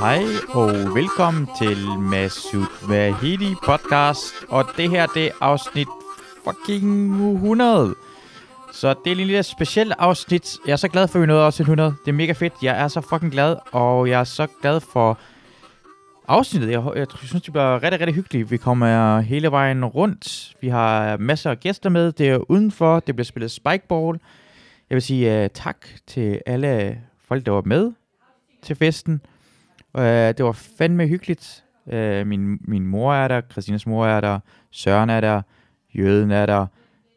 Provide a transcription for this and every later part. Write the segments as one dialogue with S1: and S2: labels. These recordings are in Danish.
S1: Hej og velkommen til Masud Vahidi podcast. Og det her, det er afsnit fucking 100. Så det er lige lidt specielt afsnit. Jeg er så glad for, at vi nåede afsnit 100. Det er mega fedt. Jeg er så fucking glad, og jeg er så glad for afsnittet. Jeg, jeg synes, det bliver rigtig, rigtig hyggeligt. Vi kommer hele vejen rundt. Vi har masser af gæster med. Det er udenfor. Det bliver spillet spikeball. Jeg vil sige uh, tak til alle folk, der var med til festen. Uh, det var fandme hyggeligt. Uh, min, min mor er der, Christinas mor er der, Søren er der, Jøden er der,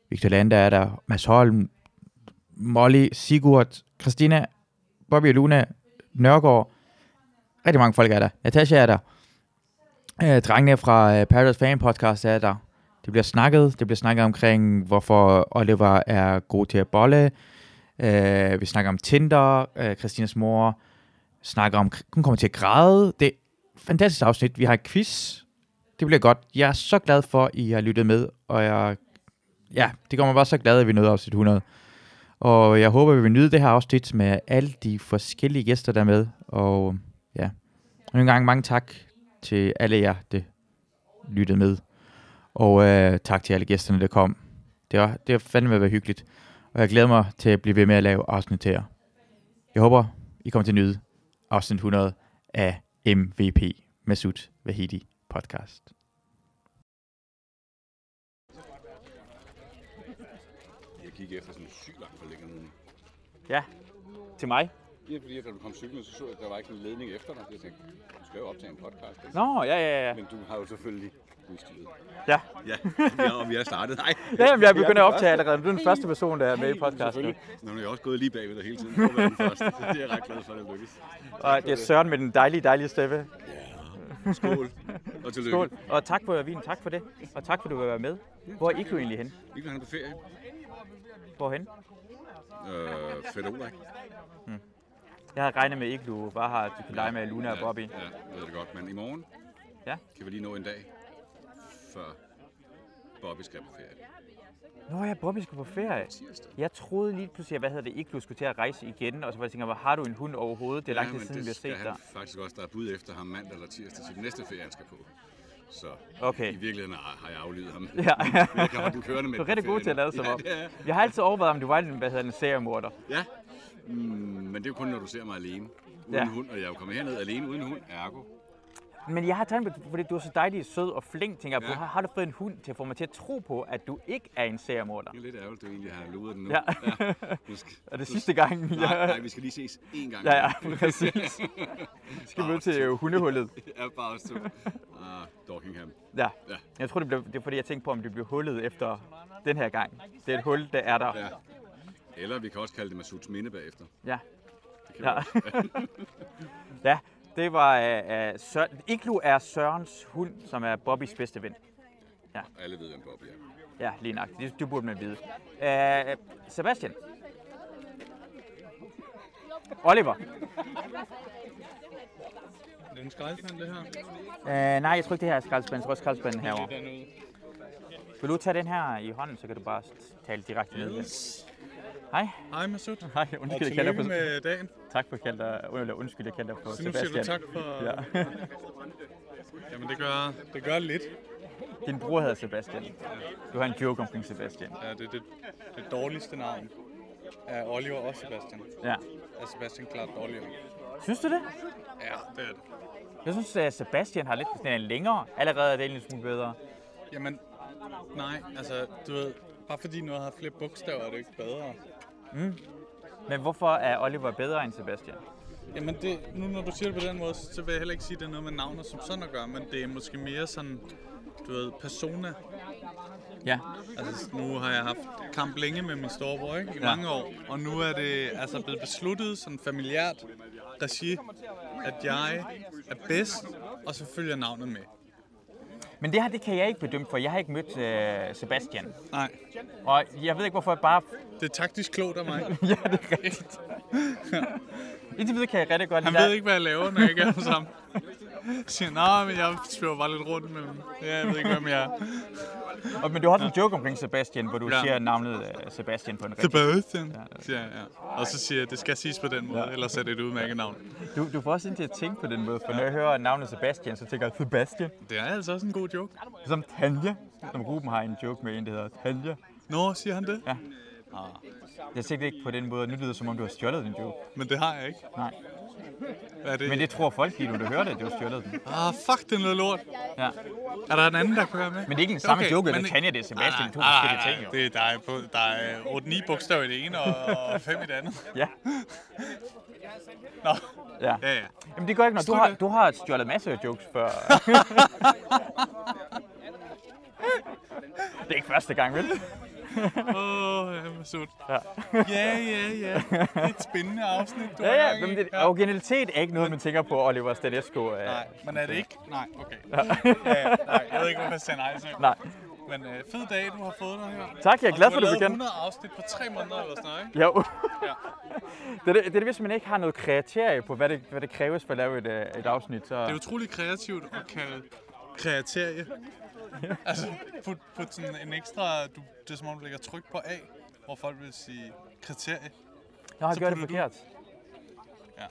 S1: Victor Landa er der, Mads Holm, Molly, Sigurd, Christina, Bobby og Luna, Nørgaard. Rigtig mange folk er der. Natasha er der. Øh, drengene fra øh, Paradise Fan Podcast er der. Det bliver snakket. Det bliver snakket omkring, hvorfor Oliver er god til at bolle. Øh, vi snakker om Tinder. Øh, Christinas mor snakker om, hun kommer til at græde. Det er et fantastisk afsnit. Vi har en quiz. Det bliver godt. Jeg er så glad for, at I har lyttet med. Og jeg, ja, det gør mig bare så glad, at vi nåede afsnit 100. Og jeg håber, at vi vil nyde det her afsnit med alle de forskellige gæster, der er med. Og ja, og en gang mange tak til alle jer, der lyttede med. Og øh, tak til alle gæsterne, der kom. Det har det har fandme været hyggeligt. Og jeg glæder mig til at blive ved med at lave afsnit her. Jeg håber, I kommer til at nyde afsnit 100 af MVP Masud Vahidi podcast.
S2: Jeg gik efter sådan en syg lang forlængelse nu.
S1: Ja, til mig.
S2: Det er fordi, at da du kom cyklende, så så jeg, at der var ikke en ledning efter dig. Så jeg tænkte, du skal jo optage en podcast. Altså.
S1: Nå, ja, ja, ja.
S2: Men du har jo selvfølgelig udstyret.
S1: Ja,
S2: Ja, og vi har startet. Nej.
S1: ja jamen, jeg begynder at optage allerede. Du er den første person, der er med i podcasten.
S2: Nå, men jeg har også gået lige bagved dig hele tiden. Det var den første. Så det er jeg ret glad for, at det lykkedes.
S1: Og det er Søren med den dejlige, dejlige stemme.
S2: Skål. Og tillykke.
S1: Skål. Og tak for vin, tak for det. Og tak for, at du vil være med. Hvor er IQ egentlig hen?
S2: Vi kan have på ferie.
S1: Hvorhen? Hmm.
S2: Øh, fedt Ulrik.
S1: Jeg havde regnet med, at du bare har, at du kunne lege med Luna og Bobby.
S2: Ja, jeg ved det godt. Men i morgen
S1: Ja.
S2: kan vi lige nå en dag, før Bobby skal på ferie.
S1: Nå ja, Bobby skal på ferie.
S2: Tirsdag.
S1: Jeg troede lige pludselig, at, hvad hedder det, ikke du skulle til at rejse igen, og så var jeg tænker, hvor har du en hund overhovedet? Det er lang tid
S2: men
S1: siden, vi har
S2: det skal
S1: set dig.
S2: han faktisk også. Der er bud efter ham mandag eller tirsdag til den næste ferie, han skal på. Så
S1: Okay.
S2: i virkeligheden har har jeg aflydet ham.
S1: Ja.
S2: Jeg kan holde den kørende med
S1: Du er
S2: den
S1: rigtig
S2: på
S1: god til at lade
S2: ferien.
S1: som om.
S2: Ja, det er jeg.
S1: Jeg har altid overvejet, om du var en, hvad hedder det, en seriemorder.
S2: Ja. Mm, men det er jo kun, når du ser mig alene. Uden
S1: Ja.
S2: ja. hund, og jeg er jo kommet herned alene uden hund. Ergo.
S1: Men jeg har tænkt på, fordi du er så dejlig sød og flink, tænker jeg på.
S2: Ja.
S1: Har, har du fået en hund til at få mig til at tro på, at du ikke er en seriemorder?
S2: Det er lidt ærgerligt, du egentlig har luret den nu.
S1: Ja.
S2: Nu skal,
S1: Og det
S2: nu-
S1: sidste gang,
S2: Nej,
S1: jeg...
S2: nej, vi skal lige ses én gang.
S1: Ja, ja, præcis. Skal møde til øh, hundehullet.
S2: Ja, bare os to. Ah, Dorkingham.
S1: Ja.
S2: Ja.
S1: Jeg tror, det, blev, det er fordi, jeg tænkte på, om det bliver hullet efter den her gang. Det er et hul, der er der.
S2: Ja. Eller vi kan også kalde det Masuds minde bagefter.
S1: Ja.
S2: Det kan
S1: Ja.
S2: vi også.
S1: Ja, det var øh, øh, Søren. Iglu er Sørens hund, som er Bobbys bedste ven.
S2: Alle ved, hvem Bobby er.
S1: Ja, lige nok. Det, det burde man vide. Øh, Sebastian. Oliver. Øh,
S3: Er det en skraldespand, det her?
S1: Øh, nej, jeg tror ikke, det her er skraldespanden. Jeg tror, skraldespanden er herovre.
S3: Dernede.
S1: Vil du tage den her i hånden, så kan du bare tale direkte ned. i den. Hej.
S3: Hej, Masud.
S1: Hej,
S3: Og
S1: undskyld, jeg kalder
S3: tillykke
S1: på...
S3: med dagen.
S1: Tak for at kalde dig... Eller undskyld, jeg kalder dig på
S3: Så nu siger
S1: Sebastian.
S3: du tak for...
S1: Ja.
S3: Ja. Jamen, det gør, det gør lidt.
S1: Din bror hedder Sebastian. Du har en joke omkring Sebastian.
S3: Ja, det er det, det dårligste navn af Oliver og Sebastian.
S1: Ja.
S3: Er Sebastian klart dårligere?
S1: Synes du det?
S3: Ja, det er det.
S1: Jeg synes, at Sebastian har lidt sådan en længere. Allerede er det en lille smule bedre.
S3: Jamen, nej, altså, du ved, bare fordi noget har flere bogstaver, er det ikke bedre.
S4: Mm.
S1: Men hvorfor er Oliver bedre end Sebastian?
S3: Jamen, det, nu når du siger det på den måde, så vil jeg heller ikke sige, at det er noget med navnet som sådan at gøre, men det er måske mere sådan, du ved, persona.
S1: Ja.
S3: Altså, nu har jeg haft kamp længe med min storebror ikke? i ja. mange år, og nu er det altså blevet besluttet sådan familiært regi, at jeg er bedst, og så følger navnet med.
S1: Men det her, det kan jeg ikke bedømme, for jeg har ikke mødt øh, Sebastian.
S3: Nej,
S1: Og jeg ved ikke, hvorfor jeg bare...
S3: det er taktisk klogt af mig.
S1: ja, det er rigtigt. Indtil videre kan jeg rigtig godt
S3: Han
S1: lide-
S3: ved ikke, hvad jeg laver, når jeg ikke er hos ham. Jeg siger, nej, men jeg svøver bare lidt rundt mellem. Ja, jeg ved ikke, hvem jeg er.
S1: Og, men du har også en joke omkring Sebastian, hvor du
S3: Ja.
S1: siger navnet øh, Sebastian på en rigtig.
S3: Sebastian, siger jeg, ja. Og så siger jeg, det skal siges på den måde, ellers er det et udmærket navn.
S1: Du, du får også ind til at tænke på den måde, for når jeg hører navnet Sebastian, så tænker jeg Sebastian.
S3: Det er altså også en god joke.
S1: Som Tanja, som Ruben har en joke med en, der hedder Tanja.
S3: Nå, siger han det?
S1: Ja. Ah. Jeg tænkte ikke på den måde, og nu lyder det som om, du har stjålet din joke.
S3: Men det har jeg ikke.
S1: Nej.
S3: Hvad er det?
S1: Men det tror folk lige nu, du hørte, at du har stjålet den.
S3: Ah, fuck, den noget lort.
S1: Ja.
S3: Er der en anden, der kan være med? Ah,
S1: Men det er ikke den samme joke, at det er Tanja, det er Sebastian. To forskellige ting, jo.
S3: Det er, der er, på, der er 8-9 bogstaver i det ene, og, og 5 i det andet.
S1: Ja.
S3: Nå,
S1: ja.
S3: ja, ja.
S1: Jamen det gør ikke noget. Du
S3: Slut
S1: har,
S3: det.
S1: du har stjålet masser af jokes før. det er ikke første gang, vel?
S3: Åh, oh, jeg var sut.
S1: Ja,
S3: Ja, ja, ja. Det er et spændende afsnit, du
S1: ja.
S3: har
S1: ja.
S3: gang i.
S1: Jamen, det, originalitet er ikke noget, man tænker på Oliver Stanesco. Øh.
S3: Nej, men er det ikke? Nej, okay. Ja. ja, nej, jeg ved ikke, hvorfor jeg sagde nej til.
S1: Nej.
S3: Men øh, fed dag, du har fået dig her.
S1: Tak, jeg er
S3: Og
S1: glad for, du
S3: har
S1: vil
S3: lavet
S1: gerne-
S3: 100 afsnit på tre måneder eller sådan noget, ikke?
S1: Jo.
S3: Ja.
S1: det, er det, det er det, hvis man ikke har noget kreaterie på, hvad det, hvad det kræves for at lave et, øh, et afsnit. Så...
S3: Det er utrolig kreativt at kalde kreaterie. Altså, put, put sådan en ekstra... Du, det er som om, du lægger tryk på A, hvor folk vil sige kriterie.
S1: Nå, jeg
S3: så
S1: gør det
S3: putter du-
S1: forkert.
S3: Ja.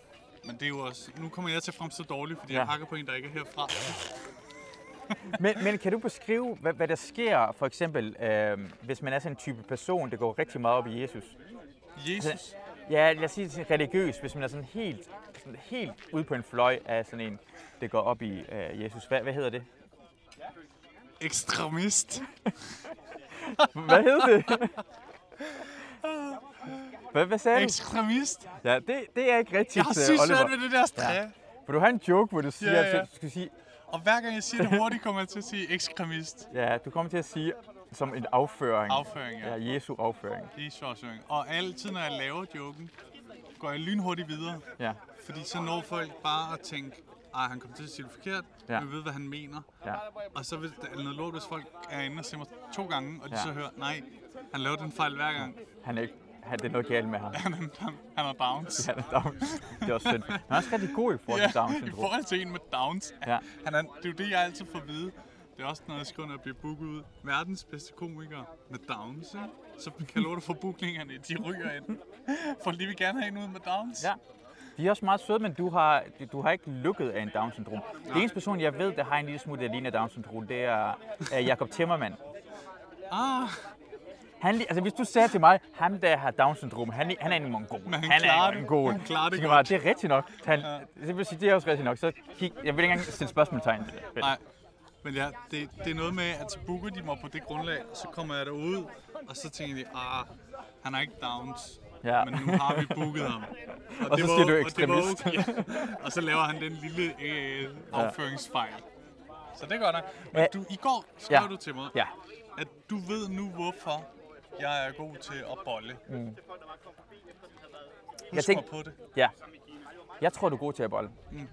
S3: Men det er jo også... Nu kommer jeg til at fremstå dårligt, fordi
S1: Ja.
S3: ja. jeg hakker på en, der ikke er herfra.
S1: Men, men kan du beskrive, hvad, hvad der sker, for eksempel, øh, hvis man er sådan en type person, der går rigtig meget op i Jesus?
S3: Jesus.
S1: Ja, lad os sige sådan religiøs, hvis man er sådan helt, sådan helt ude på en fløj af sådan en, der går op i øh, Jesus. Hvad, hvad hedder det?
S3: Ekstremist.
S1: Hvad hedder det? hvad, hvad sagde du?
S3: Ekstremist.
S1: Ja, det, det er ikke rigtigt,
S3: Jeg har
S1: øh,
S3: sygt svært
S1: Oliver.
S3: ved det der stræ.
S1: Ja.
S3: Ja.
S1: For du har en joke, hvor du siger,
S3: Ja, ja.
S1: at du skal sige,
S3: Og hver gang jeg siger det hurtigt, kommer jeg til at sige ekstremist.
S1: ja, du kommer til at sige som en afføring.
S3: Afføring, ja.
S1: Ja, Jesu afføring.
S3: Det er sjovt, Og altid, når jeg laver joken, går jeg lynhurtigt videre.
S1: Ja.
S3: Fordi så når folk bare at tænke, ej, han kom til at sige det forkert,
S1: Ja.
S3: ja. men vi ved, hvad han mener.
S1: ja.
S3: Og så vil det er noget lort, hvis folk er inde og ser mig to gange, og de
S1: Ja.
S3: ja. så hører, nej, han laver den fejl hver gang.
S1: Han er ikke, han, det er noget galt med ham.
S3: Han, han, han, han har Downs.
S1: Han er Downs. Det er også synd. Han er også rigtig god i forhold til Downs
S3: i
S1: syndrom.
S3: forhold til en med Downs.
S1: Ja.
S3: Han er, det er jo det, jeg altid får at vide. Det er også, når jeg skriver, når jeg bliver booket ud. Verdens bedste komiker med Downs, ikke? så kan jeg love dig for bookningerne, de ryger ind. For lige vil gerne have en ud med Downs.
S1: Ja. De er også meget søde, men du har, du har ikke lukket af en Down-syndrom. Den eneste person, jeg ved, der har en lille smule, der ligner Down-syndrom, det er øh, Jakob Timmermann.
S3: Ah,
S1: Han, li- altså, hvis du sagde til mig, ham der har Down-syndrom, han, li- han er en mongol.
S3: han klarer
S1: er
S3: det.
S1: en mongol.
S3: Han klarer det
S1: Så tænker jeg bare, det er rigtigt nok. Han, det vil sige, det er også rigtigt nok. Så kig, jeg vil ikke engang stille spørgsmålstegn til det.
S3: nej. Men ja, det, det er noget med, at så booker de mig på det grundlag, og så kommer jeg derud, og så tænker de, ah, han har ikke Downs.
S1: Ja.
S3: Men nu har vi booket ham.
S1: Og så
S3: det var-
S1: siger du
S3: og det var
S1: ekstremist.
S3: okay. Og så laver han den lille øh, afføringsfejl. Så det gør der. Men
S1: Ja.
S3: du, i går skrev
S1: Ja.
S3: du til mig,
S1: Ja.
S3: at du ved nu, hvorfor jeg er god til at bolle. Mm. Husk jeg
S1: tænkte-
S3: mig på det.
S1: Ja. Jeg tror, du er god til at bolle. Mm.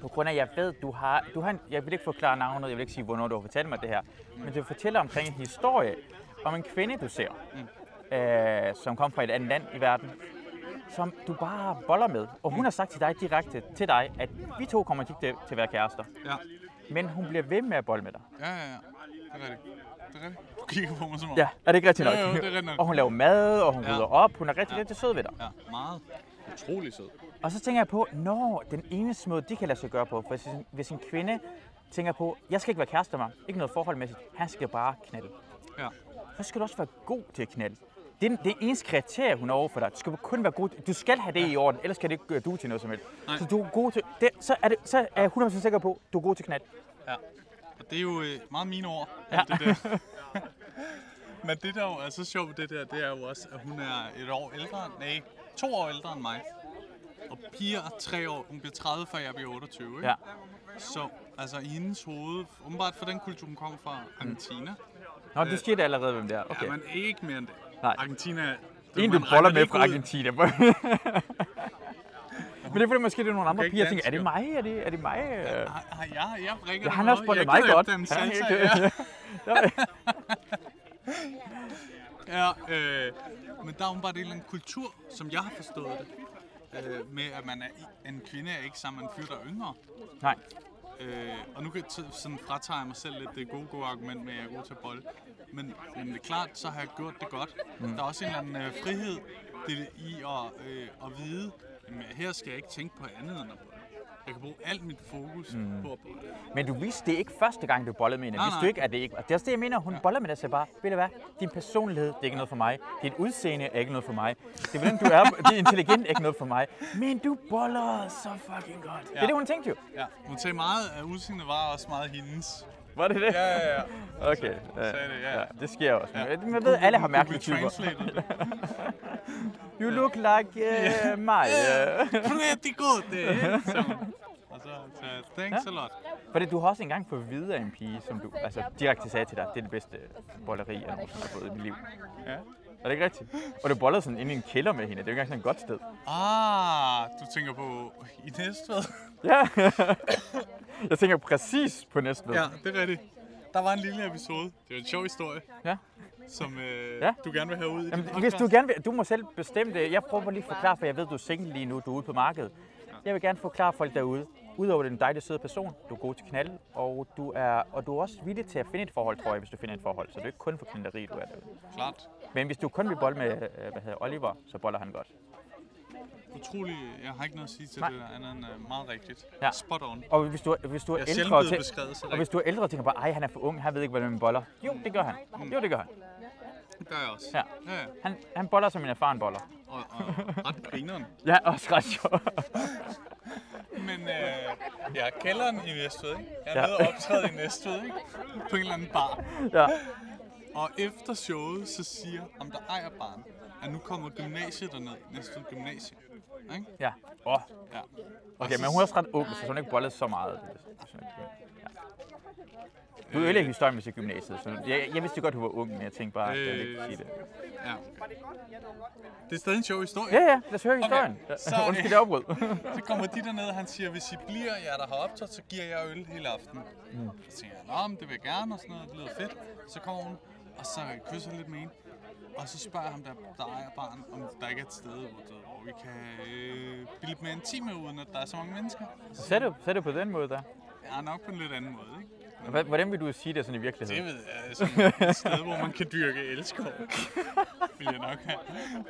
S1: På grund af, at jeg ved, du har... Du har en, jeg vil ikke forklare navnet, jeg vil ikke sige, hvornår du har fortalt mig det her. Men du fortæller omkring en historie om en kvinde, du ser, mm. øh, som kom fra et andet land i verden, som du bare boller med. Og hun har sagt til dig direkte, til dig, at vi to kommer ikke til, til at være kærester.
S3: Ja.
S1: Men hun bliver ved med at bolle med dig.
S3: ja, ja, ja. Det er rigtigt. Det er rigtigt. Du kigger på mig som om.
S1: Ja, er det ikke rigtigt
S3: Jo,
S1: nok?
S3: jo, det er rigtigt nok.
S1: Og hun laver mad, og hun
S3: Ja.
S1: rydder op. Hun er rigtig, rigtig sød ved dig.
S3: ja meget. Utrolig sød.
S1: Og så tænker jeg på, når den eneste måde, de kan lade sig gøre på, for hvis, en- hvis en kvinde tænker på, jeg skal ikke være kærester med ham, ikke noget forholdmæssigt, han skal bare knalde.
S3: Ja.
S1: Så skal du også være god til at knalde. Det er den- det er eneste kriterie, hun har over for dig. Du skal kun være god. Du skal have det i orden, ellers kan det ikke øh, du til noget som helst.
S3: Nej.
S1: Så du er god til, det, så, er det, så er jeg 100% sikker på, at du er god til knald.
S3: Ja. Og det er jo øh, meget mine ord. alt Det der. Men det, der jo er så sjovt ved det der, det er jo også, at hun er et år ældre, nej, to år ældre end mig. Og piger er tre år. Hun bliver 30, før jeg bliver 28, ikke?
S1: Ja.
S3: Så altså i hendes hoved, åbenbart for den kultur, hun kom fra, Argentina.
S1: Nå, du siger det allerede, hvem det er. Okay.
S3: Øh, Ja, men ikke mere end det.
S1: Nej.
S3: Argentina er-
S1: En,
S3: man
S1: du boller
S3: regner
S1: med
S3: ikke
S1: fra
S3: ud.
S1: Argentina. men det er fordi, måske det er nogle andre
S3: ikke
S1: piger, der tænker,
S3: dansk,
S1: er det
S3: jo."
S1: mig? Er det, er det mig? Øh,
S3: Ej, ej, jeg, jeg
S1: Ja,
S3: brikker det
S1: han
S3: med
S1: har også spurgt
S3: noget. Jeg
S1: mig
S3: gider
S1: godt.
S3: ikke Den
S1: Han er
S3: salsa,
S1: ikke-
S3: ja. Ja, øh, men der er åbenbart en eller anden kultur, som jeg har forstået det, øh, med at man er, en kvinde er ikke sammen med en fyr, der er yngre.
S1: Nej.
S3: Øh, og nu kan jeg t- sådan fratage mig selv lidt det gode, gode argument med, at jeg er god til at bold. Men, men det er klart, så har jeg gjort det godt. Mm. Der er også en eller anden øh, frihed det, i at, øh, at vide, jamen, her skal jeg ikke tænke på andet end at bolle. Jeg kan bruge alt mit fokus mm. på at bolle.
S1: Men du vidste det ikke første gang, du bollede med hende.
S3: Nej,
S1: Vidste
S3: nej.
S1: du ikke, at det ikke var. Det er også det, jeg mener. Hun boller med dig, og siger bare, ved du hvad, din personlighed, det er ikke noget for mig. Dit udseende er ikke noget for mig. Det er, hvordan du er, det er intelligent, er ikke noget for mig. Men du boller så fucking godt. Ja. Det er det, hun tænkte jo.
S3: Ja. Hun sagde meget, at udseendet var også meget hendes.
S1: Var det det?
S3: Ja, ja, ja.
S1: Okay.
S3: Sagde det, ja.
S1: det sker også. Ja. Man ved, alle har mærkelige
S3: Google
S1: typer.
S3: Translate det.
S1: You look like uh, mig.
S3: Pretty good, det er ikke? Så- Og så, så thanks a lot.
S1: Fordi du har også engang fået videre en pige, som du altså, direkte sagde til dig, det er det bedste bolleri, jeg nogensinde har fået i mit liv.
S3: Ja.
S1: Er det ikke rigtigt? Og du bollede sådan inde i en kælder med hende. Det er jo ikke engang sådan et godt sted.
S3: Ah, du tænker på i Næstved?
S1: Ja. jeg tænker præcis på Næstved.
S3: Ja, det er rigtigt. Der var en lille episode. Det var en sjov historie,
S1: ja.
S3: som øh,
S1: Ja.
S3: ja. du gerne vil have ud i
S1: Jamen,
S3: din
S1: hvis
S3: podcast.
S1: du gerne vil, du må selv bestemme det. Jeg prøver bare lige at forklare, for jeg ved, du er single lige nu, du er ude på markedet. Jeg vil gerne forklare folk derude, udover at du er en dejlig sød person, du er god til knald, og du er, og du er også villig til at finde et forhold, tror jeg, hvis du finder et forhold. Så det er ikke kun for knalderi, du er derude.
S3: Klart.
S1: Men hvis du kun vil bolle med, øh, hvad hedder Oliver, så boller han godt.
S3: Utrolig, jeg har ikke noget at sige til
S1: Nej.
S3: Nej. det der andet end øh, meget rigtigt.
S1: Ja.
S3: Ja. Spot on.
S1: Og hvis du, er- hvis du er,
S3: Jeg er sjældent
S1: ældre, og
S3: blevet
S1: tæ-
S3: beskrevet så
S1: og hvis du er ældre og tænker bare, ej, han er for ung, han ved ikke, hvordan man boller. Jo, det gør
S3: Mm.
S1: han. Jo, det gør han.
S3: Det gør jeg også.
S1: Ja.
S3: ja, ja.
S1: Han, han boller som en erfaren boller.
S3: Og, og ret grineren.
S1: Ja, også ret sjovt.
S3: Men øh, ja, kælderen i Næstved, ikke? Jeg
S1: Ja.
S3: er ja. nede og optræde i Næstved, ikke? På en eller anden bar.
S1: Ja.
S3: Og efter showet, så siger ham, der ejer barn, at nu kommer gymnasiet derned, næste gymnasie. Ikke?
S1: Ja. Åh,
S3: Ja.
S1: okay, men hun er også ret ung, så hun har ikke bollet så meget. Du
S3: Øh,
S1: ødelægger historien, hvis det er gymnasiet. Så jeg, jeg vidste godt, du var ung, men jeg tænkte bare, at jeg ville ikke sige det.
S3: ja. Øh, Det er stadig en sjov historie.
S1: Ja, ja, lad os høre historien.
S3: Okay,
S1: Okay.
S3: så-
S1: Undskyld, det afbrød.
S3: Så kommer de derned, og han siger, hvis I bliver jer, der har optaget, så giver jeg øl hele aftenen. Mm. Så tænker jeg, "Nå, men det vil jeg gerne, og sådan noget, det lyder fedt. Så kommer hun, og så kysser jeg lidt med en. Og så spørger jeg ham, der, der ejer barn, om der ikke er et sted, hvor, der, hvor vi kan øh, blive lidt mere intime, uden at der er så mange mennesker. Og så
S1: Sæt det, sæt det på den måde der.
S3: jeg er nok på en lidt anden måde, ikke?
S1: Hva- Hvordan vil du sige det sådan i
S3: Det
S1: virkeligheden?
S3: ved jeg, som et sted, hvor man kan dyrke elskov. Vil jeg nok have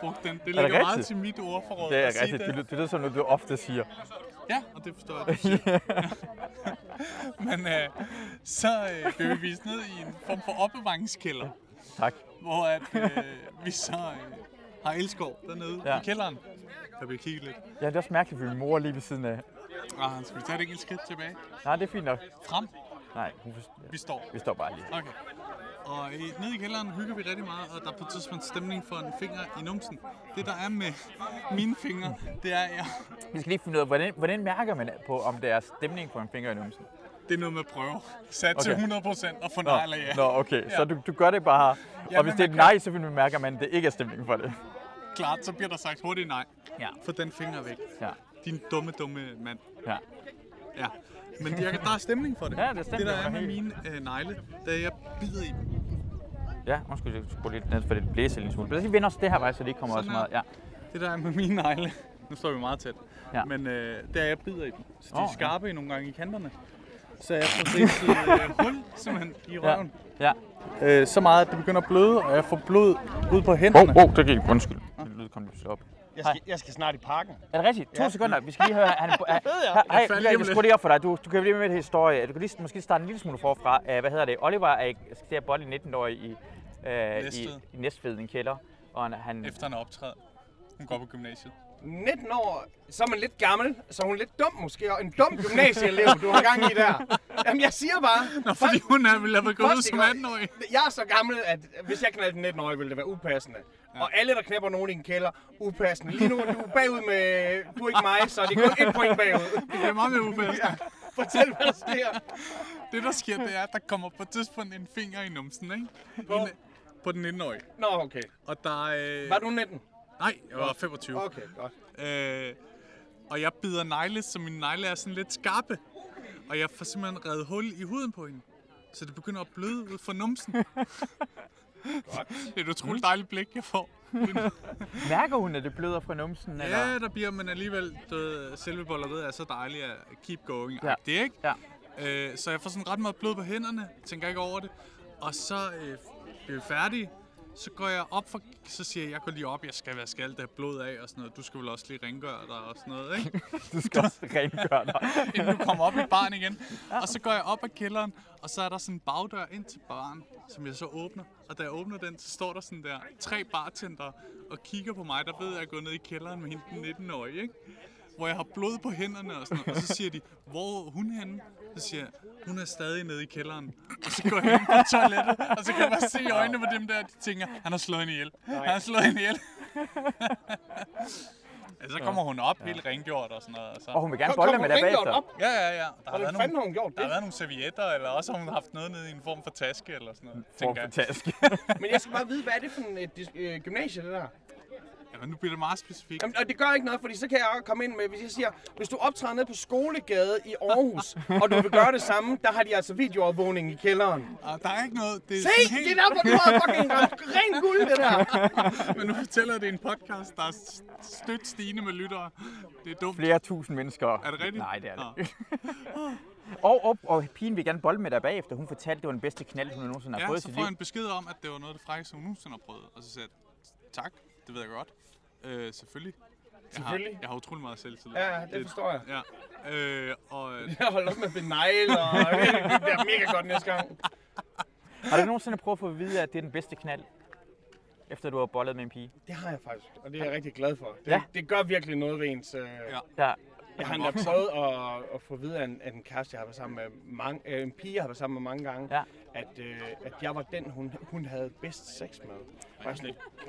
S3: brugt den. Det ligger
S1: rigtigt?
S3: meget til mit ordforråd
S1: Det
S3: at
S1: er
S3: sige
S1: rigtigt. Det,
S3: det.
S1: lyder- det lyder som noget, du ofte siger.
S3: Ja, og det forstår jeg. du siger. Men øh, så øh, blev vi vist ned i en form for opbevaringskælder,
S1: Tak.
S3: hvor at, øh, vi så øh, har elskov dernede
S1: Ja.
S3: ja. i kælderen. Der bliver kigget lidt.
S1: Ja, det er også mærkeligt, at min mor er lige ved siden af.
S3: Ah, skal vi tage det enkelt skridt tilbage?
S1: Nej, det er fint nok.
S3: Frem.
S1: Nej, hun forstår.
S3: Vi står.
S1: Vi står bare lige.
S3: Okay. Og øh, nede i kælderen hygger vi rigtig meget, og der er på et tidspunkt stemning for en finger i numsen. Det der er med mine fingre, det er, at jeg,
S1: Vi skal lige finde ud af, hvordan, hvordan mærker man på, om der er stemning på en finger i numsen?
S3: det er noget med prøver. Sat til
S1: Okay.
S3: 100% og få nej eller ja.
S1: Nå, okay. Så du, du gør det bare.
S3: Ja,
S1: og hvis
S3: men
S1: det er et
S3: man kan-
S1: nej, så vil man mærke, at man, det ikke er stemning for det.
S3: Klart, så bliver der sagt hurtigt nej.
S1: Ja.
S3: Få den finger væk.
S1: Ja.
S3: Din dumme, dumme mand.
S1: Ja.
S3: Ja. Men jeg, der er stemning for det.
S1: Ja, der er stemning
S3: det der
S1: for
S3: er
S1: det
S3: med
S1: hele.
S3: mine øh, negle, da jeg bider i dem.
S1: Ja, undskyld, jeg skulle lidt ned for det blæse en smule. Men så skal vi vende os det her vej, så det ikke kommer også
S3: Sådan
S1: meget.
S3: her.
S1: Ja.
S3: Det der er med mine negle, nu står vi meget tæt,
S1: Ja.
S3: ja. men øh, der jeg bider i dem, så de
S1: Åh,
S3: er
S1: ja.
S3: skarpe i nogle gange i kanterne. Så jeg får set et øh, hul simpelthen i
S1: Ja.
S3: røven.
S1: ja.
S3: Ja. Øh, så meget, at det begynder at bløde, og jeg får blod ud på hænderne.
S1: Åh, oh, det gik. Undskyld. Det lyd kom lige op.
S5: Jeg skal, jeg skal snart i parken.
S1: Er det rigtigt? To ja. sekunder. Vi skal lige høre. Han, han, han,
S3: Jeg faldt
S1: hej, jeg,
S3: lige om
S1: jeg skruer
S3: lidt.
S1: lige op for dig. Du, du kan blive med med et historie. Du kan lige, måske starte en lille smule forfra. Uh, hvad hedder det? Oliver er, i- skal til at bolle 19 år i, uh, i,
S3: Næstved.
S1: i Næstved, i en kælder. Og han, han
S3: Efter en optræden. Hun går på gymnasiet.
S5: 19 år, så er man lidt gammel, så er hun lidt dum måske, og en dum gymnasieelev, du har gang i der. Jamen, jeg siger bare,
S3: Nå, fordi hun er, ville have været gået ud
S5: Først,
S3: som
S5: ikke?
S3: 18-årig.
S5: jeg er så gammel, at hvis jeg knaldte en 19-årig, ville det være upassende. Ja. Og alle, der knæpper nogen i en kælder, upassende. Lige nu er du bagud med, du er ikke mig, så det er kun et point bagud.
S3: Det er meget mere ufælst.
S5: Fortæl, hvad der sker.
S3: Det, der sker, det er, at der kommer på et tidspunkt en finger i numsen, ikke?
S5: Hvor?
S3: En, på den 19-årige.
S5: Nå, okay.
S3: Og der... Øh...
S5: Var du 19?
S3: Nej, jeg var 25.
S5: Okay, godt.
S3: Øh, og jeg bider negle, så mine negle er sådan lidt skarpe. Og jeg får simpelthen reddet hul i huden på hende. Så det begynder at bløde ud fra numsen. det er et utroligt dejligt blik, jeg får.
S1: mærker hun, at det bløder fra
S3: Mm.
S1: numsen? Eller?
S3: Ja, der bliver man alligevel, du ved, selve bolleriet er så dejligt at keep going.
S1: Ja.
S3: Ja. Det, ikke?
S1: Ja.
S3: Øh, så jeg får sådan ret meget blod på hænderne, tænker ikke over det. Og så øh, bliver vi færdige, så går jeg op for, så siger jeg, jeg går lige op, jeg skal vaske alt det her blod af og sådan noget. Du skal vel også lige rengøre dig og sådan noget, ikke?
S1: Du skal også rengøre dig.
S3: inden du kommer op i baren igen. Og så går jeg op ad kælderen, og så er der sådan en bagdør ind til baren, som jeg så åbner. Og da jeg åbner den, så står der sådan der tre bartender og kigger på mig. Der ved jeg, at jeg er gået ned i kælderen med hende den 19-årige, ikke? Hvor jeg har blod på hænderne og sådan noget. Og så siger de, hvor er hun henne? Så siger jeg, hun er stadig nede i kælderen. Og så går jeg ind på toilettet, og så kan jeg bare se i øjnene på dem der, de tænker, han har slået hende ihjel. Han har slået hende ihjel. Ja, så kommer hun op, helt rengjort og sådan noget. Og så.
S1: Og hun vil gerne
S5: Kom-
S1: bolle
S5: kom
S1: med
S5: og
S1: dig
S5: ring døren
S1: bagefter.
S5: op.
S3: Ja, ja, ja. Der har
S5: Hvordan
S3: været
S5: fanden
S3: nogle,
S5: har hun gjort
S3: der har
S5: det?
S3: været nogle servietter, eller også har hun haft noget nede i en form for taske, eller sådan noget,
S1: Form
S3: tænker
S1: for
S3: jeg.
S1: taske.
S5: Men jeg skal bare vide, hvad er det for en øh, dis- øh, gymnasie, det der?
S3: Jamen, nu bliver det meget specifikt.
S5: Jamen, og det gør ikke noget, fordi så kan jeg komme ind med, hvis jeg siger, hvis du optræder ned på Skolegade i Aarhus, og du vil gøre det samme, der har de altså videoovervågning i kælderen.
S3: Og der er ikke noget, det er
S5: Se,
S3: sådan
S5: det er derfor, du har fucking ramt ren guld, det der.
S3: Men nu fortæller jeg, det i en podcast, der er s- stødt stigende med lyttere. Det er dumt.
S1: Flere tusind mennesker.
S3: Er det rigtigt?
S1: Nej, det er det ikke. Og, og, og pigen vil gerne bolle med dig bagefter. Hun fortalte, det var den bedste knald, hun nogensinde har
S3: Ja,
S1: fået i
S3: så
S1: sit
S3: får
S1: liv.
S3: jeg en besked om, at det var noget af det frækkeste, hun nogensinde har prøvet. Og så sagde jeg, tak, det ved jeg godt. Øh, selvfølgelig. Jeg har,
S5: Selvfølgelig.
S3: jeg har utrolig meget selvtillid.
S5: Ja, det forstår jeg.
S3: Ja. Øh, og øh,
S5: Jeg holder op med at benegle, og det bliver mega godt næste gang.
S1: Har du nogensinde prøvet at få at vide, at det er den bedste knald? Efter du har bollet med en pige.
S5: Det har jeg faktisk, og det er jeg rigtig glad for. Det,
S1: Ja.
S5: ja. det gør virkelig noget ved ens... Øh, ja.
S1: Der,
S5: Jeg har endda prøvet at, at få videre af en, af en kæreste, jeg har været sammen med mange, øh, en pige, jeg har været sammen med mange gange,
S1: Ja.
S5: at, øh, at jeg var den, hun, hun havde bedst sex med. Og jeg var sådan lidt, god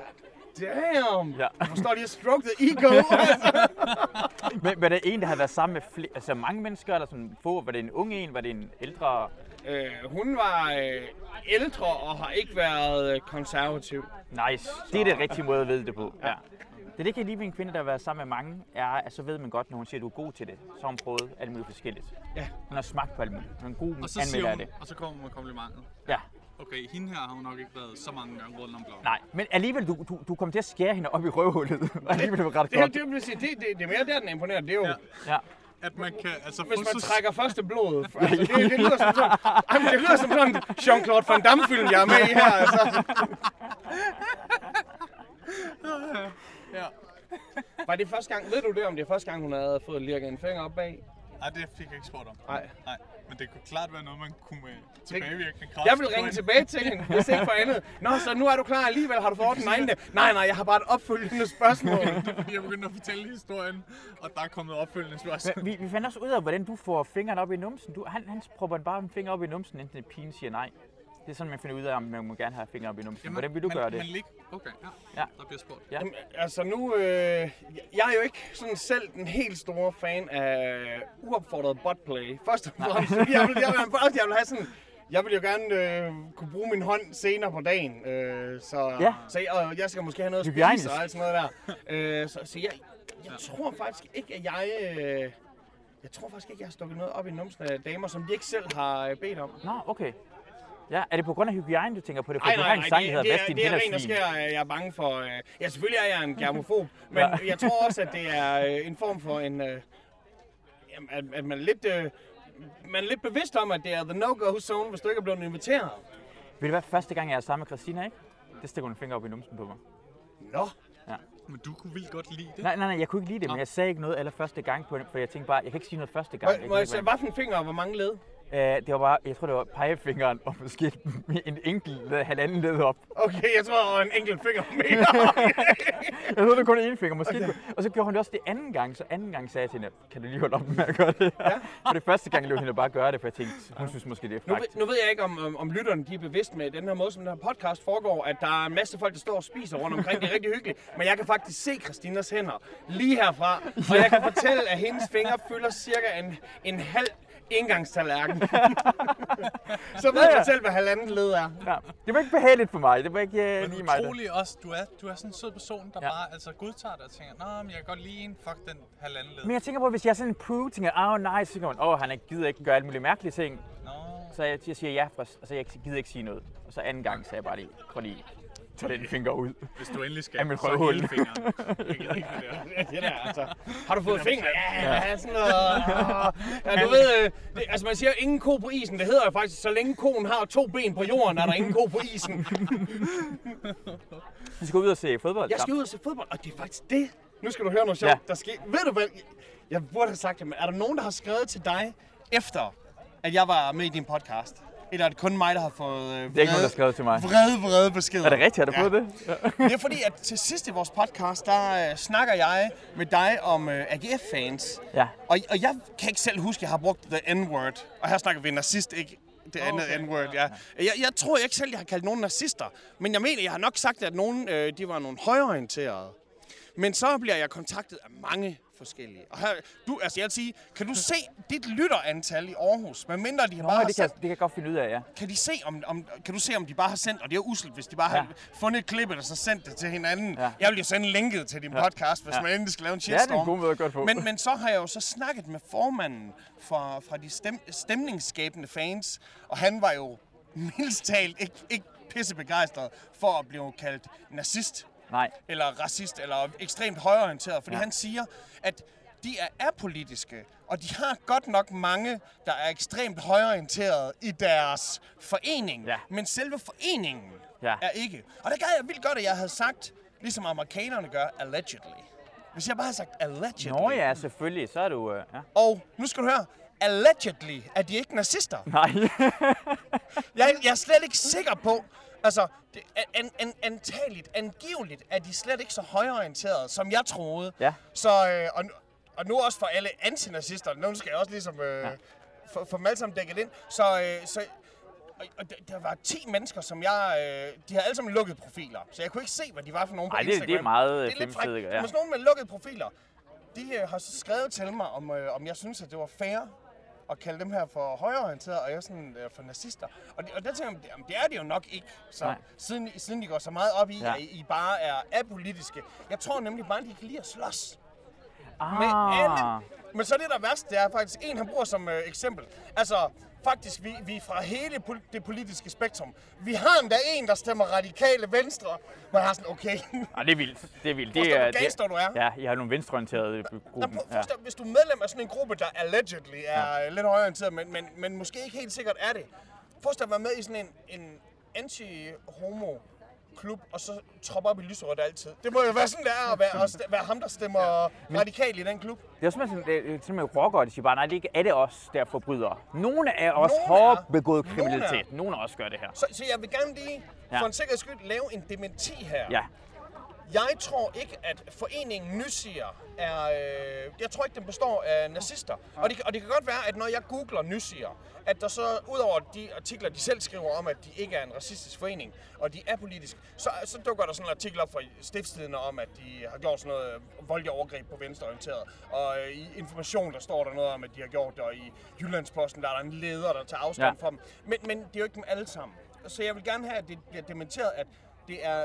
S5: damn!
S1: Ja.
S5: Jeg forstår lige at stroke the ego. altså.
S1: men, var det en, der havde været sammen med flere, altså mange mennesker, eller sådan få? Var det en ung en? Var det en ældre?
S5: øh, hun var øh, ældre og har ikke været øh, konservativ.
S1: Nice. Det er det rigtige måde at vide det på. Ja. Det er det, kan lide ved en kvinde, der har været sammen med mange, er, at så ved man godt, når hun siger, at du er god til det, så har hun prøvet alt muligt forskelligt.
S5: Ja.
S1: Hun har smagt på alt muligt. Hun er en god
S3: og så
S1: anmelder
S3: siger
S1: af
S3: hun,
S1: det.
S3: og så kommer hun med komplimentet.
S1: Ja.
S3: Okay, hende her har hun nok ikke været så mange gange rundt om blokken.
S1: Nej, men alligevel, du, du, du kom til at skære hende op i røvhullet. Og alligevel var det ret
S5: Det, her,
S1: godt.
S5: det, vil sige, det, det, det er mere der, den imponerer. Det er jo, ja.
S3: Ja.
S1: Ja.
S3: At man kan, altså,
S5: hvis man
S3: fodsus-
S5: trækker første blod. Altså, det, det, lyder som sådan, jamen, det lyder som sådan en Jean-Claude Van Damme-film, jeg er med i her. Altså.
S3: Ja.
S5: Var det første gang, ved du det, om det er første gang, hun havde fået lirket en finger op bag?
S3: Nej, det fik jeg ikke spurgt om.
S5: Nej.
S3: Nej, men det kunne klart være noget, man kunne med tilbagevirkende kraft.
S5: Jeg vil ringe tilbage til hende, hvis ikke for andet. Nå, så nu er du klar alligevel. Har du fået den egen? Nej, nej, jeg har bare et opfølgende spørgsmål.
S3: Det er fordi, jeg begyndte at fortælle historien, og der er kommet opfølgende spørgsmål.
S1: Men Vi, vi fandt også ud af, hvordan du får fingeren op i numsen. Du, han, han propper bare en finger op i numsen, enten pigen siger nej. Det er sådan, man finder ud af, om man må gerne have fingre op i numsen. hvordan vil du
S3: man,
S1: gøre det?
S3: Man lig... Okay, ja.
S1: Ja.
S3: ja. Der bliver spurgt.
S1: Ja.
S5: Jamen, altså nu, øh, jeg er jo ikke sådan selv den helt store fan af uopfordret buttplay. Først og fremmest, jeg vil, jeg vil, først, jeg vil have sådan, jeg vil jo gerne øh, kunne bruge min hånd senere på dagen, øh, så,
S1: Ja.
S5: så jeg, og jeg skal måske have noget at
S1: Hygiejnisk.
S5: spise og alt sådan noget der. Øh, så, så jeg, jeg tror faktisk ikke, at jeg... Øh, jeg tror faktisk ikke, jeg har stukket noget op i numsen af damer, som de ikke selv har øh, bedt om.
S1: Nå, okay. Ja, er det på grund af hygiejne, du tænker på det? For
S5: Ej,
S1: du
S5: nej,
S1: har
S5: nej,
S1: en
S5: nej,
S1: sang, der hedder
S5: det, det,
S1: Vask
S5: er,
S1: din
S5: det er ren og
S1: vindersvin.
S5: skær, øh, jeg er bange for. Øh, ja, selvfølgelig er jeg en germofob, men
S1: Ja.
S5: jeg tror også, at det er øh, en form for en... Øh, jamen, at, at man er lidt... Øh, man er lidt bevidst om, at det er the no-go zone, hvis du ikke er blevet inviteret.
S1: Vil det være første gang, jeg er sammen med Christina, ikke? Det stikker hun en finger op i numsen på mig.
S5: Nå,
S3: Men du kunne vildt godt lide det.
S1: Nej, nej, nej, jeg kunne ikke lide det, men jeg sagde ikke noget aller første gang, på, for jeg tænkte bare, jeg kan ikke sige noget første gang.
S5: må, må jeg sige, hvad for en finger og hvor mange led?
S1: jeg øh, det var bare, jeg tror, det var pegefingeren og måske en enkelt øh, halvanden led op.
S5: Okay, jeg tror, at en enkelt finger mere.
S1: Jeg troede, det kun er én finger, måske. Okay. Og så gjorde hun det også det anden gang, så anden gang sagde jeg til hende, kan du lige holde op med at gøre det her? Ja. For det første gang lå hende bare gøre det, for jeg tænkte, hun synes måske, det er
S5: Nu,
S1: frækt.
S5: ved- nu ved jeg ikke, om, om, om lytterne de er bevidst med den her måde, som den her podcast foregår, at der er en masse folk, der står og spiser rundt omkring. Det er rigtig hyggeligt. Men jeg kan faktisk se Christinas hænder lige herfra. Og jeg kan fortælle, at hendes fingre fylder cirka en, en halv indgangstallerken. Så ved
S1: Ja, ja.
S5: jeg selv, hvad halvanden led er.
S1: Ja. Det var ikke behageligt for mig, det var ikke uh,
S3: Men
S1: lige mig. Det.
S3: utrolig også, du er, du er sådan en sød person, der
S1: Ja.
S3: ja. bare altså, godtager dig og tænker, Nå, men jeg kan godt lide en, fuck den halvanden led.
S1: Men jeg tænker på, hvis jeg er sådan en prude, tænker, åh oh, nej, så tænker man, åh, oh, han er- gider ikke gøre alle mulige mærkelige ting.
S3: Nå,
S1: Så jeg, jeg siger ja, for, og så jeg gider ikke sige noget. Og så anden gang sagde jeg bare lige, prøv lige, Tag den finger ud.
S3: Hvis du endelig skal,
S1: Af mit
S3: så
S1: røvhul.
S3: hele fingeren. Jeg gider ikke det der.
S5: det der, altså. Har du fået fingre? Ja, ja, sådan noget. Ja, du ved, øh, det, altså man siger ingen ko på isen. Det hedder jo faktisk, så længe koen har to ben på jorden, er der ingen ko på isen.
S1: Vi skal ud og se fodbold
S5: Jeg skal
S1: sammen.
S5: ud og se fodbold, og det er faktisk det. Nu skal du høre noget sjovt,
S1: Ja.
S5: ja. der sker. Ved du hvad? Jeg burde have sagt det, men er der nogen, der har skrevet til dig, efter at jeg var med i din podcast? Eller er det kun mig, der har fået øh,
S1: Det er ikke nogen, der har skrevet til mig.
S5: vrede, vrede beskeder?
S1: Er det rigtigt? Har du fået det?
S5: Det er fordi, at til sidst i vores podcast, der øh, snakker jeg med dig om øh, AGF-fans.
S1: Ja.
S5: Og, og jeg kan ikke selv huske, at jeg har brugt the n-word. Og her snakker vi nazist, ikke det andet okay. n-word, ja. Jeg, jeg tror ikke selv, jeg har kaldt nogen nazister. Men jeg mener, jeg har nok sagt, at nogen, øh, de var nogle højorienterede. Men så bliver jeg kontaktet af mange forskellige. Og her, du, altså jeg vil sige, kan du se dit lytterantal i Aarhus? Men mindre de Nå, bare
S1: Åh,
S5: har
S1: det, kan, det kan jeg godt finde ud af, ja.
S5: kan de se, om, om, kan du se, om de bare har sendt, og det er jo uselt, hvis de bare ja. har fundet klippet og så sendt det til hinanden.
S1: Ja.
S5: Ja. Jeg vil jo sende linket til din ja. podcast, hvis ja. man endelig skal lave en
S1: Ja, det
S5: shitstorm.
S1: er en god måde at gøre det på.
S5: Men, men så har jeg jo så snakket med formanden fra, fra de stem, stemningsskabende fans, og han var jo mildest talt ikke, ikke pissebegejstret for at blive kaldt nazist
S1: Nej.
S5: eller racist, eller ekstremt højorienteret, fordi
S1: Ja.
S5: ja. han siger, at de er apolitiske, og de har godt nok mange, der er ekstremt højorienterede i deres forening.
S1: Ja.
S5: Men selve foreningen
S1: Ja.
S5: ja. er ikke. Og der gad jeg vildt godt, at jeg havde sagt, ligesom amerikanerne gør, allegedly. Hvis jeg bare havde sagt allegedly.
S1: Nå ja, selvfølgelig. Så er du... Øh, ja.
S5: Og nu skal du høre, allegedly er de ikke nazister.
S1: Nej.
S5: Jeg, jeg er slet ikke sikker på, altså, det, an, an, antageligt, angiveligt, er de slet ikke så højorienterede, som jeg troede.
S1: Ja.
S5: Så, øh, og, nu- og nu også for alle antinazister, nu skal jeg også ligesom øh, ja. få, få dem alle sammen dækket ind. Så, øh, så og, og der, der var 10 mennesker, som jeg, øh, de havde alle sammen lukket profiler, så jeg kunne ikke se, hvad de var for nogen på
S1: Ej, det- det er
S5: Instagram.
S1: meget, øh,
S5: det er lidt
S1: femstedigt,
S5: frækt.
S1: ja.
S5: Ja. Måske nogen med lukkede profiler, de øh, har så skrevet til mig, om, øh, om jeg synes, at det var fair at kalde dem her for højreorienterede, og jeg er sådan øh, for nazister. Og, det, og der tænker jeg, jamen, det er det jo nok ikke, så,
S1: Nej.
S5: siden, siden de går så meget op i,
S1: Ja.
S5: ja. at I bare er apolitiske. Jeg tror nemlig bare, de kan lide at slås med
S1: Ah.
S5: alle. Men så det, der er værst, det er faktisk en, han bruger som øh, eksempel. Altså, faktisk, vi, vi er fra hele pol- det politiske spektrum. Vi har endda en, der stemmer radikale venstre. Man har sådan, okay,
S1: Ah, det er vildt. Det er vildt.
S5: Forstår,
S1: Det er,
S5: hvor gangster du er.
S1: Ja, jeg har nogle venstreorienterede i gruppen.
S5: Jamen, prøv-
S1: Ja.
S5: forstå, hvis du er medlem af sådan en gruppe, der allegedly er ja. lidt højorienteret, men, men, men måske ikke helt sikkert er det. Forestil dig at være med i sådan en, en anti-homo klub, og så troppe op i lyserødt altid. Det må jo være sådan, det er at være, at st- være ham, der stemmer ja. radikal i den klub.
S1: Det er jo simpelthen, sådan, det er simpelthen rockere, de siger bare, nej, det er ikke alle os, der er forbrydere. Nogle af os
S5: Nogle
S1: har
S5: er.
S1: begået
S5: Nogle er.
S1: kriminalitet. Nogle af os gør det her.
S5: Så, så jeg vil gerne lige,
S1: Ja.
S5: ja. for en sikkerheds skyld, lave en dementi her.
S1: Ja,
S5: Jeg tror ikke, at foreningen Nysier er... Øh, jeg tror ikke, den består af nazister. Og det, kan- og det kan godt være, at når jeg googler Nysier, at der så, udover de artikler, de selv skriver om, at de ikke er en racistisk forening, og de er politiske, så, så dukker der sådan en artikel op fra stiftstiderne om, at de har gjort sådan noget øh, voldelig overgreb på venstreorienterede. Og øh, i information, der står der noget om, at de har gjort det, og i Jyllandsposten, der er der en leder, der tager afstand
S1: Ja.
S5: ja. fra dem. Men, men det er jo ikke dem alle sammen. Så jeg vil gerne have, at det bliver dementeret, at det er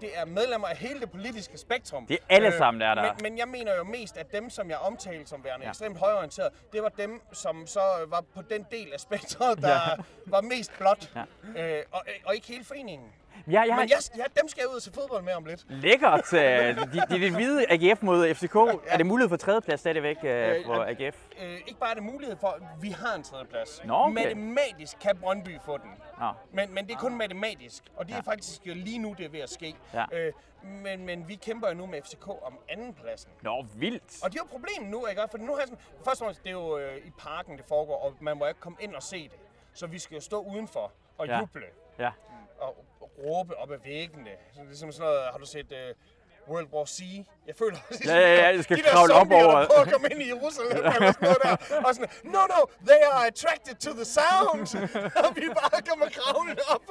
S5: det er medlemmer af hele det politiske spektrum. Øh,
S1: Det er alle sammen, der er der.
S5: Men, men jeg mener jo mest, at dem, som jeg omtalte som værende
S1: Ja.
S5: ja. ekstremt højorienterede, det var dem, som så øh, var på den del af spektret, der ja. var mest blot. Ja. Øh, og, og ikke hele foreningen.
S1: ja jeg har
S5: Men jeg, ja, dem skal jeg ud og se fodbold med om lidt.
S1: lækkert. øh, de, de, de hvide AGF mod FCK. Er det mulighed for tredjeplads stadigvæk øh,
S5: Øh,
S1: for
S5: at-
S1: AGF?
S5: Øh, ikke bare er det mulighed for, at vi har en tredjeplads.
S1: Nå, okay.
S5: Matematisk kan Brøndby få den.
S1: Nå.
S5: Men, men det er kun matematisk, og det er
S1: Ah. Ja.
S5: faktisk jo lige nu, det er ved at ske.
S1: Ja.
S5: Øh, men, men vi kæmper jo nu med FCK om andenpladsen.
S1: Nå, vildt.
S5: Og det er jo et problem nu, ikke? For nu har jeg sådan, først og fremmest, det er jo øh, i parken, det foregår, og man må ikke komme ind og se det. Så vi skal jo stå udenfor og
S1: Ja.
S5: ja. juble
S1: Ja.
S5: og råbe op ad væggene. Så ligesom sådan noget, har du set øh, World War C? Jeg føler også,
S1: Ja, ja, ja, du skal kravle op
S5: zombier,
S1: over-
S5: der prøver at komme ind i Jerusalem, eller sådan noget der. Og sådan, no, no, they are attracted to the sound. og vi bare kommer kravlende op.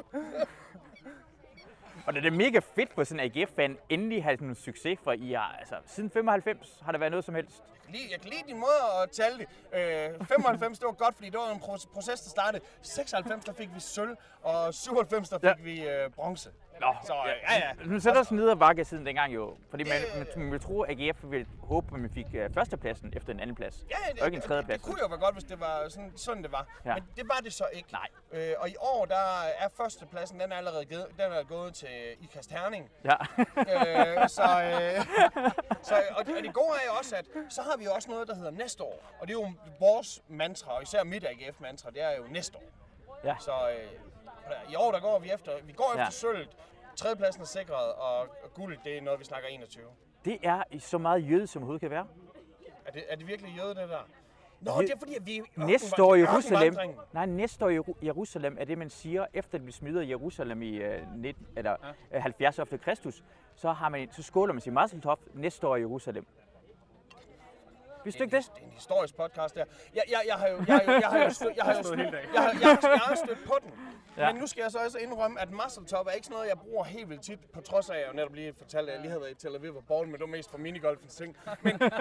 S1: Og det er da mega fedt for sådan en AGF-fan endelig have sådan en succes, for I har, altså, siden 95 har der været noget som helst.
S5: Lige- Jeg kan lide din måde at tale det. Øh, 95, det var godt, fordi det var en pro- proces, der startede. 96, der fik vi sølv, og 97, der fik
S1: Ja.
S5: vi øh, bronze.
S1: Nå,
S5: Så øh, ja, ja.
S1: Nu sætter os ned og bakke siden dengang jo. Fordi man, man, man ville tro, at AGF ville håbe, at man fik øh, førstepladsen efter en anden plads.
S5: Ja,
S1: og ikke en tredjeplads.
S5: Det kunne jo være godt, hvis det var sådan, sådan det var.
S1: Ja.
S5: Ja. Men det var det så ikke.
S1: Nej.
S5: Øh, og i år, der er førstepladsen, den er allerede givet, den er gået til Ikast Herning.
S1: Ja.
S5: øh, så, øh, så, og, og det gode er jo også, at så har vi jo også noget, der hedder næste år. Og det er jo vores mantra, og især mit AGF-mantra, det er jo næste år.
S1: Ja.
S5: Så øh, i år, der går vi efter, vi går efter
S1: Ja.
S5: ja. sølvet. Tredjepladsen er sikret, og, og guld, det er noget, vi snakker 21.
S1: Det er i så meget jøde, som overhovedet kan være.
S5: Er det, er det virkelig jøde, det der? Nå,
S1: Vi-
S5: det er fordi, at vi er ørkenvand-
S1: Næste år i Jerusalem.
S5: ørkenvandringen.
S1: Nej, næste år i Jeru- Jerusalem er det, man siger, efter at vi smider Jerusalem i øh, 19, eller, ja. 70 år efter Kristus, så, har man, så skåler man sin Masseltoft næste år i Jerusalem. Vidste du ikke det?
S5: Det er en historisk podcast der. Jeg, jeg, jeg har jo jeg, har jo- jeg har jo stødt, jeg har jo stødt, jeg, har- jeg, har- jeg har stødt på den.
S1: Ja.
S5: Ja. Men nu skal jeg så også indrømme, at muscle-top er ikke sådan noget, jeg bruger helt vildt tit, på trods af, at jeg jo netop lige fortalte, at jeg lige havde været i Tel Aviv og Borgen, men det var mest for minigolfens ting. Men, men,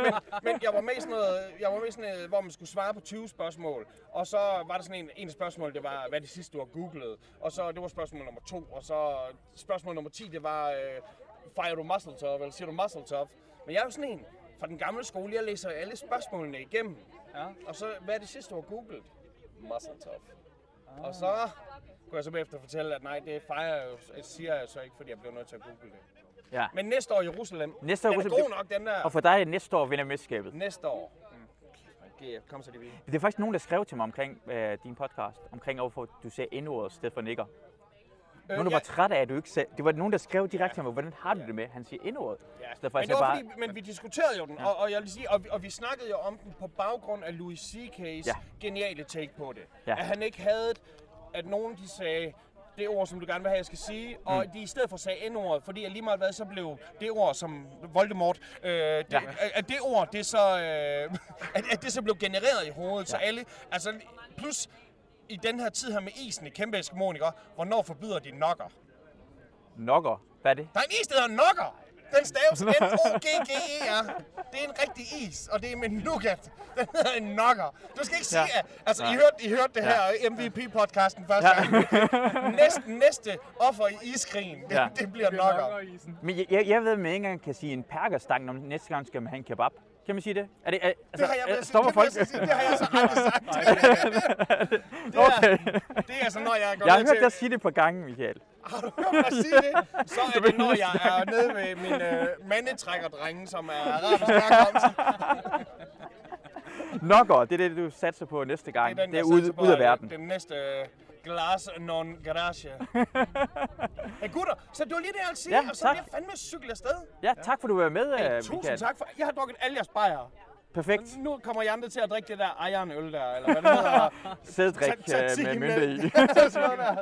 S5: men jeg var med i sådan noget, jeg var med i sådan noget, hvor man skulle svare på 20 spørgsmål, og så var der sådan en, en spørgsmål, det var, hvad det sidste, du har googlet, og så det var spørgsmål nummer to, og så spørgsmål nummer 10, det var, øh, fejrer du muscle-top, eller siger du muscle-top? Men jeg er jo sådan en, fra den gamle skole, jeg læser alle spørgsmålene igennem. Ja. Og så, hvad er det sidste, du har googlet? Muscle tough. Ah. Og så kunne jeg så bagefter fortælle, at nej, det fejrer jeg jo, det siger jeg jo så ikke, fordi jeg blev nødt til at google det.
S1: Ja.
S5: Men næste år i Jerusalem,
S1: Næste år i
S5: den er
S1: Jerusalem,
S5: god nok, den der.
S1: Og for dig er det næste år vinder mesterskabet.
S5: Næste år. Mm. Okay, kom så de vil.
S1: Det er faktisk nogen, der skrev til mig omkring øh, din podcast, omkring hvorfor du sagde N-ordet i stedet for nikker. Øh, nogen, der var
S5: ja.
S1: træt af, at du ikke sagde... Det var nogen, der skrev direkte til mig, hvordan har du det med, han siger N-ordet.
S5: Ja.
S1: I stedet for, at
S5: Men, det
S1: jeg
S5: var,
S1: bare...
S5: fordi, men vi diskuterede jo den, og, og, jeg vil sige, og, vi, og vi snakkede jo om den på baggrund af Louis C.K.'s
S1: Ja.
S5: ja. geniale take på det.
S1: Ja.
S5: Ja. At han ikke havde, at nogen de sagde, det ord, som du gerne vil have, jeg skal sige, og
S1: Mm.
S5: de i stedet for sagde N-ordet, fordi at lige meget hvad, så blev det ord som Voldemort, øh, det,
S1: Ja.
S5: ja. at, at det ord, det så, øh, at, at det så blev genereret i hovedet, ja. så alle, altså plus i den her tid her med isen i kæmpe Eskimoen, ikke? hvornår forbyder de nokker?
S1: Nokker. Hvad er det?
S5: Der er en is, der hedder Nokker. Den staves N-O-G-G-E-R. E Det er en rigtig is, og det er med nougat. Den hedder en Nokker. Du skal ikke
S1: Ja.
S5: sige, at... Altså, I
S1: Nej.
S5: hørte, I hørte det
S1: Ja.
S5: her øh, MVP-podcasten første
S1: Ja.
S5: gang. Næste, næste offer i iskrigen, det,
S1: Ja.
S5: det bliver Nokker.
S1: Men jeg, jeg, jeg ved, at man ikke engang kan sige en perkerstang, når man næste gang skal man have en kebab. Kan man sige det? Er det er, altså,
S5: Det har jeg,
S1: er-
S5: været-
S1: stopper
S5: det, vil
S1: folk?
S5: jeg så sige, det har jeg så aldrig sagt. Det
S1: Okay.
S5: er, det er altså, når jeg går
S1: Jeg har
S5: ned
S1: hørt
S5: til...
S1: dig sige det et par gange, Michael.
S5: Har du hørt mig sige det? Så er det, når jeg er nede med min øh, mandetrækkerdrenge, som er arabisk herkomst.
S1: Nokker, det er det, du satser på næste gang.
S5: Det er, den,
S1: det er
S5: jeg
S1: ude,
S5: satser på,
S1: ud af
S5: at
S1: verden.
S5: Den næste øh, glas non garage. ja, gutter, så det var lige det, jeg ville sige,
S1: Ja,
S5: ja, og så
S1: tak.
S5: tak. vil jeg fandme cykle afsted.
S1: Ja, tak for, du var med, øh,
S5: Tusind
S1: Michael.
S5: tak for, jeg har drukket alle jeres bajere.
S1: Perfekt.
S5: Nu kommer I andre til at drikke det der ejernøl der, eller hvad det hedder.
S1: Sæddrik øh, med
S5: Tzatziki
S1: mynte i.
S5: Sådan noget der.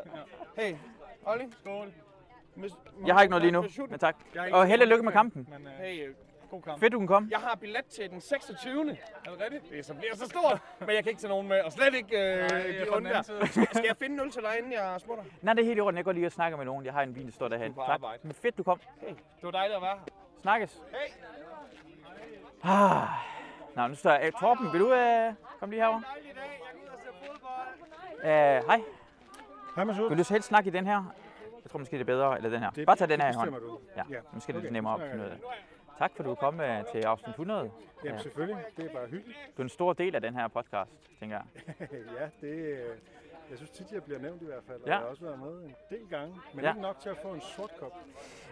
S5: Hey, Olli. Skål.
S1: Jeg har ikke noget lige nu, men tak. Og held og lykke med kampen.
S3: Men, øh,
S5: Hey, øh,
S3: god kamp.
S1: Fedt, du kan komme.
S5: jeg har billet til den 26. Er det rigtigt? Det er, så bliver så stort, men jeg kan ikke tage nogen med, og slet ikke øh,
S3: Nej, jeg
S5: de
S3: får den
S5: onde der.
S3: anden side.
S5: Skal, skal jeg finde en øl til dig, inden jeg smutter?
S1: Nej, det er helt i orden. Jeg går lige og snakker med nogen. Jeg har en vin, der står derhen.
S5: Du er på
S1: Tak.
S5: arbejde.
S1: Men fedt, du kom.
S5: Det var dejligt at være her.
S1: Snakkes.
S5: Hey.
S1: Ah. Nå, nu står jeg. Øh, Torben, vil du øh, komme lige herover?
S5: dejlig dag. Jeg går ud og ser fodbold.
S1: Øh, hej.
S4: Hej Masud.
S1: Vil du så helst snakke i den her? Jeg tror måske, det er bedre. Eller den her.
S4: Det-
S1: Bare tag den her i
S4: det
S1: hånden.
S4: bestemmer du.
S1: Ja,
S4: Ja.
S1: måske er det lidt
S4: Okay,
S1: nemmere
S4: så
S1: at finde ud
S4: snakker
S1: af. Tak for, at du kom øh, til afsnit 100.
S4: Jamen selvfølgelig, det er bare hyggeligt.
S1: Du er en stor del af den her podcast, tænker jeg.
S4: ja, det, øh, jeg synes tit, jeg bliver nævnt i hvert fald, og
S1: Ja.
S4: jeg har også været med en del gange, men
S1: Ja.
S4: ikke nok til at få en sort kop.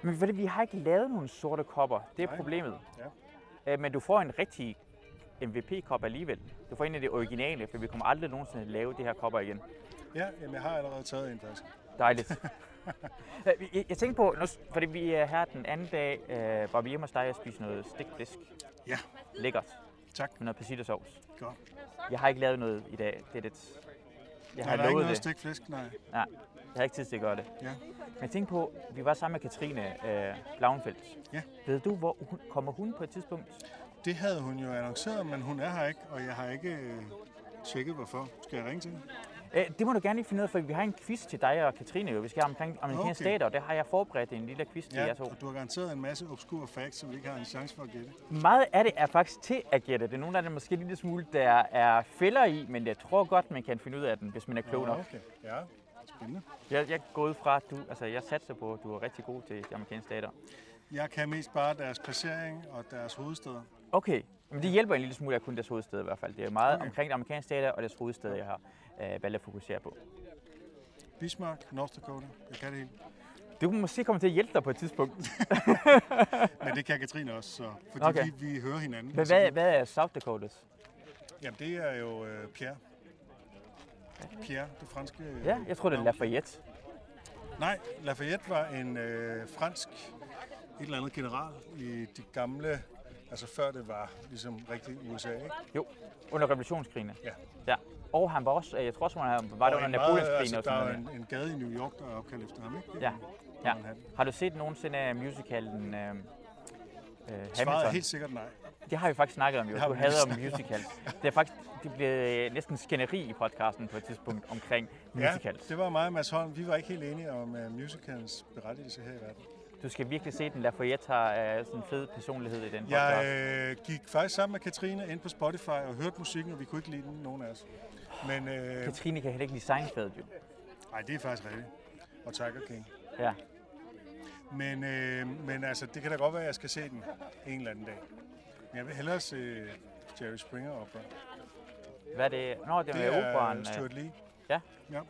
S1: Men fordi vi har ikke lavet nogen sorte kopper, det er
S4: Nej.
S1: problemet. Øh, Men du får en rigtig MVP-kop alligevel. Du får en af de originale, for vi kommer aldrig nogensinde lave de her kopper igen.
S4: Ja, jamen, jeg har allerede taget en faktisk.
S1: Dejligt. Ja, vi- jeg, jeg tænkte på, nu, s- fordi vi er her den anden dag, øh, var vi hjemme hos dig og spiste noget stikfisk.
S4: Ja.
S1: Lækkert.
S4: Tak.
S1: Med noget persillesovs.
S4: Godt.
S1: Jeg har ikke lavet noget i dag. Det er lidt... Jeg har
S4: er der ikke
S1: lovet
S4: noget
S1: det.
S4: stegt flæsk? Nej.
S1: Nej, jeg har ikke tid til at gøre det.
S4: Ja.
S1: Men jeg tænkte på, vi var sammen med Katrine øh, Blauenfeldt.
S4: Ja.
S1: Ved du, hvor hun, kommer hun på et tidspunkt?
S4: Det havde hun jo annonceret, men hun er her ikke, og jeg har ikke øh, tjekket, hvorfor. Skal jeg ringe til hende?
S1: Øh, det må du gerne lige finde ud af, for vi har en quiz til dig og Katrine. Jo. Vi skal omkring amerikanske
S4: Okay.
S1: stater, og der har jeg forberedt en lille quiz til jer to.
S4: og du har garanteret en masse obskure facts, som vi ikke har en chance for at gætte.
S1: Meget af det er faktisk til at gætte. Det er nogle af dem måske en lille smule, der er fælder i, men jeg tror godt, man kan finde ud af den, hvis man er klog nok.
S4: Okay. Ja. Spændende.
S1: Jeg, jeg går ud fra, at du, altså jeg satser på, at du er rigtig god til de amerikanske stater.
S4: Jeg kan mest bare deres placering og deres hovedsteder.
S1: Okay, men det hjælper en lille smule at kunne deres hovedstad i hvert fald. Det er meget okay. omkring de amerikanske stater og deres hovedstad, jeg har øh, valgt at fokusere på.
S4: Bismarck, North Dakota, jeg kan det hele.
S1: Du kunne måske komme til at hjælpe dig på et tidspunkt.
S4: Men det kan Katrine også, så, fordi
S1: Okay.
S4: okay. vi, vi hører hinanden.
S1: Men
S4: Så
S1: hvad,
S4: det-
S1: hvad er South Dakotas?
S4: Jamen, det er jo øh, Pierre. Pierre, det franske... øh,
S1: Ja, jeg tror, det er
S4: navn.
S1: Lafayette.
S4: Nej, Lafayette var en øh, fransk et eller andet general i de gamle, altså før det var ligesom rigtigt USA, ikke?
S1: Jo, under revolutionskrigene.
S4: Ja.
S1: ja. Og han var også, øh, jeg tror også, han var der
S4: Og
S1: under
S4: en meget-
S1: Napoleonskrigene.
S4: altså,
S1: og
S4: der
S1: sådan
S4: er
S1: noget.
S4: jo en, en gade i New York, der er opkaldt efter ham, ikke?
S1: Ja. Ja.
S4: Manhattan.
S1: Har du set nogensinde uh, musicalen uh,
S4: Svaret er
S1: Hamilton?
S4: helt sikkert nej.
S1: Det har vi faktisk snakket om jo.
S4: har
S1: Du
S4: vi
S1: hader om
S4: snakket om.
S1: musicals. Det er faktisk det blev øh, næsten skænderi i podcasten på et tidspunkt omkring musicals.
S4: det var mig og Mads Holm. Vi var ikke helt enige om uh, musicals berettigelse her i verden.
S1: Du skal virkelig se den. Lafayette har uh, sådan en fed personlighed i den podcast.
S4: Jeg øh, gik faktisk sammen med Katrine ind på Spotify og hørte musikken, og vi kunne ikke lide den, nogen af os. Men øh,
S1: Katrine kan heller ikke lide Seinfeld jo.
S4: ej, det er faktisk rigtigt. Og Tiger King.
S1: Ja.
S4: Men, øh, men altså, det kan da godt være, at jeg skal se den en eller anden dag. Men jeg vil hellere se øh, Jerry Springer opera.
S1: Hvad er det? Nå, det,
S4: Det
S1: det er operaen.
S4: er
S1: øh,
S4: Stuart Lee.
S1: ja.
S4: ja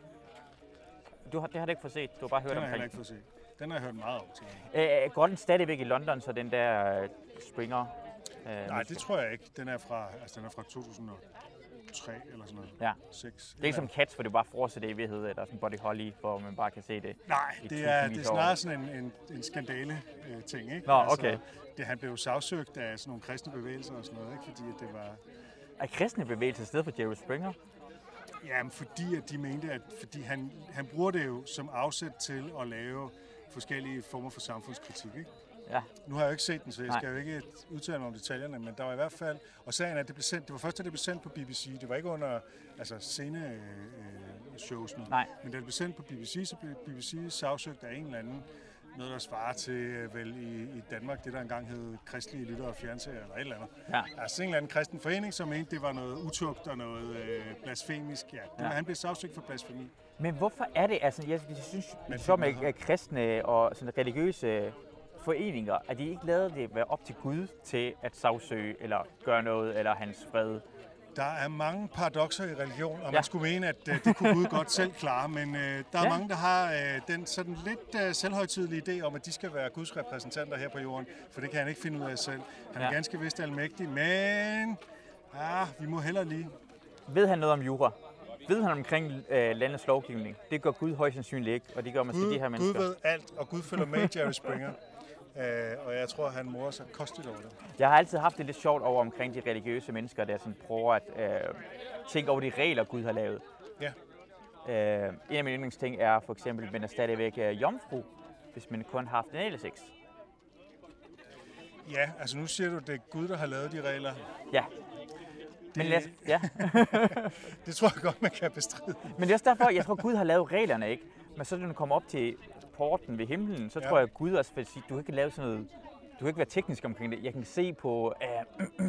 S1: Du har, det har du ikke fået set. Du har bare hørt
S4: den har jeg
S1: omkring
S4: heller ikke fået set. Den har jeg hørt meget om til.
S1: Øh, går den stadigvæk i London, så den der øh, Springer? Øh,
S4: Nej,
S1: musical?
S4: det tror jeg ikke. Den er fra, altså, den er fra 2003 eller sådan noget.
S1: Ja.
S4: 6.
S1: Det er ikke som Cats, hvor det bare forser det i virkeligheden, eller sådan Body Holly, hvor man bare kan se det.
S4: Nej,
S1: i
S4: det er, det er
S1: tusindvis af år.
S4: snarere sådan en, en, en skandale-ting, ikke? Altså,
S1: Nå, okay.
S4: Det, han blev jo sagsøgt af sådan nogle kristne bevægelser og sådan noget, ikke? Fordi at det var...
S1: Er kristne bevægelser i stedet for Jerry Springer?
S4: Jamen, fordi at de mente, at fordi han, han bruger det jo som afsæt til at lave forskellige former for samfundskritik, ikke?
S1: Ja,
S4: Nu har jeg jo ikke set den, så jeg
S1: Nej.
S4: skal jo ikke udtale mig om detaljerne, men der var i hvert fald... Og sagen er, at det, blev sendt, det var først, da det blev sendt på BBC. Det var ikke under altså, sceneshowsene.
S1: Nej.
S4: Men da det blev sendt på BBC, så blev BBC sagsøgt af en eller anden noget, der svarer til øh, vel i, i Danmark, det der engang hed Kristelige Lyttere og Fjernserier, eller et eller andet.
S1: Ja.
S4: Altså en eller anden kristen forening, som mente, det var noget utugt og noget øh, blasfemisk. Ja, det,
S1: Ja.
S4: ja. Han blev sagsøgt for blasfemi.
S1: men hvorfor er det, altså, jeg, jeg synes,
S4: Men
S1: så med
S4: det er-
S1: at kristne og sådan religiøse foreninger, at de ikke lader det være op til Gud til at sagsøge, eller gøre noget, eller hans fred.
S4: Der er mange paradokser i religion, og man
S1: Ja.
S4: skulle mene, at øh, det kunne Gud godt selv klare, men øh, der er
S1: Ja.
S4: ja. mange, der har øh, den sådan lidt øh, selvhøjtidelige idé om, at de skal være Guds repræsentanter her på jorden, for det kan han ikke finde ud af selv. Han er
S1: Ja.
S4: ganske vist almægtig, men ah, vi må hellere lige.
S1: Ved han noget om jura? Ved han omkring øh, landets lovgivning? Det gør Gud højst sandsynligt ikke, og det gør man til
S4: Gud,
S1: de her
S4: Gud
S1: mennesker.
S4: ved alt, og Gud følger med Jerry Springer, øh, og jeg tror, han morer sig kostigt over det.
S1: Jeg har altid haft det lidt sjovt over omkring de religiøse mennesker, der sådan prøver at øh, tænke over de regler, Gud har lavet.
S4: Ja.
S1: Øh, en af mine yndlingsting er for eksempel, at man er stadigvæk øh, jomfru, hvis man kun har haft analsex.
S4: Ja, altså nu siger du, det er Gud, der har lavet de regler.
S1: Ja. Men, lad os, ja.
S4: Det tror jeg godt, man kan bestride.
S1: Men det er også derfor, jeg tror, Gud har lavet reglerne, ikke? Men så når du kommer op til porten ved himlen, så
S4: Ja.
S1: tror jeg, at Gud også vil sige, du kan ikke lave sådan noget, du kan ikke være teknisk omkring det. Jeg kan se på øh,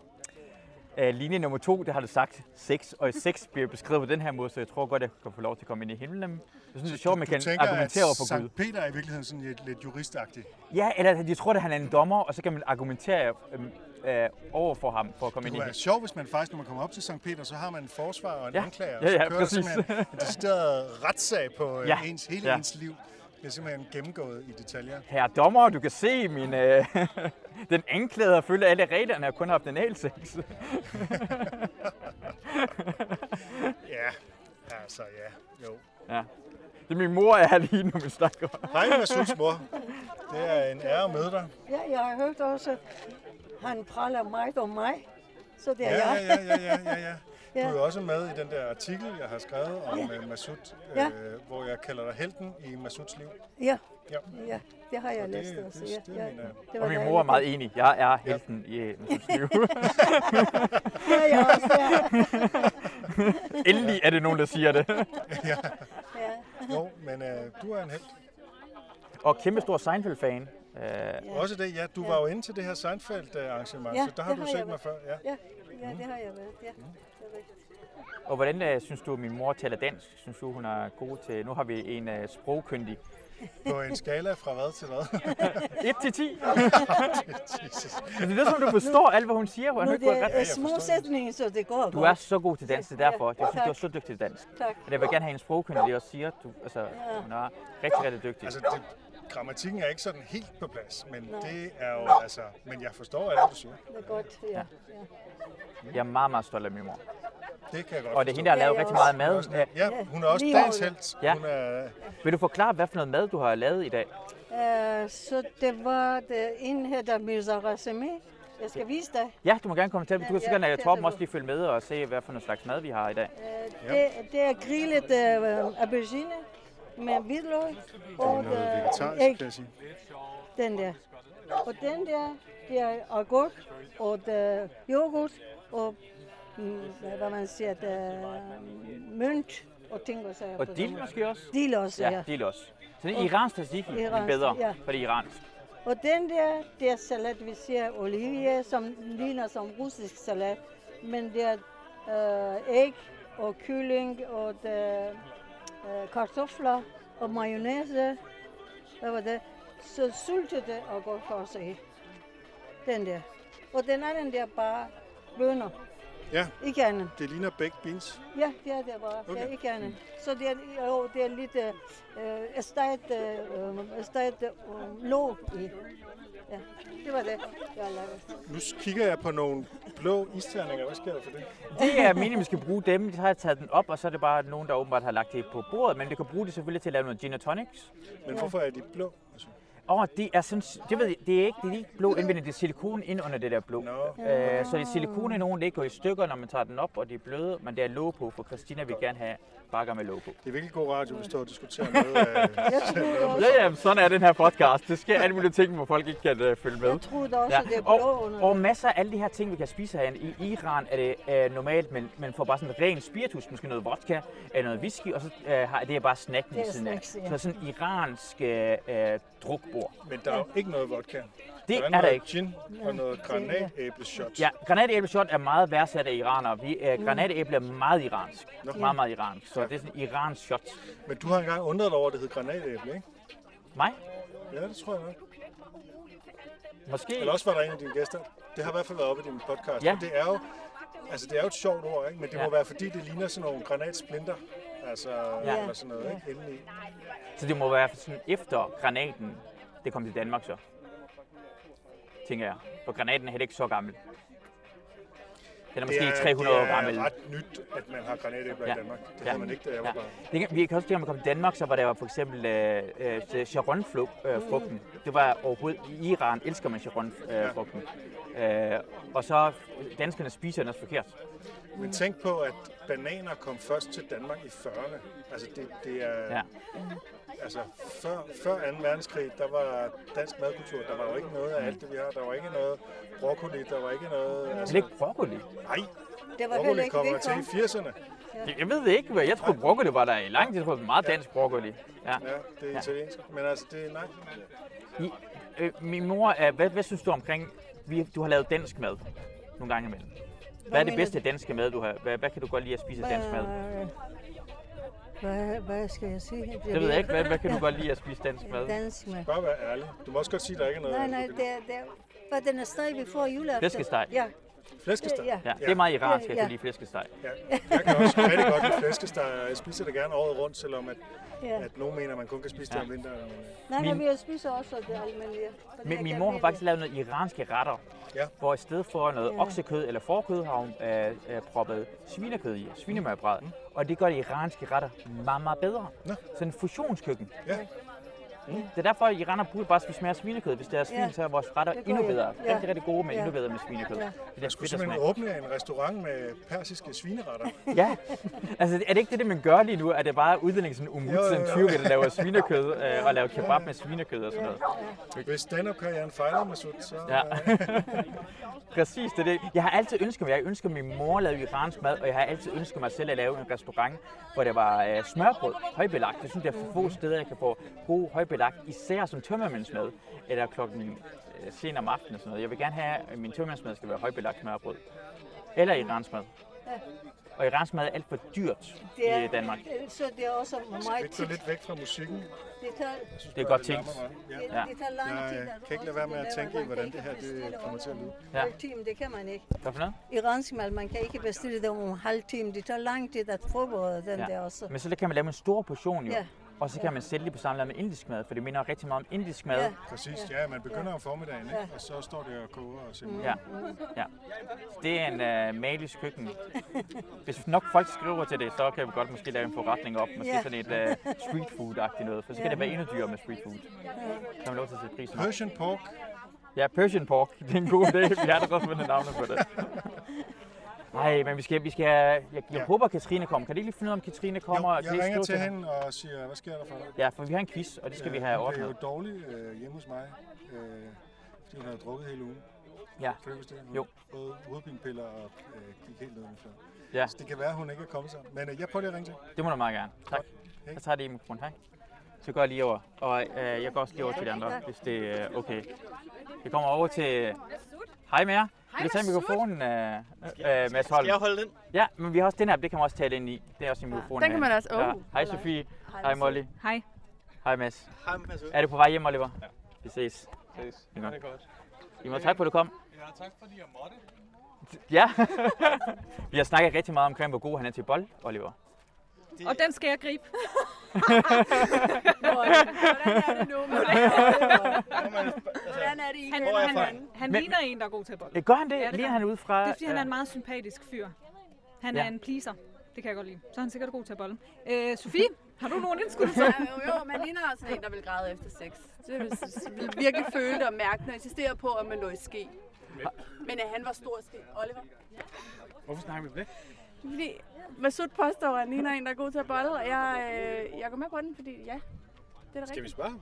S1: øh, linje nummer to, der har du sagt sex, og sex bliver beskrevet på den her måde, så jeg tror godt, jeg kan få lov til at komme ind i himlen. Jeg synes, det er sjovt, man
S4: Du
S1: kan
S4: tænker,
S1: argumentere over
S4: at
S1: for Gud.
S4: Sankt Peter er i virkeligheden sådan lidt, lidt juristagtig.
S1: Ja, eller at de tror, at han er en dommer, og så kan man argumentere øhm, øh, over for ham for at komme
S4: Det
S1: ind i
S4: kunne være
S1: det.
S4: sjovt, hvis man faktisk, når man kommer op til Sankt Peter, så har man en forsvar og en
S1: Ja.
S4: anklager, og
S1: Ja,
S4: så
S1: ja,
S4: kører
S1: præcis.
S4: der simpelthen en decideret retssag på
S1: Ja.
S4: ja. ens, hele
S1: Ja.
S4: ja. ens liv. Det er simpelthen gennemgået i detaljer.
S1: Herre dommer, du kan se min... Øh, den anklagede følger alle reglerne og kun har haft analsex.
S4: Ja, altså ja, jo.
S1: ja. Det er min mor, jeg er lige nu, min stakker.
S4: Hej, Masuds mor. Det er en ære at møde dig.
S6: Ja, jeg har hørt også, at han praler meget om mig, så det er
S4: Ja,
S6: jeg.
S4: ja, ja, ja, ja, ja. Du
S6: Ja.
S4: er jo også med i den der artikel, jeg har skrevet om ja. Masud, øh,
S6: Ja.
S4: hvor jeg kalder dig helten i Masuds liv.
S6: Ja,
S4: Ja.
S6: ja, det har jeg
S4: Og det-
S6: læst
S4: det-
S6: også.
S4: det
S6: ja, ja,
S4: mener jeg.
S6: det var
S1: Og min mor
S6: dejligt.
S1: er meget enig. Jeg er helten i øh, Masuds liv.
S6: Det er jeg også, ja.
S1: Endelig er det nogen, der siger det.
S6: ja.
S4: Jo, men øh, du er en helt.
S1: Og kæmpe stor Seinfeld-fan. Øh,
S4: Også det, ja. Du var jo inde til det her Seinfeld-arrangement,
S6: Ja,
S4: så der har
S6: det
S4: du
S6: har
S4: set
S6: jeg
S4: mig før. Ja. Mm.
S6: Ja, ja, det har jeg været. Ja, det er rigtigt.
S1: Og hvordan øh, synes du, at min mor taler dansk? Synes du, hun er god til... Nu har vi en øh, sprogkyndig.
S4: På en skala fra hvad til hvad?
S1: 1 til 10.
S4: Jesus.
S1: Altså, Det lyder som, du forstår alt, hvad hun siger. Hun
S6: Nu
S1: er
S6: er
S1: ikke gået
S6: det
S1: ret.
S6: er små sætninger, så det går
S1: Du er så god til dansk, det er derfor. Jeg synes, du er så dygtig til dansk.
S6: Tak.
S1: Men jeg vil gerne have en sprogkyndig, der også siger, du, altså, hun er rigtig, rigtig dygtig.
S4: Altså, det, grammatikken er ikke sådan helt på plads, men det er jo, altså, men jeg forstår alt, du siger.
S6: Det er godt, ja. ja.
S1: Jeg er meget, meget stolt af min mor.
S4: Det kan jeg godt
S1: Og det er hende, der har
S6: Ja,
S1: lavet
S6: jeg
S1: rigtig
S6: også.
S1: meget mad.
S4: forstå. Ja, hun er også
S6: Lige
S4: dagens
S6: over.
S4: helt.
S1: Ja.
S4: Hun er,
S1: Øh, Vil du forklare, hvad for noget mad, du har lavet i dag?
S6: Øh, så det var det en her, der misser resume. Jeg skal vise dig.
S1: Ja, du må gerne komme til. Du
S6: Ja,
S1: kan
S6: ja,
S1: sikkert lade
S6: det er
S1: Torben
S6: så
S1: også lige følge med og se, hvad for noget slags mad, vi har i dag.
S6: Øh, det, det er grillet øh, aubergine med hvidløg og
S4: noget
S6: øh,
S4: vegetarisk,
S6: æg,
S4: kan jeg sige.
S6: den der. Og den der, det er agurk og øh, yoghurt og mm, hvad man siger, det, er, øh, mønt og ting og sager.
S1: Og
S6: på den
S1: dill
S6: måde.
S1: måske også?
S6: Dill også, ja.
S1: Ja, dill også. Så det er iransk tzatziki, det er
S6: Iransk,
S1: bedre,
S6: ja.
S1: for det er iransk.
S6: Og den der, det er salat, vi siger olivia, som ligner som russisk salat. Men det er øh, æg og kylling og det, øh, kartofler og mayonnaise. Hvad var det? Så syltet det og går for sig. Den der. Og den anden der er bare bønner.
S4: Ja,
S6: Ikke andet.
S4: det ligner baked beans.
S6: Ja, det er det bare. Okay. Ja,
S4: Okay.
S6: ikke andet. Så det er, jo, det er lidt øh, steget, øh, steget øh, låg i. Ja, det var det, jeg har lavet.
S4: Nu kigger jeg på nogle blå isterninger. Hvad sker der for det?
S1: Det er meningen, vi skal bruge dem. Så har jeg taget den op, og så er det bare nogen, der åbenbart har lagt det på bordet. Men vi kan bruge det selvfølgelig til at lave noget gin og tonics.
S4: Men hvorfor er de blå? Altså,
S1: Åh, det er sådan, det ved jeg, det er ikke, det er ikke blå indvendigt, det er silikon ind under det der blå.
S4: Nå.
S1: Øh, så det er silikon i nogen, det ikke går i stykker, når man tager den op, og de er bløde, men det er låg på, for Christina vil gerne have bakker med låg på.
S4: det er virkelig god radio, vi står og diskuterer noget. øh,
S6: Jeg troede også,
S1: Ja, ja, sådan er den her podcast. Det sker alle mulige ting, hvor folk ikke kan uh, følge med.
S6: jeg troede også
S1: Ja.
S6: ja. det er blå
S1: Og,
S6: under.
S1: og masser af alle de her ting, vi kan spise herinde. I Iran er det øh, normalt, men man får bare sådan ren spiritus, måske noget vodka, øh, noget whisky, og så øh, har, det er bare snacken
S6: Det
S1: ved
S6: er
S1: siden af.
S6: snacks,
S1: Så
S6: ja.
S1: sådan iransk øh, øh, drukbord.
S4: Men der er jo ikke noget vodka.
S1: Det
S4: der
S1: er
S4: er
S1: der
S4: noget
S1: ikke.
S4: gin og noget granatæbleshot.
S1: Ja, granatæbleshot er meget værdsat af iranere. Vi,
S6: Mm.
S1: øh, granatæble er meget iransk. Meget, meget iransk. Så det er sådan iransk shot.
S4: Men du har engang undret dig over, at det hed granatæble, ikke?
S1: Mig?
S4: Ja, det tror jeg nok.
S1: Måske?
S4: Eller også var der en af dine gæster. Det har i hvert fald været oppe i din podcast.
S1: Ja.
S4: Og det er jo, altså det er jo et sjovt ord, ikke? Men det
S1: Ja.
S4: må være, fordi det ligner sådan nogle granatsplinter. Altså,
S1: Ja.
S4: ja. eller sådan noget, ikke? Indeni.
S1: Så det må være sådan efter granaten, det kom til Danmark så. Tænker jeg. For granaten er heller ikke så gammel. Den er måske
S4: det er,
S1: 300
S4: det
S1: år
S4: er
S1: gammel.
S4: ret nyt, at man har granatæbler i Danmark. Det havde man ikke, da jeg var barn.
S1: Det kan, vi kan også tænke, at man kom til Danmark, så var der for eksempel øh, øh, charonfrugten. Øh, det var overhovedet, i Iran elsker man charonfrugten. Øh, og så danskerne spiser den også forkert.
S4: Men tænk på, at bananer kom først til Danmark i 40'erne. Altså, det, det er...
S1: Ja.
S4: Altså, før, før 2. verdenskrig, der var dansk madkultur, der var jo ikke noget af alt det, vi har. Der var ikke noget broccoli, der var ikke noget...
S1: Det er
S4: Altså,
S1: ikke broccoli.
S4: nej,
S6: det var heller
S4: broccoli
S6: ikke
S4: kommer
S6: det,
S4: til
S6: kom.
S4: i 80'erne.
S1: Det- Jeg ved det ikke, hvad jeg tror broccoli var der i lang tid. Jeg tror, det var meget dansk broccoli. Ja.
S4: Ja, det er italiensk. Men altså, det er nej.
S1: I, øh, min mor, er, hvad, hvad synes du omkring, vi, du har lavet dansk mad nogle gange imellem? Hvad, er det
S6: mener
S1: bedste danske mad, du har? Hvad, hvad kan du godt lide at spise af dansk mad?
S6: Hvad- Hvad, hvad skal jeg sige? Jeg
S1: Det ved jeg ikke. Hvad, hvad kan du godt lide at spise dansk mad?
S6: Dansk mad.
S4: Bare vær ærlig. Du må også godt sige, at der ikke er noget...
S6: Nej, nej, det er... Det er hvad den er steg, vi får juleaften.
S1: Flæskesteg.
S6: Ja,
S4: Flæskesteg.
S6: Ja.
S1: Ja, det er meget iransk, at
S6: Ja.
S1: du lige flæskesteg.
S4: Ja. Jeg kan også rigtig godt lide flæskesteg, og jeg spiser det gerne året rundt, selvom at,
S6: ja.
S4: at nogen mener, at man kun kan spise det om vinteren. Men, øh,
S6: Nej, nej,
S1: Min-
S6: vi spiser også det almindelige. fordi jeg
S1: Min, min
S6: kan
S1: mor har
S6: lide
S1: faktisk
S6: det.
S1: lavet noget iranske retter,
S4: Ja.
S1: hvor i stedet for noget oksekød eller forkød har hun øh, øh, proppet svinekød i, svinemørbrad. Mm. Og det gør de iranske retter meget, meget bedre.
S4: Nå.
S1: Sådan en fusionskøkken.
S4: Ja.
S1: Mm. Det er derfor, at iranere burde bare spise mere svinekød. Hvis der er svin,
S6: Ja.
S1: så er vores retter
S6: Det går
S1: endnu
S6: jo.
S1: bedre.
S6: Ja.
S1: Rigtig, rigtig gode, men
S6: Ja.
S1: endnu bedre med svinekød.
S6: Ja.
S1: Det er
S4: Jeg skulle
S1: fedt at
S4: simpelthen
S1: smage.
S4: åbne en restaurant med persiske svineretter.
S1: Ja, altså er det ikke det, det, man gør lige nu? Er det bare udlænding sådan umut,
S4: Jo, jo,
S1: sådan
S4: jo.
S1: 20, der laver svinekød øh, og laver kebab med svinekød og sådan noget?
S4: Hvis stand-up-karrieren fejler, Masud, så...
S1: Ja.
S4: øh,
S1: Præcis, det er det. Jeg har altid ønsket mig, jeg ønsker min mor lavede iransk mad, og jeg har altid ønsket mig selv at lave en restaurant, hvor der var øh, smørbrød, højbelagt. Jeg synes, der er for få steder, jeg kan få god høj, belagt, især som tømmermændsmad, eller klokken øh, sent om aftenen og sådan noget. Jeg vil gerne have, at min tømmermændsmad skal være højbelagt smørbrød. Eller iransmad. Og iransk mad er alt for dyrt
S6: Det er,
S1: i Danmark.
S6: Så det er også meget
S4: Væk så
S6: tit.
S4: lidt væk fra musikken.
S6: Det tager,
S4: Jeg synes
S1: Det er
S4: bare,
S1: godt tænkt.
S4: larmer meget. Ja.
S6: det,
S1: Ja.
S6: det tager lang
S4: Jeg
S6: tid.
S4: øh,
S6: når du
S4: kan ikke lade
S6: også
S4: være med at
S6: laver-
S4: tænke i,
S6: man kan
S4: hvordan
S6: ikke
S4: det her
S6: bestille
S4: det kommer til at
S6: over
S4: lyde.
S6: en
S1: Ja.
S6: halv time, det kan man ikke.
S1: Hvad for noget?
S6: Iransk mad, man kan ikke bestille det om en halv time. Det tager lang tid at forberede den der også.
S1: Men så kan man lave en stor portion jo.
S6: Ja.
S1: Og så kan man sælge det på samme lad med indisk mad, for det minder rigtig meget om indisk mad.
S6: Ja.
S4: Præcis, ja, man begynder om formiddagen, ikke? og så står det og koger og simpelthen.
S1: Ja. ja. Det er en øh, malisk køkken. Hvis nok folk skriver til det, så kan vi godt måske lave en forretning op. Måske
S6: Ja.
S1: sådan et øh, street food-agtigt noget, for så kan
S6: Ja.
S1: det være endnu dyrere med street food. Så har man lov til at sætte prisen op.
S4: Persian pork,
S1: Ja, Persian Pork. Det er en god idé. Vi har allerede fundet navnet på det. Nej, men vi skal, vi skal, jeg, jeg
S4: Ja.
S1: håber, at Katrine kommer. Kan du ikke lige finde ud af, om Katrine kommer?
S4: jo,
S1: og kan I
S4: jeg ringer
S1: skrive
S4: til hende og siger, hvad sker der for dig?
S1: Ja, for vi har en quiz, og det skal vi have
S4: Øh, hun blev
S1: ordnet.
S4: jo dårlig øh, hjemme hos mig, øh, fordi hun havde drukket hele ugen.
S1: Ja.
S4: Kan du huske det? Hun
S1: Jo.
S4: Både hovedpinepiller og øh, gik helt ned med flad.
S1: Ja,
S4: Så det kan være, at hun ikke er kommet sig. Men øh, jeg prøver lige at ringe til.
S1: det må du meget gerne. Tak.
S4: Hej.
S1: Jeg tager det i mikrofonen. Hej. Så går jeg lige over. Og øh, jeg går også lige over til de andre, hvis det er øh, okay. Jeg kommer over til... Hej med jer. Vil du tage mikrofonen, øh, øh, Mads Holm?
S7: Skal jeg holde den?
S1: Ja, men vi har også den her, det kan man også tale ind i. Det er også i mikrofonen.
S8: Den kan
S1: herinde.
S8: man også- Åh,
S1: Ja. Hej
S6: eller-
S1: Sofie.
S6: Hej,
S1: Hej
S6: Mads.
S1: Molly.
S8: Hej.
S1: Hej Mads.
S7: Hej, Mads.
S1: Er du på vej hjem, Oliver? Ja. Vi ses.
S3: Ses.
S1: Det er godt.
S3: Det er godt.
S1: I må tak på, at du kom.
S3: Ja, tak fordi jeg måtte.
S1: Ja. vi har snakket rigtig meget omkring, hvor god han er til bold, Oliver.
S8: Og den skal jeg gribe.
S9: Hvordan er det nu med dig? Hvordan er det, I
S8: Han,
S9: kender
S8: han,
S9: hinanden?
S8: han, han
S1: Men-
S8: ligner en, der er god til bold.
S1: Øh, Gør han det?
S8: Ja,
S1: Ja,
S8: det
S1: det
S8: gør
S1: Ligner
S8: han.
S1: han ud fra...
S8: Det er, fordi han er en
S1: øh,
S8: meget sympatisk fyr. Han
S1: Ja.
S8: er en pleaser. Det kan jeg godt lide. Så er han sikkert god til at bolle. Øh, Sofie, har du nogen indskud? Så?
S9: Ja, Jo, jo, man ligner også en, der vil græde efter sex. Det vil, det vil virkelig føle det og mærke, når jeg insisterer på, at man lå i ske. Men at han var stor ske. Oliver?
S5: Hvorfor snakker vi om det?
S9: Fordi Masud påstår, at han ligner en, der er god til at bolle, og jeg, øh, jeg går med på den, fordi ja, det er
S10: Skal
S9: da
S10: vi
S9: rigtigt.
S10: spørge ham?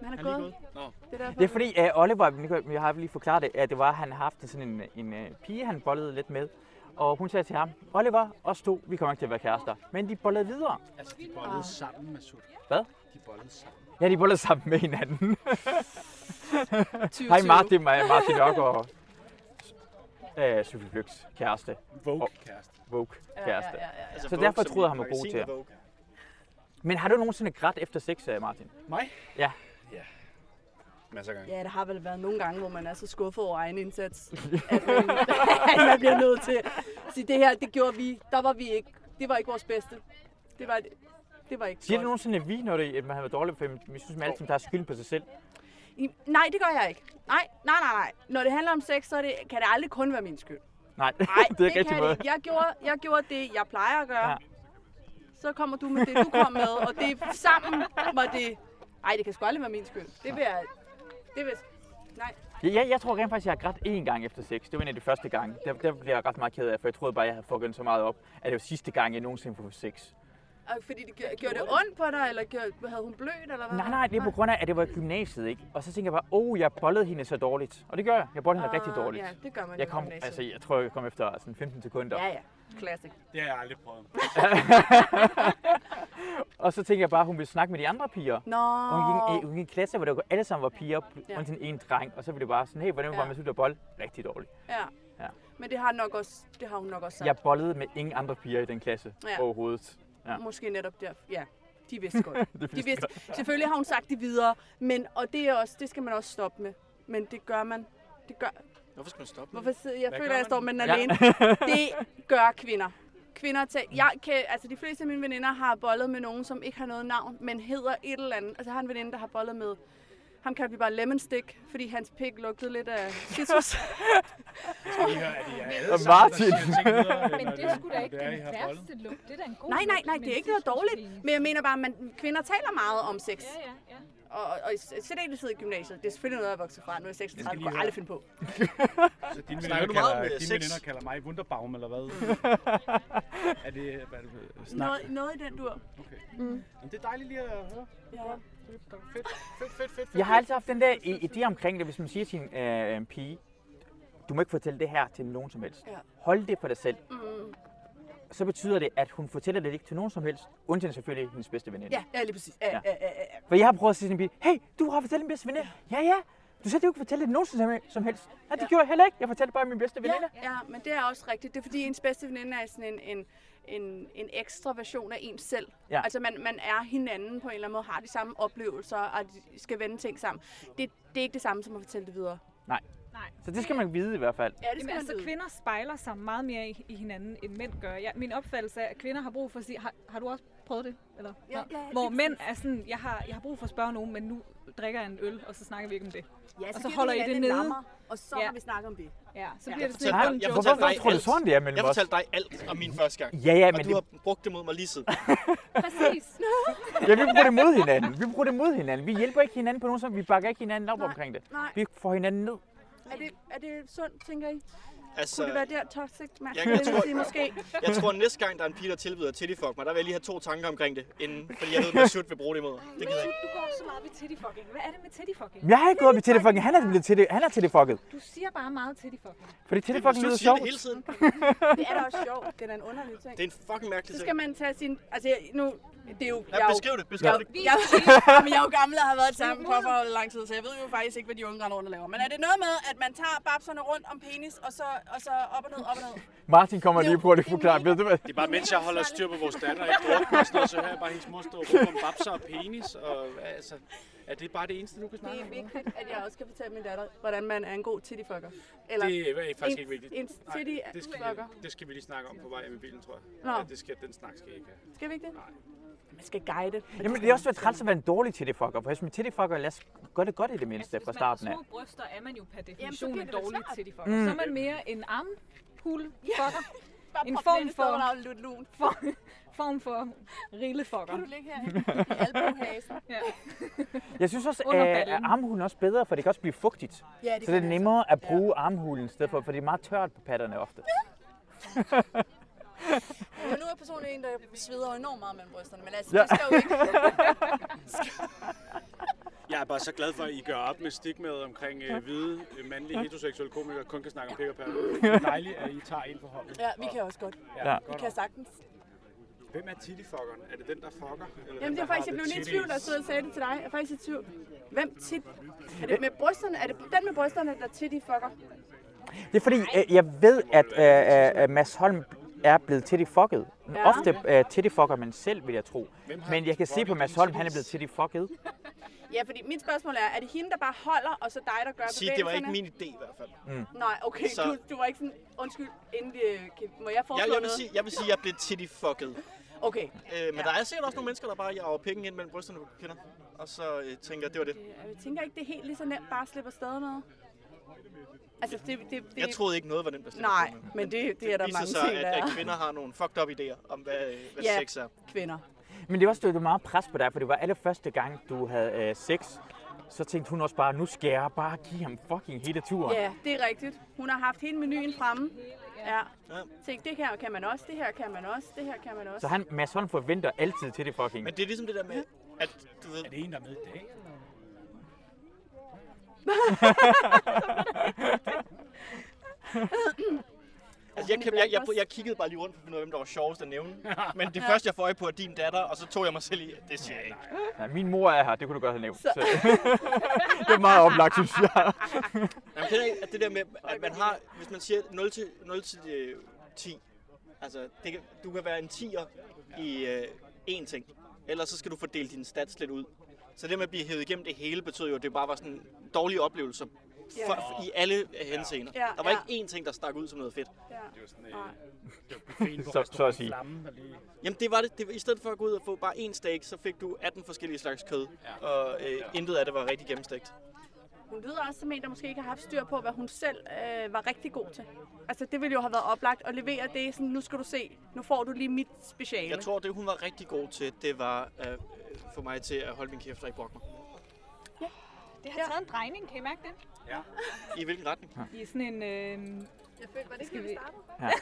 S9: Men han er gået. Det er derfor.
S1: Det er fordi, at Oliver, nu kan- jeg har lige forklaret det, at det var, at han har haft sådan en, en øh, pige, han bollede lidt med. Og hun sagde til ham, Oliver, os to, vi kommer ikke til at være kærester. Men de bollede videre.
S7: Altså, de bollede sammen, Mads.
S1: Hvad?
S7: De bollede sammen.
S1: Ja, de bollede sammen med hinanden. Hej Martin, Ma- Martin Ørgaard. Øh, Sofie Gløks kæreste.
S7: Vogue-kæreste.
S1: Vogue kæreste.
S9: Ja, ja, ja.
S7: Altså,
S1: Så derfor troede han var god til at- Men har du nogensinde grædt efter sex, øh, Martin?
S7: Mig?
S1: Ja.
S10: Masser af gange.
S9: Ja, der har vel været nogle gange, hvor man er så skuffet over egen indsats, at man, at man bliver nødt til at sige, det her, det gjorde vi, der var vi ikke, det var ikke vores bedste. Det var, det var ikke
S1: Siger du
S9: godt.
S1: nogensinde, at vi, når det, at man har været dårlig, for vi synes, man altid tager skylden på sig selv.
S9: I, nej, det gør jeg ikke. Nej, nej, nej, nej. Når det handler om sex, så er det, kan det aldrig kun være min skyld.
S1: Nej,
S9: Nej,
S1: det er ikke rigtig
S9: kan det
S1: måde.
S9: ikke. Jeg gjorde, jeg gjorde det, jeg plejer at gøre.
S1: Ja.
S9: Ja. Så kommer du med det, du kom med, og det sammen var det... Nej, det kan sgu aldrig være min skyld. Det vil jeg... Det vil, nej.
S1: Ja, jeg, jeg tror rent faktisk, jeg har grædt én gang efter sex. Det var en af de første gange. Der, der blev jeg ret meget ked af, for jeg troede bare, jeg havde fucket så meget op, at det var sidste gang, jeg nogensinde får sex.
S9: Og fordi det gjorde, gjorde det ondt på dig, eller gjorde, havde hun blødt, eller hvad?
S1: Nej, nej, det er på grund af, at det var i gymnasiet, ikke? Og så tænkte jeg bare, åh, oh, jeg bollede hende så dårligt. Og det gør jeg. Jeg bollede hende
S9: Ah,
S1: rigtig dårligt.
S9: Ja, det gør man
S1: Jeg
S9: jo
S1: kom,
S9: gymnasiet.
S1: altså, jeg tror, jeg kom efter sådan 15 sekunder.
S9: Ja, ja. Classic.
S3: Det har jeg aldrig prøvet.
S1: Og så tænkte jeg bare, at hun ville snakke med de andre piger.
S9: Nå.
S1: Og hun gik, i- hun gik i en klasse, hvor der var- alle sammen var piger,
S9: Ja.
S1: ja. undtagen en dreng. Og så ville det bare sådan, hey, hvordan var
S9: Ja.
S1: man ja. bold? Rigtig dårligt.
S9: Ja.
S1: Ja.
S9: Men det har, nok også, det har hun nok også sagt.
S1: Jeg bollede med ingen andre piger i den klasse
S9: Ja.
S1: ja. overhovedet. Ja.
S9: Måske netop der. Ja, de vidste godt.
S1: Det
S9: de vidste. Selvfølgelig har hun sagt det videre, men, og det, er også, det skal man også stoppe med. Men det gør man. Det gør,
S7: Hvorfor skal man stoppe?
S9: hvorfor sidder, jeg
S7: Hvad
S9: føler,
S7: gør
S9: at jeg står med den
S1: Ja.
S9: alene. Det gør kvinder. Kvinder til, jeg kan, altså de fleste af mine veninder har bollet med nogen, som ikke har noget navn, men hedder et eller andet. Altså jeg har en veninde, der har bollet med, ham kaldte vi bare Lemon Stick, fordi hans pik lugtede lidt af citrus.
S1: Og Martin!
S8: Men det skulle da ikke den værste lugt. Det er da en god
S9: Nej, nej, nej, det er ikke noget dårligt. Men jeg mener bare, at kvinder taler meget om sex.
S8: ja, ja.
S9: Og, og i s- særdeleshed i gymnasiet. Det er selvfølgelig noget, jeg er vokset fra. Nu er jeg 36, det kunne jeg aldrig finde på.
S11: Så dine
S7: Snakker
S11: veninder,
S7: du meget
S11: kalder,
S7: med
S11: dine
S7: sex?
S11: veninder kalder mig Wunderbaum, eller hvad? er det... Hvad er det snak?
S9: Noget, noget i den dur.
S8: Mm.
S11: Jamen, det er dejligt lige at høre.
S9: Ja.
S11: Fedt, fedt, fedt, fedt.
S1: Jeg har altid haft den der i- idé omkring det, hvis man siger til en øh, pige, du må ikke fortælle det her til nogen som helst.
S9: Ja.
S1: Hold det for dig selv. Mm. Så betyder det, at hun fortæller det ikke til nogen som helst, undtagen selvfølgelig hendes bedste veninde.
S9: ja, ja, lige præcis. Ja, ja. Ja, ja, ja.
S1: For jeg har prøvet at sige til min pige, hey, du har fortalt min bedste veninde. Ja, ja. Du sagde, du ikke fortælle det nogen som- som helst. Nej, det gjorde jeg heller ikke. Jeg fortalte bare min bedste veninde.
S9: Ja, ja, men det er også rigtigt. Det er fordi, ens bedste veninde er sådan en, en, en, en ekstra version af en selv.
S1: Ja.
S9: Altså man, man er hinanden på en eller anden måde, har de samme oplevelser, og de skal vende ting sammen. Det, det er ikke det samme som at fortælle det videre.
S1: Nej.
S8: Nej.
S1: Så det skal man vide i hvert fald.
S9: Ja, det
S8: Jamen, altså, kvinder spejler sig meget mere i, i hinanden, end mænd gør. Ja, min opfattelse er, at kvinder har brug for at sige, har, har du også prøvet det? Eller,
S9: Ja, ja, lige
S8: Hvor
S9: præcis.
S8: mænd er sådan, jeg har, jeg har brug for at spørge nogen, men nu drikker jeg en øl, og så snakker vi ikke om det.
S9: Ja, så
S8: og så
S9: giver vi
S8: holder I
S9: hinanden
S8: det
S9: en
S8: nede.
S9: lammer, og så må vi snakke om det.
S8: Ja, så
S9: Ja.
S8: bliver det
S11: Jeg
S8: sådan en
S11: fortalte- jeg
S8: joke.
S11: fortalte
S1: Hvorfor
S11: dig
S1: tror du,
S11: alt.
S1: sådan det er mellem
S11: Jeg
S1: os?
S11: fortalte dig alt om min første gang.
S1: Ja, ja, men
S11: og du
S1: det-
S11: har brugt det mod mig lige siden.
S8: Præcis.
S1: Ja, vi bruger det mod hinanden. Vi bruger det mod hinanden. Vi hjælper ikke hinanden på nogen som vi bakker ikke hinanden op
S9: Nej,
S1: omkring det.
S9: nej.
S1: Vi får hinanden ned.
S9: Er det, er det sundt, tænker I?
S11: Altså-
S9: Kunne det være der toxic
S11: Jeg, jeg,
S9: masculinity
S11: tror,
S9: måske?
S11: jeg tror, næste gang, der er en pige, der tilbyder Tittyfuck mig, der vil jeg lige have to tanker omkring det, inden, fordi jeg ved, hvad Sjut vil bruge det imod. Det gider jeg ikke.
S8: Du går så meget ved titty fucking. Hvad er det med titty fucking?
S1: Men jeg har ikke gået op i titty fucking. Han er blevet titty, han er titty fucket.
S8: Du siger bare meget titty fucking.
S1: Fordi titty fucking lyder
S11: siger
S1: sjovt.
S11: det hele tiden.
S9: Det er da også sjovt. Det er da en underlig ting.
S11: Det er en fucking mærkelig
S9: Så
S11: ting.
S9: skal man tage sin... Altså, jeg, nu... Det er jo,
S11: Ja,
S9: jeg er jo-
S11: beskriv det, beskriv
S9: jeg,
S11: det.
S9: Jeg, jeg, men jeg er jo gammel og har været sammen for, for lang tid, så jeg ved jo faktisk ikke, hvad de unge render rundt og laver. Men er det noget med, at man tager babserne rundt om penis, og så, og så op og ned, op og ned?
S1: Martin kommer lige på at forklare. Ved du hvad?
S7: Det er bare, mens jeg holder styr på vores datter i druk og sådan noget, så hører jeg bare hendes mor stå og råbe om babser og penis, og hvad, altså, er det bare det eneste, du kan
S9: Det
S7: snakke
S9: er
S7: om?
S9: vigtigt, at jeg også kan fortælle min datter, hvordan man er en god tittyfucker. Eller
S7: Det er faktisk
S9: en,
S7: ikke vigtigt.
S9: En
S7: Nej, det skal,
S9: tittyfucker.
S7: vi, det skal vi lige snakke om på vej hjem i bilen, tror jeg.
S9: Nå.
S7: Ja, det skal, den snak skal jeg ikke have.
S9: Skal vi ikke det? Nej. Man skal guide.
S1: Jamen, det er også været træls at være en dårlig titty fucker. For hvis man titty fucker, lad os gøre det godt i det mindste fra starten af.
S8: Små bryster er man jo per
S9: Jamen, så
S8: definition
S9: bliver
S8: en
S9: det da
S8: dårlig
S9: svært.
S8: titty fucker.
S1: Mm.
S8: Så er man mere en armhul fucker.
S9: Bare
S8: en
S9: prop
S8: form
S9: den i stedet,
S8: for,
S9: hvor der er lidt lun.
S8: for, form for rillefucker.
S9: Kan du ligge her i albuehasen?
S8: Ja.
S1: Jeg synes også,
S8: Under
S1: at
S8: ballen.
S1: armhulen er også bedre, for det kan også blive fugtigt.
S9: Ja, det
S1: så
S9: kan
S1: det er
S9: det
S1: nemmere at bruge armhulen i stedet for, for det er meget tørt på patterne ofte.
S9: Men nu er jeg personligt en, der sveder enormt meget mellem brysterne, men altså,
S1: Ja.
S9: ja. det skal jo ikke.
S7: Jeg er bare så glad for, at I gør op med stigmaet omkring øh, hvide, øh, mandlige, heteroseksuelle komikere, kun kan snakke om pik og patter. Det er dejligt, at I tager en på holdet.
S9: Ja, vi kan også godt.
S7: Ja,
S9: Vi
S7: godt
S9: kan
S7: nok.
S9: sagtens.
S7: Hvem er tittifuckeren? Er det den, der fucker? Eller
S9: Jamen, det er faktisk, jeg blev lidt i tvivl, da jeg stod og sagde det til dig. Jeg er faktisk i tvivl. Hvem tit? Er det med brysterne? Er det den med brysterne, der tit i fucker?
S1: Det er fordi, øh, jeg ved, at øh, øh, øh, Mads Holm er blevet titty fucket.
S9: Ja.
S1: Ofte øh, titty fucker man selv, vil jeg tro.
S7: Hvem har
S1: Men jeg kan se på Mads Holm, han er blevet titty fucket.
S9: Ja, fordi mit spørgsmål er, er det hende, der bare holder, og så dig, der gør
S11: Sige, det var ikke min idé
S9: bevægelserne?
S11: i hvert fald.
S1: Mm.
S9: Nej, okay,
S11: Så-
S9: du, du var ikke sådan, undskyld, inden det, kan- må jeg
S11: Jeg,
S9: foreslå
S11: jeg, vil
S9: noget?
S11: sige, jeg vil sige, at jeg blev tittyfucket.
S9: Okay,
S11: Øh, men der er sikkert også nogle mennesker, der bare jager pikken ind mellem brysterne på kvinder. Og så øh, tænker jeg, det var det.
S9: jeg tænker ikke, det er helt lige så nemt bare at slippe afsted med. Altså, det, det, det,
S11: Jeg troede ikke noget var nemt at slippe
S9: Nej,
S11: afsted med.
S9: men det, det er der
S11: viser
S9: mange
S11: sig,
S9: ting,
S11: at,
S9: der er.
S11: at kvinder har nogle fucked up idéer om, hvad, øh, hvad
S9: Ja.
S11: sex er.
S9: kvinder.
S1: Men det var også det var meget pres på dig, for det var allerførste gang, du havde øh, sex. Så tænkte hun også bare, nu skal jeg bare give ham fucking hele turen.
S9: Ja, det er rigtigt. Hun har haft hele menuen fremme. Ja.
S11: Ja.
S9: Tænk, det her kan man også, det her kan man også, det her kan man også.
S1: Så han, Mads Holm forventer altid til det fucking.
S11: Men det er ligesom det der med, at du ved...
S7: Er det en, der er med i dag?
S11: Altså, jeg, kan, jeg, jeg, jeg kiggede bare lige rundt for at finde ud af, hvem der var sjovest at nævne. Men det første, jeg får øje på, er din datter, og så tog jeg mig selv i, at det siger jeg ikke.
S1: Ja, min mor er her, det kunne du godt have nævnt. Så. det er meget oplagt, synes jeg.
S11: Jamen, kender I ikke, at det der med, at man har, hvis man siger 0 til, 0 til øh, 10, altså, det kan, du kan være en 10'er i øh, én ting, ellers så skal du fordele dine stats lidt ud. Så det med at blive hævet igennem det hele, betød jo, at det bare var sådan dårlige oplevelser
S9: Ja.
S11: for, for, i alle øh, henseender.
S9: Ja,
S11: Der var
S9: ja.
S11: ikke én ting, der stak ud som noget fedt.
S9: Ja.
S11: øh,
S9: Nej.
S1: Så, så at sige.
S11: Jamen det var det. det var, I stedet for at gå ud og få bare én steak, så fik du 18 forskellige slags kød. Ja. Og øh, intet af det var rigtig gennemstegt.
S9: Hun lyder også som en, der måske ikke har haft styr på, hvad hun selv øh, var rigtig god til. Altså, det ville jo have været oplagt at levere det sådan, nu skal du se, nu får du lige mit speciale.
S11: Jeg tror, det hun var rigtig god til, det var øh, for mig til at holde min kæft og ikke brokke mig.
S8: Det har taget en drejning, kan I mærke det?
S11: I hvilken retning?
S8: I sådan en... Øh,
S9: Jeg føler, var
S8: Skal
S9: det skal
S8: vi-
S9: vi starte?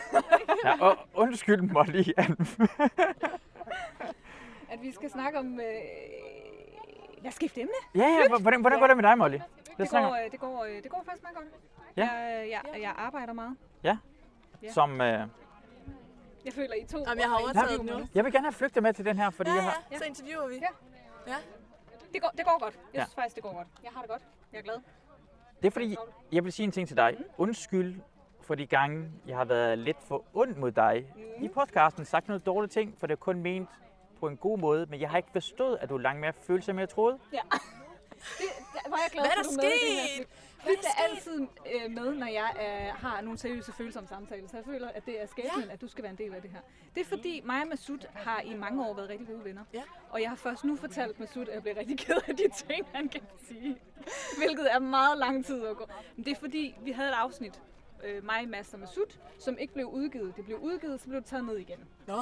S1: Ja, og undskyld mig lige,
S8: at vi skal snakke om... Øh, lad os skifte emne.
S1: Ja, ja, hvordan, hvordan går det med dig, Molly? Lad os
S8: Det
S1: snakke om.
S8: går, øh, det, går, øh, det går faktisk meget godt.
S1: Ja.
S8: Jeg, jeg, jeg arbejder meget.
S1: Ja.
S8: Ja.
S1: Som, øh,
S8: Jeg føler, I to...
S9: Jamen, jeg har overtaget den nu.
S1: jeg vil gerne have flygtet med til den her, fordi
S9: Ja,
S1: jeg har...
S9: ja, så interviewer vi. Ja. ja.
S8: Det går, det går godt. Jeg
S1: Ja.
S8: synes faktisk, det går godt. Jeg har det godt. Jeg er glad.
S1: Det er fordi, jeg vil sige en ting til dig. Undskyld for de gange, jeg har været lidt for ond mod dig. I podcasten sagt noget dårlige ting, for det er kun ment på en god måde, men jeg har ikke forstået, at du er langt mere følsom, end jeg troede.
S8: Ja. Det, der var jeg glad
S12: Hvad er
S8: for,
S12: der
S8: du med i den her
S12: sket?
S8: klip.
S12: Hvad er
S8: Det er
S12: der
S8: altid øh, med, når jeg øh, har nogle seriøse følsomme samtaler. Så jeg føler, at det er skæbnen, ja. at du skal være en del af det her. Det er fordi, mig og Masud har i mange år været rigtig gode venner.
S12: Mm. Ja.
S8: Og jeg har først nu fortalt Masud, at jeg bliver rigtig ked af de ting, han kan sige. Hvilket er meget lang tid at gå. Men det er fordi, vi havde et afsnit, øh, mig, Mads og Masud, som ikke blev udgivet. Det blev udgivet, så blev det taget ned igen.
S12: Nå.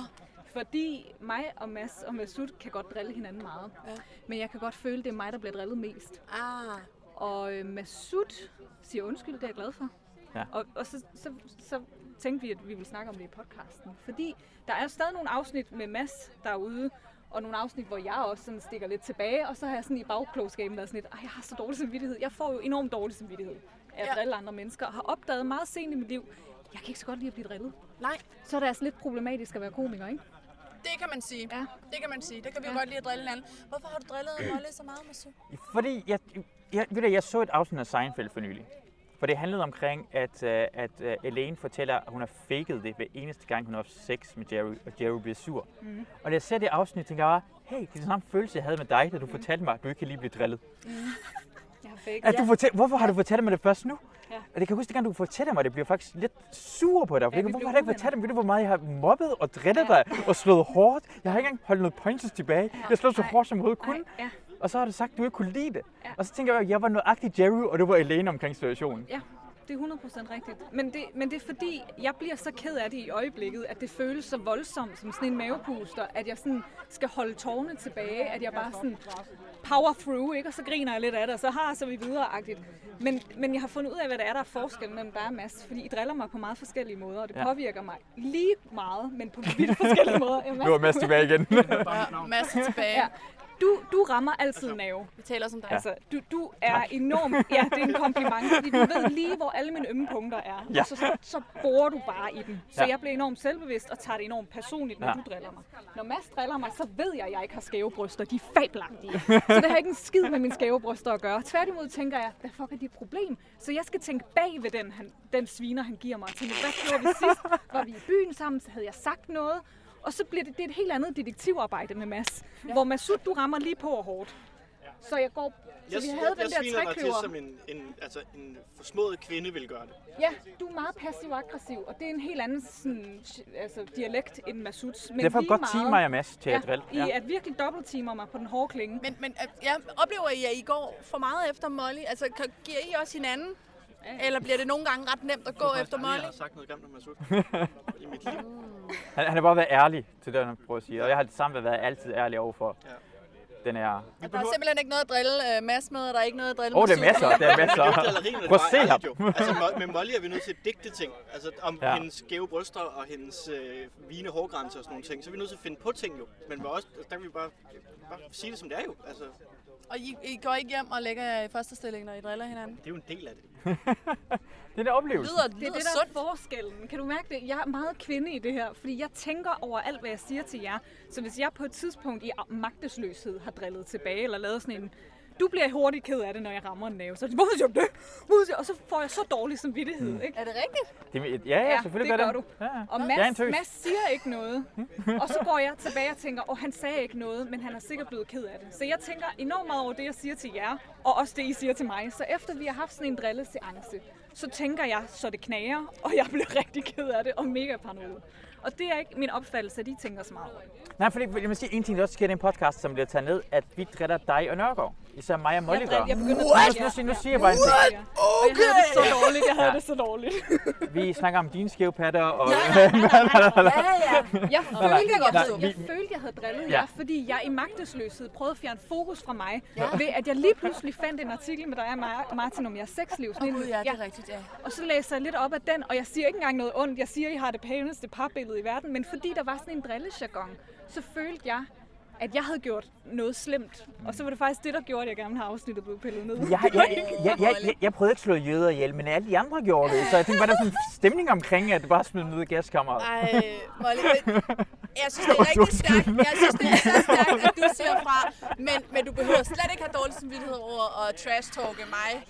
S8: Fordi mig og Mads og Masud kan godt drille hinanden meget. Ja. Men jeg kan godt føle, det er mig, der bliver drillet mest.
S12: Ah.
S8: Og øh, Masud siger undskyld, det er jeg glad for.
S1: Ja.
S8: Og, og så, så, så tænkte vi, at vi ville snakke om det i podcasten. Fordi der er stadig nogle afsnit med Mads derude, og nogle afsnit, hvor jeg også sådan stikker lidt tilbage, og så har jeg sådan i bagklogskaben været sådan lidt, "Ej, jeg har så dårlig samvittighed. Jeg får jo enormt dårlig samvittighed af at
S12: Ja.
S8: drille andre mennesker, og har opdaget meget sent i mit liv, jeg kan ikke så godt lide at blive drillet.
S12: Nej.
S8: Så er det altså lidt problematisk at være komiker, ikke?
S12: Det kan man sige. Ja. Det kan man sige. Det kan vi ja. godt lide at drille hinanden. Hvorfor har du drillet Molle så meget, Masu?
S1: Fordi jeg, jeg, ved du, jeg så et afsnit af Seinfeld for nylig. For det handlede omkring, at, øh, at øh, Elaine fortæller, at hun har faked det hver eneste gang, hun har haft sex med Jerry, og Jerry bliver sur.
S13: Mm.
S8: Mm.
S12: Mhm.
S1: Og da jeg ser det afsnit, tænker jeg bare, hey, det er den samme følelse, jeg havde med dig, da du fortalte mig, at du ikke kan lige blive drillet.
S8: Mm. Jeg har fake.
S1: At du fortæl, hvorfor har du fortalt mig det først nu?
S8: Ja.
S1: Og det kan jeg huske, at du fortalte mig, det blev jeg faktisk lidt sur på dig.
S8: Ja, vi
S1: Ja, hvorfor
S8: blev
S1: har du ikke fortalt mig, ved du, hvor meget jeg har mobbet og drillet ja. dig og slået hårdt? Jeg har ikke engang holdt noget pointers tilbage. Ja. Jeg slog så hårdt, som jeg overhovedet kunne.
S8: Ja.
S1: Og så har du sagt, at du ikke kunne lide det. Ja. Og så tænker jeg, at jeg var nøjagtig Jerry, og du var alene omkring situationen.
S8: Ja, det er 100% rigtigt. Men det, men det er fordi, jeg bliver så ked af det i øjeblikket, at det føles så voldsomt som sådan en mavepuster, at jeg sådan skal holde tårne tilbage, at jeg bare sådan power through, ikke? og så griner jeg lidt af det, og så har så er vi videre-agtigt. Men, men jeg har fundet ud af, hvad der er, der er forskel mellem dig og Mads, fordi I driller mig på meget forskellige måder, og det
S1: Ja.
S8: ja. påvirker mig lige meget, men på vidt forskellige måder. Ja,
S1: Nu er Mads tilbage igen.
S8: Mads tilbage. Ja. Du, du rammer altid nerve.
S12: Vi taler som dig.
S8: Altså, du, du er tak. enorm. Ja, det er en kompliment, fordi du ved lige, hvor alle mine ømme punkter er.
S12: Ja.
S8: Og så, så borer du bare i dem. Så
S12: Ja.
S8: ja. jeg bliver enormt selvbevidst og tager det enormt personligt, når
S12: Ja.
S8: ja. du driller mig. Når Mads driller mig, så ved jeg, at jeg ikke har skæve bryster. De er fabelagtige. så det har ikke en skid med mine skæve bryster at gøre. Tværtimod tænker jeg, hvad fuck er dit problem? Så jeg skal tænke bag ved den, han, den sviner, han giver mig. Tænke, hvad gjorde vi sidst? Var vi i byen sammen? Så havde jeg sagt noget. Og så bliver det, det er et helt andet detektivarbejde med Mads. Ja. Hvor Masud, du rammer lige på og hårdt. Så jeg går... Så
S11: Jeg,
S8: vi
S11: jeg,
S8: havde
S11: jeg, jeg
S8: den der
S11: sviner dig til,
S8: trækløver.
S11: som en, en, altså, en forsmået kvinde vil gøre det.
S8: Ja, du er meget passiv-aggressiv, og det er en helt anden sådan, altså, dialekt end Masuds. Men
S1: Derfor
S8: vi er
S1: godt teame mig og Mads til
S8: ja,
S1: at drille.
S8: I
S1: Ja.
S8: at virkelig dobbelttimer mig på den hårde klinge.
S12: Men, men øh, ja, oplever I, at I går for meget efter Molly? Altså, kan- giver I også hinanden? Eller bliver det nogle gange ret nemt at gå efter
S11: Jeg
S12: Molly?
S11: har sagt noget grimt om Masud.
S1: Han, han har bare været ærlig til det, han prøver at sige. Og jeg har det samme været altid ærlig overfor ja. den her...
S12: At der er simpelthen ikke noget at drille uh, Mads med, og der er ikke noget at drille
S1: Åh, oh, det
S12: med
S1: er
S12: Sune
S1: masser,
S12: med.
S1: det er masser. Prøv at se ham.
S11: Altså, Mo- med Molly er vi nødt til at digte ting. Altså, om
S1: Ja.
S11: ja. hendes skæve bryster og hendes øh, vigende hårgrænser og sådan nogle ting. Så er vi nødt til at finde på ting jo. Men med os, der kan vi bare, bare sige det, som det er jo. Altså, det
S12: Og I, I går ikke hjem og lægger jer i første stilling, når I driller hinanden?
S11: er jo en del af det.
S1: Det er en oplevelse.
S8: det er det, der er forskellen. Kan du mærke det? Jeg er meget kvinde i det her, fordi jeg tænker over alt, hvad jeg siger til jer. Så hvis jeg på et tidspunkt i magtesløshed har drillet tilbage, eller lavet sådan en du bliver hurtigt ked af det, når jeg rammer en næve. Så er det, hvorfor siger du det? Hvorfor siger-" Og så får jeg så dårlig samvittighed.
S1: Mm.
S8: Ikke?
S12: Er det rigtigt?
S1: Det, ja, ja, selvfølgelig
S8: det
S1: gør
S8: gør
S1: det.
S8: du.
S1: Ja.
S8: Og
S1: Jeg er en
S8: Mads,
S1: tøs.
S8: Mads siger ikke noget. Og så går jeg tilbage og tænker, åh, han sagde ikke noget, men han er sikkert blevet ked af det. Så jeg tænker enormt meget over det, jeg siger til jer, og også det, I siger til mig. Så efter vi har haft sådan en drilleseance, så tænker jeg, så det knager, og jeg bliver rigtig ked af det, og mega paranoid. Og det er ikke min opfattelse, at de tænker så meget over det.
S1: Nej, fordi jeg må sige, en ting, der også sker i den podcast, som bliver taget ned, at vi driller dig og Nørgaard. Især mig og Molly
S8: Jeg
S1: gør.
S8: driller- jeg begynder at drille
S1: Nu, nu,
S8: jer.
S1: siger- nu siger jeg bare en ting.
S8: What? Og jeg havde det så dårligt, jeg havde
S1: Ja.
S8: det så dårligt.
S1: Vi snakker om dine skæve patter og...
S8: Jeg
S1: Nej,
S8: følte,
S1: nej.
S8: jeg,
S1: Nej,
S8: havde,
S1: vi-
S8: jeg følte, jeg havde drillet
S1: Ja.
S8: jer, fordi jeg i magtesløshed prøvede at fjerne fokus fra mig, ved at jeg lige pludselig fandt en artikel med dig og Mar- Martin om jeres sexliv.
S12: Åh,
S8: Sådan en-
S12: gud, ja, det er rigtigt, ja.
S8: Og så læser jeg lidt op af den, og jeg siger ikke engang noget ondt. Jeg siger, at I har det pæneste parbillede i verden, men fordi der var sådan en drillejargon, så følte jeg, at jeg havde gjort noget slemt. Og så var det faktisk det, der gjorde, at jeg gerne ville have afsnittet blev pillet ned.
S1: Jeg, jeg, jeg, jeg, jeg, jeg prøvede ikke at slå jøder ihjel, men alle de andre gjorde det. Så jeg tænkte, var der sådan en stemning omkring, at det bare smidte ned i gaskammeret?
S12: Ej, Molly, men jeg synes, det er rigtig stærkt. Jeg synes, det er så stærkt, at du siger fra. Men, men du behøver slet ikke have dårlig samvittighed over at trash-talke mig.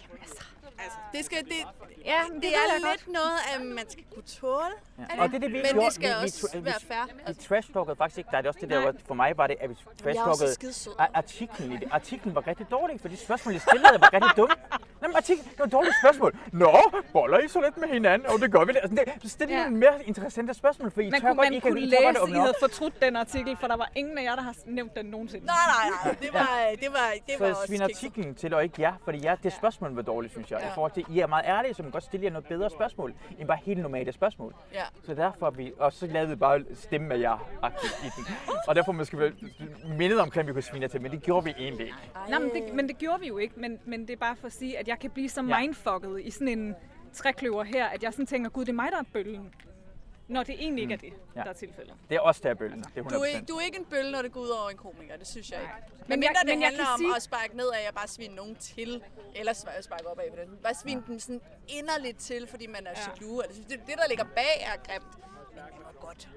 S12: Altså, det skal, det, ja, det, det er
S8: ved jeg
S12: lidt noget, at man skal kunne tåle.
S1: Ja. Og det er det, vi
S12: men
S1: gjorde.
S12: det skal
S1: Vi- vi
S12: også
S1: tog- vi-
S12: være fair.
S1: Vi trash-talkede faktisk ikke dig. Det er også det der, hvor for mig var det, at vi trash-talkede
S12: skidesød.
S1: ar- artiklen i det. Artiklen var rigtig dårlig, fordi spørgsmålet jeg stillede var rigtig dumme. Nå, men artiklen, det var et dårligt spørgsmål. Nå, boller I så lidt med hinanden? Og det gør vi da. Altså, det, så det er ja. nogle mere interessante spørgsmål, for I
S8: Man kunne,
S1: tør godt,
S8: man
S1: I kan
S8: kunne
S1: I
S8: læse,
S1: tør godt
S8: at I
S1: åbne op.
S8: havde fortrudt den artikel, for der var ingen af jer, der har nævnt den nogensinde.
S12: Nej, nej, nej. Det var, det var, det
S1: Så
S12: var
S1: jeg
S12: også
S1: sviner artiklen til, og ikke jer, fordi jer, det spørgsmål var dårligt, synes jeg. I forhold til, I er meget ærlige, så man kan godt stille jer noget bedre spørgsmål, end bare helt normale spørgsmål.
S12: Ja.
S1: Så derfor vi, og så lavede vi bare stemme af jer i den. Og derfor måske være mindet omkring, at vi kunne svine jer til, men det gjorde vi egentlig ikke.
S8: Nej, men det, men det gjorde vi jo ikke, men, men det er bare for at sige, at jeg kan blive så
S1: Ja.
S8: mindfucket i sådan en trækløver her, at jeg sådan tænker, gud, det er mig, der er bøllen. Når det egentlig ikke er det,
S1: Mm. Ja.
S8: der er tilfældet.
S1: Det er også der er bølgen. Det er 100%.
S12: Du er, ikke- du er ikke en bølle, når det går ud over en komiker, det synes jeg ikke. Men,
S8: Men
S12: mindre
S8: jeg-
S12: det
S8: men jeg
S12: handler
S8: kan
S12: om
S8: sige-
S12: at sparke ned af, at jeg bare sviner nogen til, eller sp- sparke op af det. Bare svine dem sådan inderligt til, fordi man er jaloux. Altså, det, det, der ligger bag, er grimt. Men det var godt.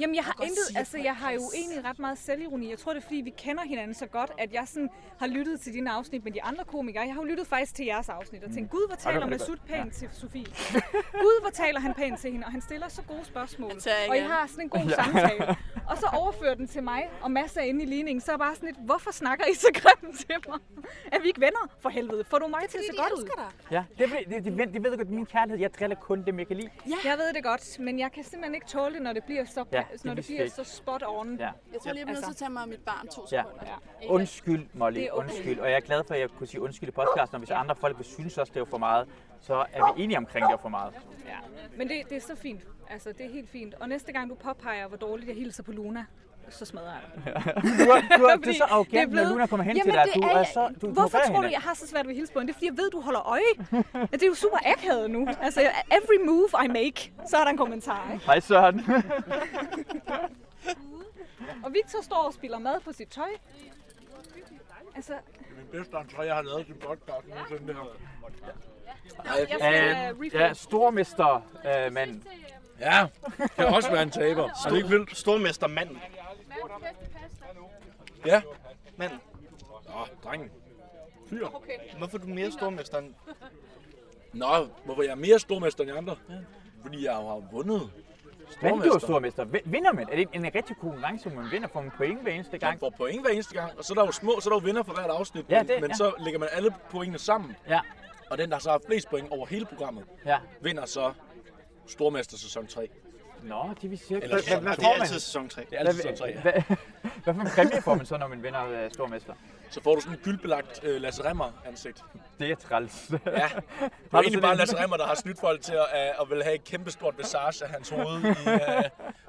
S8: Jamen, jeg har
S12: godt
S8: intet,
S12: sige,
S8: altså
S12: at
S8: jeg har jo
S12: pres.
S8: egentlig ret meget selvironi. Jeg tror, det er, fordi vi kender hinanden så godt, at jeg sådan har lyttet til dine afsnit med de andre komikere. Jeg har jo lyttet faktisk til jeres afsnit og tænkt, gud, hvor
S12: Og der var
S8: taler
S12: det
S8: Masud
S12: godt.
S8: pænt til Sofie? gud, hvor taler han pænt til hende? Og han stiller så gode spørgsmål.
S12: tager
S8: Og I
S12: igen.
S8: har sådan en god
S12: Ja.
S8: samtale. Og så overfører den til mig, og masser inde i ligningen, så er jeg bare sådan lidt, hvorfor snakker I så grimt til mig? Er vi ikke venner? For helvede, får du mig til at se godt ud?
S1: Ja, det, er fordi- det, det, det, det ved du godt, min kærlighed, jeg driller kun det, jeg kan lide.
S8: Ja. Jeg ved det godt, men jeg kan simpelthen ikke tåle det, når det bliver så,
S1: Ja,
S8: ja,
S1: det
S8: når det
S1: vidste
S8: bliver
S1: jeg
S8: så
S1: ikke.
S8: spot on. Altså.
S1: Ja.
S12: Jeg tror lige, jeg bliver nødt til at tage mig af mit barn to
S1: Ja.
S12: sekunder.
S1: Undskyld, Molly.
S12: Det er okay.
S1: Undskyld. Og jeg er glad for, at jeg kunne sige undskyld i podcasten, og hvis andre folk vil synes også, det er for meget, så er vi enige omkring, det er for meget.
S8: Ja. Men det, det er så fint. Altså, det er helt fint. Og næste gang du påpeger, hvor dårligt jeg hilser på Luna, så smadrer jeg dig.
S1: Ja. Du er, du er, du er
S8: Fordi
S1: så
S8: det er
S1: arrogant, når
S8: blevet-
S1: Luna kommer hen til
S8: Jamen,
S1: dig.
S8: det
S1: Du
S8: er
S1: er
S8: jeg-
S1: så, du
S8: Hvorfor
S1: ignorerer
S8: tror du,
S1: hende.
S8: jeg har så svært ved at hilse på hende? Det er, fordi jeg ved, du holder øje. det er jo super akavet nu. Altså, every move I make, så er der en kommentar. Ikke?
S1: Hej Søren.
S8: Og Victor står og spiller mad på sit tøj. Altså,
S2: Min bedste entré, jeg har lavet til podcast nogensinde det her.
S8: jeg skal have
S1: Øh, ja, stormester, øh, mand.
S2: Ja, kan også være en taber. Er det ikke vildt?
S11: Stormester manden.
S2: Ja.
S11: Manden.
S2: Nå, drengen. Fyr. Okay.
S11: Hvorfor er du mere stormester end...
S2: Nå, hvorfor jeg er mere stormester end de andre? Ja. Fordi jeg jo har vundet.
S1: Vandt du jo stormester? Vi- Vinder man? Er det en rigtig konkurrence, hvor man vinder for en point hver eneste gang?
S2: Man får point hver eneste gang, og så er der jo små, så er der jo vinder for hvert afsnit.
S1: Ja,
S2: men-
S1: det-
S2: men
S1: ja.
S2: så lægger man alle pointene sammen.
S1: Ja.
S2: Og den, der så har flest point over hele programmet,
S1: Ja.
S2: vinder så stormester sæson 3.
S1: Nå, det vil sige...
S2: Eller
S1: Hvad-
S2: sæson
S1: hvad
S2: to.
S1: får man?
S2: Det er altid
S1: Hvad-
S2: sæson 3. ja.
S1: Hvad, hvad for en præmie får man så, når man vinder øh, stormester?
S2: Så får du sådan en gyldbelagt øh, Lasse Remmer ansigt.
S1: Det er træls. Ja.
S2: Det er jo egentlig bare Lasse Remmer, der har snydt folk til at, øh, at vil have et kæmpe stort visage af hans hoved i, øh,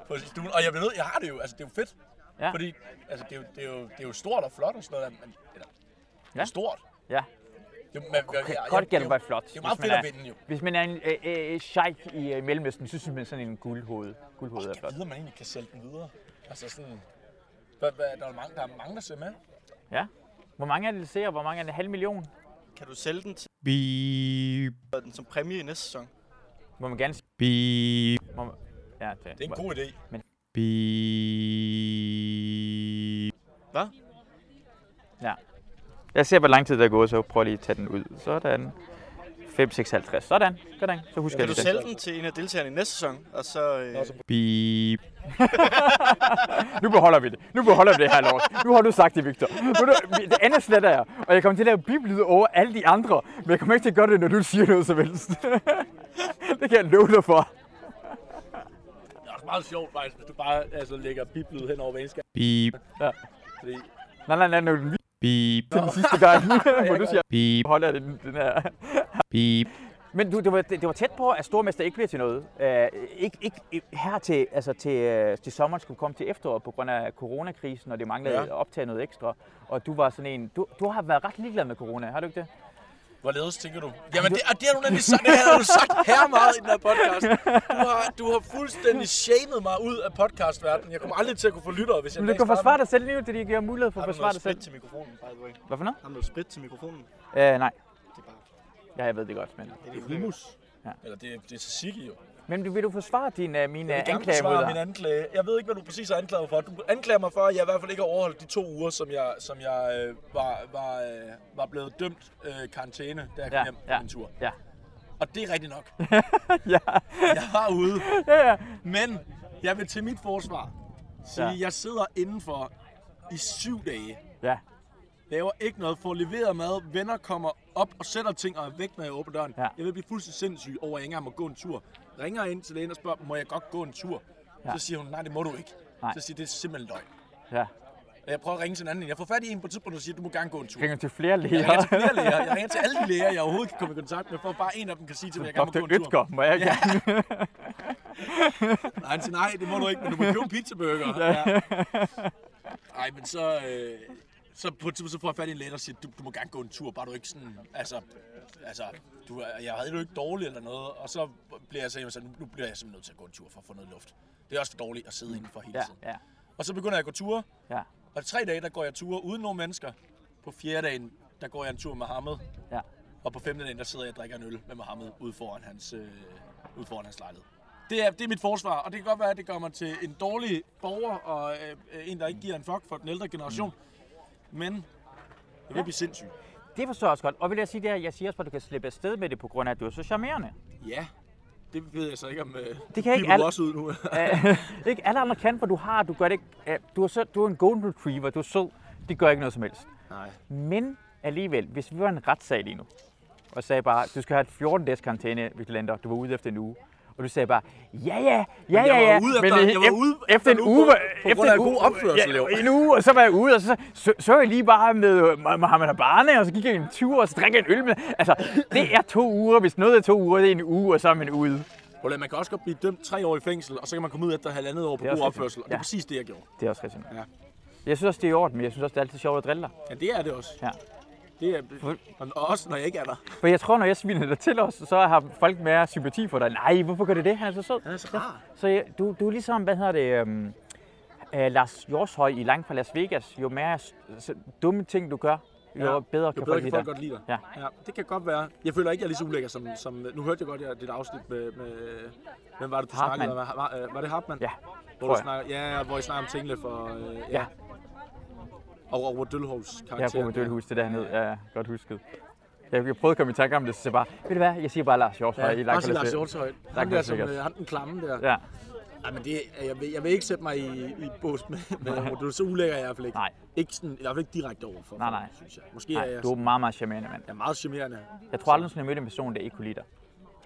S2: på stuen. Og jeg ved, jeg har det jo. Altså, det er jo fedt.
S1: Ja.
S2: Fordi altså, det, er jo, det, er jo, det er jo stort og flot og sådan noget. Men, eller, det er stort.
S1: Ja.
S2: Det, man,
S1: Godt- Godt
S2: det er
S1: gælder
S2: jo-
S1: bare flot.
S2: Det er jo meget
S1: hvis man
S2: fedt at vinde, jo.
S1: Hvis man er en øh, øh, sheik i øh, Mellemøsten, så synes man sådan en guldhoved. Guldhoved er flot.
S2: Jeg ved, man egentlig kan sælge den videre. Altså sådan... Hvad, hvad, der, er mange, der er mange, der ser med.
S1: Ja. Hvor mange er det, der ser? Hvor mange er det? Halv million?
S11: Kan du sælge den til
S14: Vi...
S11: den som præmie i næste sæson?
S1: Må man gerne sige...
S14: Vi...
S1: Må man... Ja, det, det
S2: er en god idé.
S1: Men...
S14: Vi...
S11: Hvad?
S1: Ja. Jeg ser, hvor lang tid der er gået, så prøv lige at tage den ud. Sådan. 5, 6, 50. Sådan. Sådan. Så husk
S11: Kan du
S1: lige den.
S11: sælge den til en af deltagerne i næste sæson? Og så... Øh...
S14: Beep.
S1: nu beholder vi det. Nu beholder vi det her lort. Nu har du sagt det, Victor. Nu, er du, det andet sletter jeg, og jeg kommer til at lave biblyde over alle de andre, men jeg kommer ikke til at gøre det, når du siger noget som helst. det kan jeg love dig for.
S2: Det er også meget sjovt, faktisk, hvis du bare altså, lægger biblyd hen over venskab.
S14: Beep.
S1: Ja.
S2: Fordi...
S1: Nej, nej, nej, nu er det
S14: Beep.
S1: til den sidste gang, hvor du
S14: godt.
S1: siger,
S14: Beep.
S1: holder jeg den, den her.
S14: Beep.
S1: Men du, det, var, det, det var tæt på, at stormester ikke bliver til noget. Øh, ikke, ikke, ikke her til, altså til, øh, til sommeren skulle komme til efteråret på grund af coronakrisen, og det manglede
S2: Ja.
S1: ja. at optage noget ekstra. Og du var sådan en, du, du har været ret ligeglad med corona, har du ikke det?
S2: Hvorledes tænker du? Jamen, det, og det har du nemlig sagt, det har du sagt her meget i den her podcast. Du har, du har fuldstændig shamed mig ud af podcastverdenen. Jeg kommer aldrig til at kunne få lyttere, hvis jeg
S1: Men du kan forsvare dig selv lige, til de giver mulighed for at
S11: Har du
S1: forsvare
S11: noget
S1: dig
S11: sprit
S1: selv.
S11: til mikrofonen, by the way?
S1: Hvad for noget?
S11: Har du noget sprit til mikrofonen?
S1: Øh, nej. Ja, jeg ved det godt, men...
S11: Det er hummus.
S1: Ja.
S2: Eller det, er- det er tzatziki jo.
S1: Men du- vil du forsvare din, uh, mine
S2: Jeg vil
S1: øh,
S2: gerne
S1: anklager mod
S2: forsvare min
S1: dig?
S2: anklage. Jeg ved ikke, hvad du præcis har anklaget mig for. Du anklager mig for, at jeg i hvert fald ikke har overholdt de to uger, som jeg, som jeg øh, var, var, øh, var blevet dømt øh, karantæne, da jeg kom
S1: Ja,
S2: hjem
S1: ja,
S2: på min tur.
S1: ja.
S2: Og det er rigtigt nok. Jeg har ude. Men jeg vil til mit forsvar sige,
S1: Ja.
S2: at jeg sidder indenfor i syv dage.
S1: Ja.
S2: Laver ikke noget, får leveret mad, venner kommer op og sætter ting og er væk, når jeg åbner døren. Ja. Jeg vil blive fuldstændig sindssyg over, at jeg ikke engang må gå en tur. Ringer ind til lægen og spørger, må jeg godt gå en tur?
S1: Ja.
S2: Ja. Så siger hun, nej, det må du ikke.
S1: Nej.
S2: Så siger jeg, det er simpelthen løgn.
S1: Ja.
S2: Og jeg prøver at ringe til en anden. Jeg får fat i en på et tidspunkt, og siger, du må gerne gå en tur.
S1: Ringer til flere
S2: Jeg
S1: læger.
S2: ringer til flere læger. Jeg ringer til alle de læger, jeg overhovedet kan komme i kontakt med, for at bare en af dem kan sige til mig, at jeg gerne
S1: Dr.
S2: må gå en tur.
S1: Ytger, må jeg gerne?
S2: Nej, han siger, nej, det må du ikke, men du må købe pizzaburger.
S1: Ja.
S2: Ja. Nej, men så... Øh, så på et tidspunkt så får jeg fat i en læge, der siger, du, du må gerne gå en tur, bare du ikke sådan... Altså, altså du, er- jeg havde det jo ikke dårligt eller noget. Og så bliver jeg så hjemme, så nu, nu bliver jeg simpelthen nødt til at gå en tur for at få noget luft. Det er også for dårligt at sidde indenfor hele
S1: Mm. Ja,
S2: tiden.
S1: ja.
S2: Og så begynder jeg at gå ture.
S1: Ja.
S2: Og tre dage, der går jeg ture uden nogen mennesker. På fjerde dagen, der går jeg en tur med Hamid.
S1: Ja.
S2: Og på femte dagen, der sidder jeg og drikker en øl med Mohammed ude foran hans, øh, ude foran hans lejlighed. Det er, det er mit forsvar, og det kan godt være, at det gør mig til en dårlig borger, og øh, øh, en, der ikke giver en fuck for den ældre generation. Men jeg vil
S1: Ja.
S2: blive sindssyg.
S1: Det forstår jeg også godt. Og vil jeg sige det her, jeg siger også, at du kan slippe afsted med det, på grund af, at du er så charmerende.
S2: Mm. Ja, det ved jeg så ikke om... Øh,
S1: Det kan ikke
S2: alle... også ud nu.
S1: Æh, ikke alle andre kan, for du har, du gør det ikke. øh, du, er så, du er en golden retriever, du er sød. Det gør ikke noget som helst.
S2: Nej.
S1: Men alligevel, hvis vi var i en retssag lige nu, og sagde bare, du skal have et 14 dages karantæne, hvis du lander, du var ude efter en uge. Og du sagde bare, ja ja,
S2: Men
S1: ja
S2: jeg
S1: ja
S2: var
S1: ja.
S2: ude efter- jeg var
S1: ef-
S2: ude
S1: efter en
S2: efter en
S1: uge,
S2: uge på-
S1: var-
S2: på grund af
S1: en
S2: god
S1: uge-
S2: opførsel, jo.
S1: Ja, en uge, og så var jeg ude, og så så, så jeg lige bare med øh, Mo- Mohammed Abane, og så gik jeg en tur, og så drikker jeg en øl med. Altså, det er to uger, hvis noget er to uger, det er en uge, og så er man ude.
S2: Prøv at, man kan også godt blive dømt tre år i fængsel, og så kan man komme ud efter halvandet år på
S1: Det er
S2: god
S1: også rigtigt.
S2: opførsel. Og det er
S1: Ja.
S2: præcis det, jeg gjorde.
S1: Det er også rigtigt.
S2: Ja.
S1: Jeg synes også, det er i orden, men jeg synes også, det er altid sjovt at drille dig.
S2: Ja, det er det også.
S1: Ja.
S2: Det er, og og også når jeg ikke er der.
S1: For jeg tror, når jeg sviner dig til os, så har folk mere sympati for dig. Nej, hvorfor gør det det? Han er så sød. Han er så
S2: rar.
S1: Så jeg, du, du er ligesom, hvad hedder det, øhm, øh, Lars Jorshøj i Langt fra Las Vegas. Jo mere s- s- dumme ting du gør, jo
S2: Ja,
S1: bedre kan
S2: jo
S1: folk
S2: bedre kan
S1: lide dig.
S2: folk godt lide dig.
S1: Ja.
S2: Ja, det kan godt være. Jeg føler ikke, jeg er lige så ulækker som... som nu hørte jeg godt, at dit afsnit med... med hvem var det, du
S1: Hartmann.
S2: snakkede om? Var, var, øh, var det Hartmann?
S1: Ja,
S2: Hvor,
S1: tror
S2: du
S1: jeg.
S2: snakker, ja, hvor I snakker om Tingle for... Øh, ja.
S1: Ja.
S2: Og Robert Dølhovs
S1: Jeg
S2: karakter.
S1: har brugt et hus det dernede. Ja, ja, godt husket. Jeg, jeg prøvede at komme i tanke om det, så jeg bare, ved du hvad, jeg siger bare Lars Hjortshøj
S2: Ja,
S1: i Langt
S2: også
S1: fra
S2: Lars
S1: Las
S2: Hjortshøj.
S1: Langt fra
S2: Han der
S1: Las
S2: som
S1: Vegas.
S2: øh, han den klamme der.
S1: Ja.
S2: Ej, men det, er- jeg, vil, jeg vil ikke sætte mig i, i bås med, med Robert Dølhoff. Så ulækker jeg i hvert fald ikke.
S1: Nej.
S2: Ikke sådan, i hvert fald ikke direkte overfor.
S1: Nej, nej.
S2: Synes jeg. Måske
S1: Nej,
S2: er jeg
S1: du er
S2: sådan-
S1: meget, meget charmerende, mand.
S2: Jeg er meget charmerende.
S1: Jeg tror aldrig, at jeg mødte en person, der ikke kunne lide dig.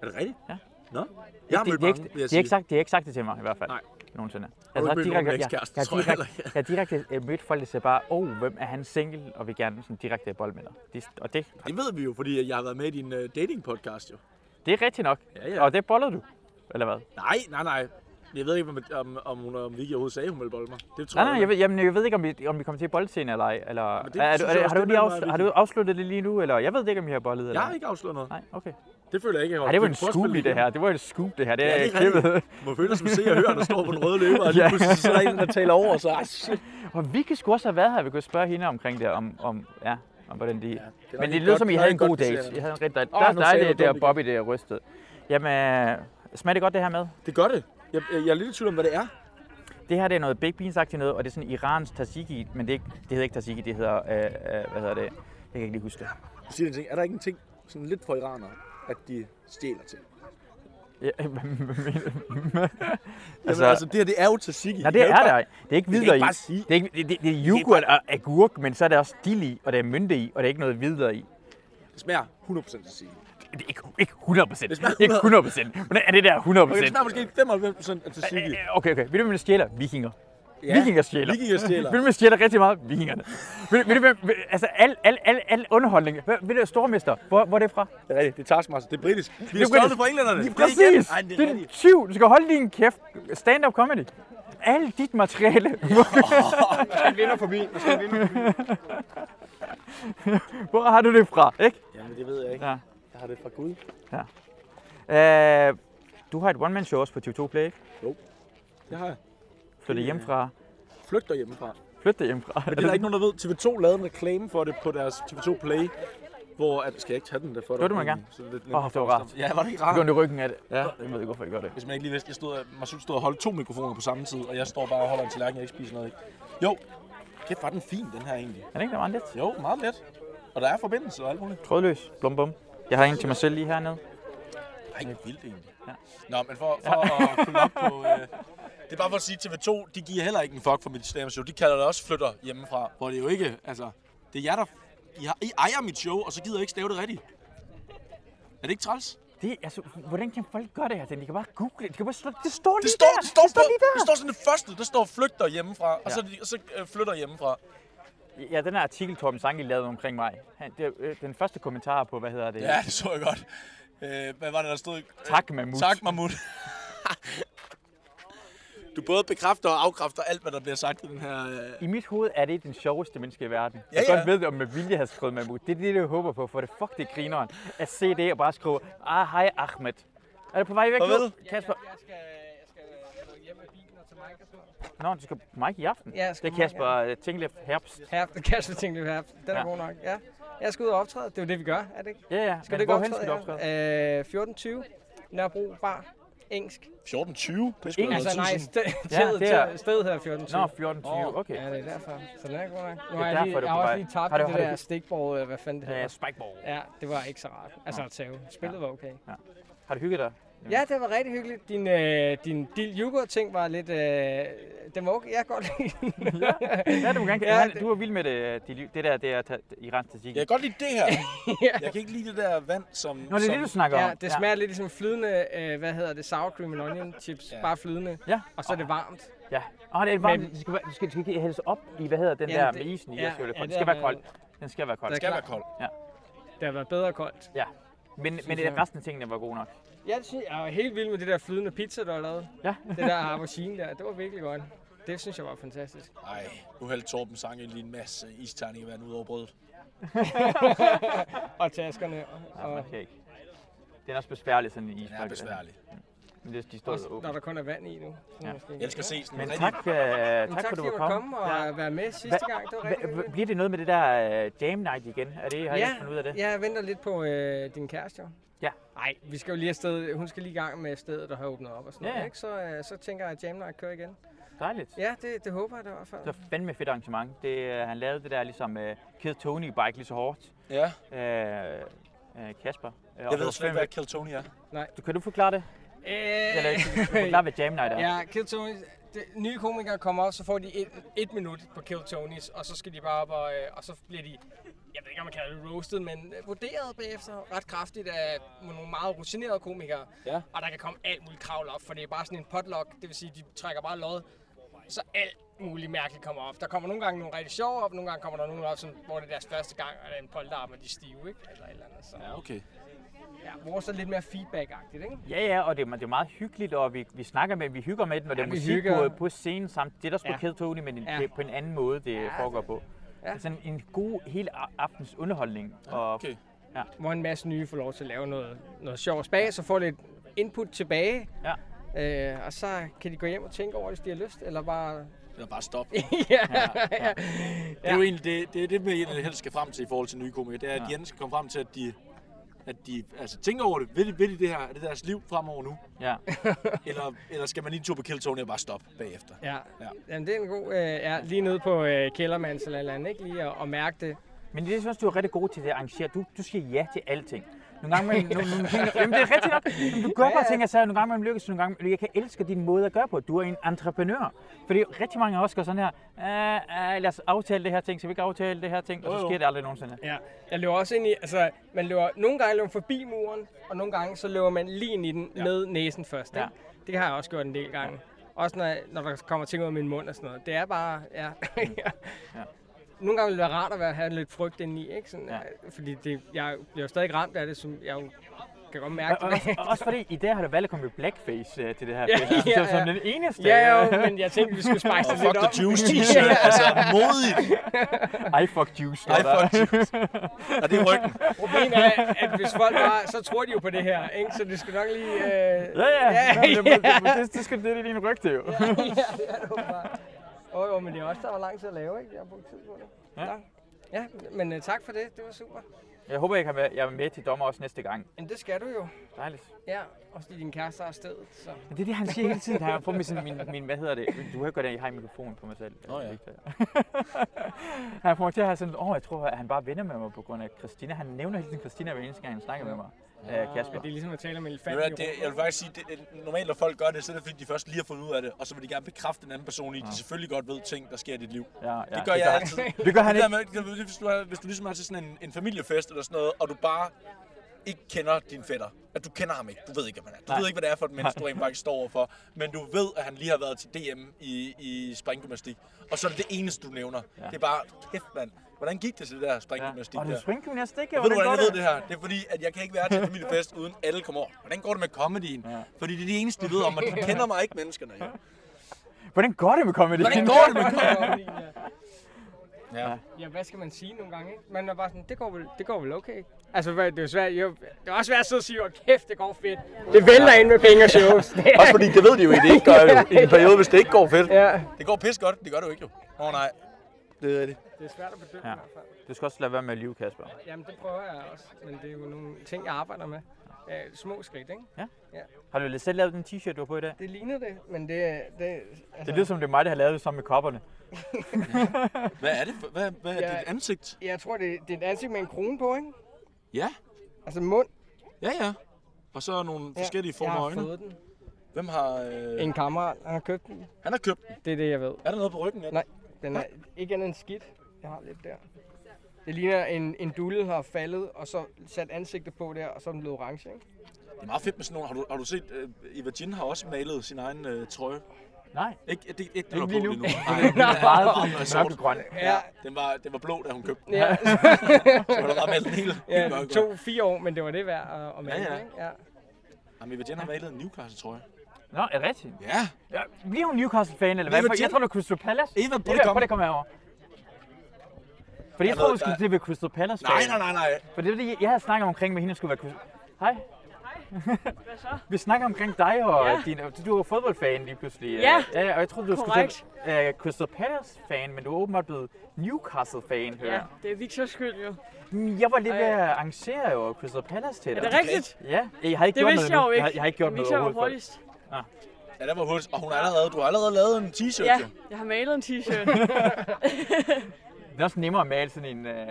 S2: Er det rigtigt?
S1: Ja.
S2: Nå, jeg har
S1: Det-
S2: mødt
S1: det er ikke-
S2: mange, vil
S1: det
S2: jeg
S1: er ikke
S2: sige.
S1: sagt- Det er ikke sagt det til mig i hvert fald.
S2: Nej.
S1: Nogensinde.
S2: Har du
S1: har
S2: ikke mødt nogen
S1: direkte- jeg-
S2: med ekskæreste,
S1: jeg har
S2: tror jeg
S1: direkte-
S2: heller
S1: Jeg har direkte øh, mødt folk, der siger bare, åh, oh, hvem er han single, og vil gerne sådan direkte have bold med dig. Det, og det,
S2: Det ved vi jo, fordi jeg har været med i din uh, dating-podcast jo.
S1: det er rigtigt nok.
S2: Ja, ja.
S1: Og det bollede du, eller hvad?
S2: Nej, nej, nej. Jeg ved ikke, om, om, om, hun, om Vicky overhovedet sagde, at hun ville bolde mig. Det tror
S1: Nej, nej,
S2: jeg
S1: jeg ved, jamen, jeg ved ikke, om vi, om vi kommer til boldscene eller ej. Eller, ja,
S2: det
S1: er, du,
S2: synes
S1: er,
S2: jeg
S1: har,
S2: også,
S1: du
S2: det
S1: lige
S2: er meget
S1: afs- har du
S2: vigtigt.
S1: afsluttet det lige nu, eller jeg ved ikke, om I har bollet eller
S2: Jeg har
S1: ej.
S2: ikke afsløret noget.
S1: Nej, okay.
S2: Det føler jeg ikke, jeg
S1: Ej, det var en scoop i det her. Det var en scoop, det her. Det
S2: Ja,
S1: er,
S2: det er
S1: jeg
S2: rigtigt.
S1: klippet.
S2: Man føler, som ser og hører, der står på den røde løber, og lige pludselig så er der en, der taler over, og så, "Ej, shit."
S1: Og Vicky skulle også have været her, vi kunne spørge hende omkring det, om, om, ja, om hvordan de... Ja,
S2: nok
S1: Men det
S2: et
S1: lød
S2: godt-
S1: som, I
S2: nok
S1: havde
S2: et
S1: en god
S2: godt
S1: date.
S2: besøg.
S1: I havde en rigtig dejlig...
S2: Åh,
S1: der er
S2: nu sagde
S1: dejligt,
S2: jeg
S1: det der
S2: dumt igen.
S1: Bobby, der er rystet. Jamen, øh, smager det godt, det her med?
S2: Det gør det. Jeg, jeg er lidt i tvivl om, hvad det er.
S1: Det her det er noget big beans agtigt noget, og det er sådan iransk tzatziki, men det, er ikke, det hedder ikke tzatziki, det hedder, øh, øh, hvad hedder det? Jeg kan ikke lige huske det.
S2: Du siger en ting. Er der ikke en ting, sådan lidt for iranere, at de stjæler ting?
S1: Ja, hvad mener du?
S2: Altså, altså, det her, det er jo tzatziki.
S1: Nej,
S2: Vi
S1: det
S2: kan jo
S1: er
S2: ikke
S1: der.
S2: bare-
S1: ikke. Det er ikke
S2: vi kan
S1: videre i.
S2: ikke bare sige-
S1: Det er, ikke, det, det, det er yoghurt og agurk, men så er der også dill i, og der er mynte i, og der er ikke noget videre i.
S2: Det smager 100% tzatziki.
S1: Det er ikke, ikke 100 procent.
S2: Det smager
S1: Ikke 100 procent. Hvordan er det der 100
S2: Okay, det
S1: procent?
S2: smager måske 95% af tzatziki.
S1: Øh, Okay, okay. Ved du, hvem der stjæler? Vikinger.
S2: Ja,
S1: Vikinger stjæler.
S2: vikinger stjæler.
S1: Ved du, hvem der stjæler rigtig meget? Vikingerne. Ved, du- ved du, hvem, ved- altså, al, al, al, al underholdning. Ved, ved du, stormester, hvor, hvor er det fra?
S2: Det er rigtigt. Det er Taskmaster. Det er britisk. Vi
S1: Det
S2: har
S1: er
S2: stjålet
S1: britisk.
S2: det fra englænderne.
S1: Lige
S2: Det er igen-
S1: præcis.
S2: Ej,
S1: Det
S2: det
S1: er
S2: er
S1: en tyv. Du skal holde din kæft. Stand-up comedy. Alt dit materiale.
S5: Der er en vinder forbi. Der skal en vinder forbi.
S1: Hvor har du det fra, ikke?
S2: Ja. Jamen, det ved jeg ikke.
S1: Ja.
S2: Jeg har det fra Gud.
S1: Ja. Øh, du har et one-man-show også på TV2 Play, ikke?
S2: Jo, det har jeg.
S1: Flyttet
S2: Det, øh,
S1: hjemmefra.
S2: Flygter hjemmefra.
S1: Flyttet hjemmefra.
S2: Men det er der ikke nogen, der ved. TV2 lavede en reklame for det på deres TV2 Play, hvor... At, skal jeg ikke tage den der for dig?
S1: Det du mig gerne.
S2: Så er lidt
S1: Åh,
S2: nemt
S1: det var
S2: for
S1: rart.
S2: os. Ja, var det ikke rart?
S1: Begyndte i ryggen af det.
S2: Ja.
S1: Jeg ved ikke, hvorfor jeg gør det.
S2: Hvis man ikke lige vidste, jeg stod, man synes, stod og holdt to mikrofoner på samme tid, og jeg står bare og holder en tallerken, jeg ikke spiser noget. Ikke? Jo, kæft, var den fin, den her egentlig.
S1: Er den ikke der meget let?
S2: Jo, meget let. Og der er forbindelse og alt muligt.
S1: Trådløs. Blum, bum. Jeg har en til mig selv lige hernede.
S2: Ej, hvor vildt egentlig. Ja. Nå, men for, for at kunne op på... Øh, det er bare for at sige, TV2, de giver heller ikke en fuck for mit stand show. De kalder det også flytter hjemmefra, hvor det jo ikke... Altså, det er jer, der... I, har, I ejer mit show, og så gider I ikke stave det rigtigt. Er det ikke træls?
S1: Det, altså, hvordan kan folk gøre det her? De kan bare google det. De kan bare slå det. Det står lige
S2: det står,
S1: der.
S2: Det står, det står,
S1: lige der.
S2: Det står sådan det første, der står flygter hjemmefra, ja. og så, og så øh, flytter hjemmefra.
S1: Ja, den her artikel, Torben Sanke lavede omkring mig. Han, det, øh, den første kommentar på, hvad hedder det?
S2: Ja, det så jeg godt. Øh, hvad var det, der stod?
S1: Tak, Mammut.
S2: Tak, Mammut. du både bekræfter og afkræfter alt, hvad der bliver sagt i den her... Øh...
S1: I mit hoved er det den sjoveste menneske i verden.
S2: Ja,
S1: Ja, jeg ja.
S2: ja.
S1: godt ved det, om med vilje har skrevet Mammut. Det er det, jeg håber på, for det fuck det er grineren. At se det og bare skrive, ah, hej Ahmed. Er du på vej væk nu? Kasper.
S15: Jeg skal, jeg skal hjem med bilen og til Mike og
S1: Nå, du skal på Mike i aften?
S15: Ja, jeg skal
S1: det
S15: på
S1: er
S15: Mike,
S1: Kasper ja. Tinglev Herbst.
S15: Her, Kasper Tinglev her. Den er
S1: Ja.
S15: god nok. Ja. Jeg skal ud og optræde. Det er jo det, vi gør, er det ikke?
S1: Ja, ja.
S15: Skal
S1: Men
S15: du ikke
S1: hvorhen
S15: optræde?
S1: skal du
S15: ja? Øh, 14.20. Nørrebro Bar. Engelsk.
S2: 14.20?
S15: Engelsk.
S2: Det
S15: Altså, nej, sted,
S1: Ja,
S15: ja,
S1: det er-
S15: det stedet hedder 14.20.
S1: Nå, 14.20,
S15: Åh,
S1: okay.
S15: Ja, det er derfor. Så den er god nok. Nu
S1: Det er
S15: har jeg,
S1: derfor,
S15: lige,
S1: du er
S15: jeg
S1: på
S15: har også
S1: vej.
S15: lige tabt
S1: Har
S15: har
S1: du-
S15: det, det
S1: har du-
S15: der stikball, øh, hvad fanden det
S1: Ja,
S15: hedder.
S1: spikeball.
S15: Ja, det var ikke så rart. Altså
S1: Nå.
S15: at tage. Spillet var okay.
S1: Ja. Har du hygget dig?
S15: Ja, det var rigtig hyggeligt. Din, øh, din dill yoghurt ting var lidt... Øh, den var okay. Jeg kan godt lide den. ja,
S1: Ja, det må gerne. Ja, det... Du er vild med det, det, det der, det er ta- iransk tzatziki.
S2: Jeg kan godt lide det her. Jeg kan ikke lide det der vand, som...
S1: Nå, det er
S2: som...
S1: det, du snakker
S15: ja,
S1: om.
S15: det smager ja. lidt ligesom flydende, øh, hvad hedder det, sour cream and onion chips, ja. bare flydende.
S1: Ja.
S15: Og så er det varmt.
S1: Ja. Åh, det er varmt. Men... Det skal, være- det skal, det skal ikke hældes op i, hvad hedder den
S15: Jamen,
S1: der
S15: det-
S1: med isen i?
S15: ja,
S1: Ja, skal det,
S15: ja,
S1: ja, den
S15: det
S1: skal
S15: er-
S1: være kold. Den skal være kold.
S15: Den skal være kold.
S1: Ja.
S15: Det har været bedre koldt.
S1: Ja. Men, men
S15: Synes jeg.
S1: det, resten af tingene var gode nok.
S15: Jeg, synes, jeg er helt vild med det der flydende pizza, du har lavet.
S1: Ja.
S15: det der aubergine der, det var virkelig godt. Det synes jeg var fantastisk.
S2: Ej, nu hældte Torben sang lige en masse isterning i vand ud over brødet.
S15: og taskerne.
S1: Ja,
S15: Og,
S1: man kan ikke. Den er også besværlig, sådan en ispakke.
S2: Den er besværlig.
S1: Men det, de står
S15: også,
S1: åbne.
S15: når der kun er vand i nu.
S1: Ja.
S15: Måske.
S2: Jeg elsker at se sådan
S1: Men
S2: en
S1: tak,
S2: rigtig-
S1: øh, tak,
S15: Men tak,
S1: for, du
S15: fordi
S1: var
S15: jeg måtte
S1: kommet.
S15: komme og være med sidste gang. Det var rigtig hyggeligt.
S1: Bliver det noget med det der øh, jam night igen? Er det, har I ikke fundet ud af det?
S15: Ja, jeg venter lidt på øh, din kæreste, jo.
S1: Ja.
S15: Nej, vi skal jo lige afsted. Hun skal lige i gang med stedet, der har åbnet op og sådan
S1: Ja,
S15: noget,
S1: ja.
S15: ikke? Så, øh, så tænker jeg, at Jam Night kører igen.
S1: Dejligt.
S15: Ja, det, det håber jeg da i hvert fald.
S1: Det var fandme et fedt arrangement. Det, øh, han lavede det der ligesom øh, Kid Tony bare ikke lige så hårdt.
S2: Ja.
S1: Øh, øh, Kasper.
S2: Jeg ved slet ikke, hvad Kill Tony er.
S15: Nej.
S1: Du, kan du forklare det?
S15: Øh,
S1: Eller ikke, du kan forklare, hvad Jam Night er.
S15: Ja, Kill Tony. Det, nye komikere kommer op, så får de et, et minut på Kill Tonys, og så skal de bare op, og, øh, og så bliver de, jeg ved ikke om man kalder det roasted, men øh, vurderet bagefter ret kraftigt af nogle meget rutinerede komikere.
S2: Ja.
S15: Og der kan komme alt muligt kravl op, for det er bare sådan en potluck, det vil sige, de trækker bare lod, så alt muligt mærkeligt kommer op. Der kommer nogle gange nogle rigtig sjove op, nogle gange kommer der nogle op, som, hvor det er deres første gang, og der er en polterarm, og de er stive, ikke? Eller et eller andet. Så.
S2: Ja, okay.
S15: Ja, vores er lidt mere feedback-agtigt, ikke?
S1: Ja, ja, og det, er- det er meget hyggeligt, og vi, vi snakker med, vi hygger med den, og det
S15: Ja,
S1: er
S15: vi
S1: musik
S15: hygger.
S1: på, på scenen samt det, er der skulle
S15: Ja.
S1: ja. kæde Tony, men en,
S15: Ja.
S1: det, er på en anden måde, det
S15: Ja, altså-
S1: foregår på.
S15: Ja.
S1: Sådan en god hele a- aftens underholdning. Og, okay. ja.
S15: hvor en masse nye får lov til at lave noget, noget sjovt bag, så får lidt input tilbage. Ja. Øh, og så kan de gå hjem og tænke over, det, hvis de har lyst, eller bare...
S2: Eller bare stop.
S15: ja, ja, ja.
S2: Det er jo egentlig det, det, er det med, jeg helst skal frem til i forhold til nye komikere. Det er, at
S1: Ja.
S2: Jens skal komme frem til, at de, at de altså, tænker over det. Vil, de, vil de det her? Er det deres liv fremover nu?
S1: Ja.
S2: eller, eller skal man lige en tur på Kill Tony og bare stoppe bagefter?
S15: Ja. ja. Jamen, det er en god... Øh, ja, lige nede på øh, kældermands eller et eller andet, ikke? Lige at, at mærke det.
S1: Men det synes du er rigtig god til det at arrangere. Du, du siger ja til alting. Nogle gange man, nogle, nogle ting, jamen, det er rigtigt nok. Jamen, Du gør
S15: Ja,
S1: bare
S15: ja.
S1: ting og sager, nogle gange man lykkes, nogle gange Jeg kan elske din måde at gøre på. Du er en entreprenør. Fordi rigtig mange af os gør sådan her, "Ah, ah, lad os aftale det her ting, skal vi ikke aftale det her ting, og
S15: Jo,
S1: så
S15: jo.
S1: sker det aldrig nogensinde.
S15: Ja. Jeg løber også ind i... Altså, man løber, nogle gange løber man forbi muren, og nogle gange så løber man lige ind i den ja. med næsen først. Ja. Det har jeg også gjort en del gange. Også når, når der kommer ting ud af min mund og sådan noget. Det er bare... Ja.
S1: ja.
S15: Nogle gange vil det være rart at være, have lidt frygt indeni, ikke? Sådan, øh,
S1: Ja.
S15: ja. fordi det, jeg bliver jo stadig ramt af det, som jeg er jo kan godt mærke
S1: og,
S15: det.
S1: og, også fordi i dag har du valgt at komme i blackface øh, til det her.
S15: Ja,
S1: film. Jeg synes,
S15: ja,
S1: det var som
S15: ja.
S1: den eneste. øh.
S15: Ja, jo, men jeg tænkte, vi skulle spice det lidt op. Ja.
S1: Altså, I fuck juice. står
S15: I
S1: der.
S15: fuck juice.
S1: Og det er ryggen.
S15: Problemet er, at hvis folk bare, så tror de jo på det her, ikke? Så det skal nok lige... Øh...
S1: Ja, ja.
S15: ja,
S1: Nå, men det,
S15: ja.
S1: det, det, det, skal det er din rygte jo.
S15: ja, ja, det er det åbenbart. Åh, jo, men det er også der var lang tid at lave, ikke? Jeg har brugt tid på det.
S1: Ja.
S15: Nå. Ja, men øh, tak for det. Det var super.
S1: Jeg håber, jeg kan være, jeg er med til dommer også næste gang.
S15: Men det skal du jo.
S1: Dejligt.
S15: Ja, også fordi din kæreste er afsted, så...
S1: Men det er det, han siger hele tiden. Han har på min, sådan, min, min, hvad hedder det? Du har godt, at jeg har en mikrofon på mig selv. Nå ja. han får mig til at have sådan, åh, oh, jeg tror, at han bare vender med mig på grund af Christina. Han nævner hele tiden Christina hver eneste gang, han snakker med mig. Ja. Kasper.
S15: Det er ligesom at tale om
S2: Ved
S15: elefanten
S2: du
S15: i
S2: hvad, det,
S15: rummet.
S2: jeg vil faktisk sige, det, det, normalt når folk gør det, så er det fordi, de først lige har fundet ud af det, og så vil de gerne bekræfte den anden person i, at
S1: Ja.
S2: de selvfølgelig godt ved ting, der sker i dit liv.
S1: Ja, ja,
S2: det gør
S1: det
S2: jeg
S1: gør han.
S2: altid.
S1: Det gør han
S2: der Med, det- hvis, du har, hvis du ligesom har til sådan en, en familiefest eller sådan noget, og du bare ikke kender din fætter, at du kender ham ikke, du ved ikke, hvem han er. Du
S1: Nej.
S2: ved ikke, hvad det er for et menneske, du
S1: Nej.
S2: rent faktisk står overfor, men du ved, at han lige har været til DM i, i springgymnastik, og så er det det eneste, du nævner.
S1: Ja.
S2: Det er bare, kæft mand, hvordan gik det til det der springgymnastik
S1: Ja. Og det er
S2: der?
S1: springgymnastik, ja,
S2: Og Ved du,
S1: hvordan
S2: hvordan jeg
S1: går
S2: ved
S1: det?
S2: det her? Det er fordi, at jeg kan ikke være til en familiefest, uden alle kommer over. Hvordan går det med comedyen? Ja. Fordi det er det eneste, de ved om, og de kender mig ikke, menneskerne. Jo.
S1: Hvordan går det med comedy?
S15: Hvordan går det med comedy?
S2: Ja.
S15: Ja. ja, hvad skal man sige nogle gange? Ikke? Man er bare sådan, det går vel, det går vel okay. Altså, hvad- det er jo svært. Jo, det er også svært at sidde og sige, åh kæft, det går fedt. Det vælter ind med penge og shows.
S2: Også fordi, det ved de jo ikke, det ikke gør jo. I en periode, hvis det ikke går fedt.
S15: Ja.
S2: Det går pis godt, det gør det jo ikke jo. Nå nej, det er rigtigt.
S15: Det er svært at bedømme.
S1: Ja. Du skal også lade være med at lyve, Kasper.
S15: Jamen, det prøver jeg også. Men det er jo nogle ting, jeg arbejder med. Øh, små skridt, ikke?
S1: Ja.
S15: ja.
S1: Har du selv lavet den t-shirt, du har på i dag?
S15: Det ligner det, men det... er- det altså-
S1: Det lyder som, det er mig, der har lavet det sammen med kopperne.
S2: Hvad er det? for- Hvad, hvad er
S15: Ja.
S2: dit ansigt?
S15: Jeg tror, det, det er et ansigt med en krone på, ikke?
S2: Ja.
S15: Altså mund.
S2: Ja, ja. Og så nogle
S15: Ja,
S2: forskellige former
S15: jeg
S2: af
S15: har
S2: øjne.
S15: fået den.
S2: Hvem har... Øh...
S15: En kammerat, han har købt den.
S2: Han har købt den?
S15: Det er det, jeg ved.
S2: Er der noget på ryggen af den?
S15: Nej, den er ikke andet end skidt. Jeg har lidt der. Det ligner en, en dulle har faldet, og så sat ansigtet på der, og så er den blevet orange, ikke?
S2: Det er meget fedt med sådan nogle. Har du, har du set, øh, Eva Jin har også malet sin egen øh, trøje?
S1: Nej.
S2: Ikke, det, ikke, den
S1: Ikke
S2: var
S1: lige
S2: blå
S1: nu.
S2: endnu.
S1: Den er meget
S2: Den var sort.
S1: mørkegrøn.
S2: Ja. Den var, den var blå, da hun købte den.
S15: Ja.
S2: så var der bare malet den hele, helt
S15: ja, det
S2: mørkegrøn.
S15: tog fire år, men det var det værd at, at male,
S2: Ja, ja.
S15: ikke? Ja.
S2: Jamen, Eva Jin har malet en Newcastle trøje.
S1: Nå, er det rigtigt?
S2: Ja.
S1: ja bliver hun Newcastle-fan, eller hvad?
S2: Eva
S1: For Jeg
S2: Jin-
S1: tror, det er Crystal Palace.
S2: Eva, prøv lige
S1: Eva,
S2: at
S1: prøv
S2: komme.
S1: lige at komme herover. Fordi jeg
S2: Jeg
S1: tror,
S2: ved,
S1: du skulle
S2: der-
S1: det ved Crystal Palace.
S2: Nej, nej, nej, nej.
S1: For det er det, jeg- jeg havde snakket omkring med hende, at skulle være Crystal... Hej.
S13: Hvad så?
S1: Vi snakker omkring dig og
S13: Ja.
S1: ja. din... Du er jo fodboldfan lige pludselig.
S13: Ja.
S1: ja og jeg troede, du skulle
S13: Korrekt.
S1: være uh, Crystal Palace-fan, men du er åbenbart blevet Newcastle-fan, hører
S13: Ja,
S1: jeg.
S13: det er Victor's skyld jo.
S1: Mm, Jeg var lige ved at arrangere jo Crystal Palace til
S13: Er
S1: dig.
S13: det rigtigt?
S1: Ja, jeg har ikke
S13: Det
S1: gjort
S13: vidste
S1: noget endnu.
S13: jeg jo ikke.
S1: Jeg, har- jeg har ikke gjort noget
S13: Victor var
S1: overhovedet. for det.
S13: hurtigst.
S1: Ja.
S2: Ja, der var hurtigt. Og hun har allerede, du har allerede lavet en t-shirt.
S13: Ja,
S2: jo.
S13: jeg har malet en t-shirt.
S1: Det er også nemmere at male sådan en... Øh... Jeg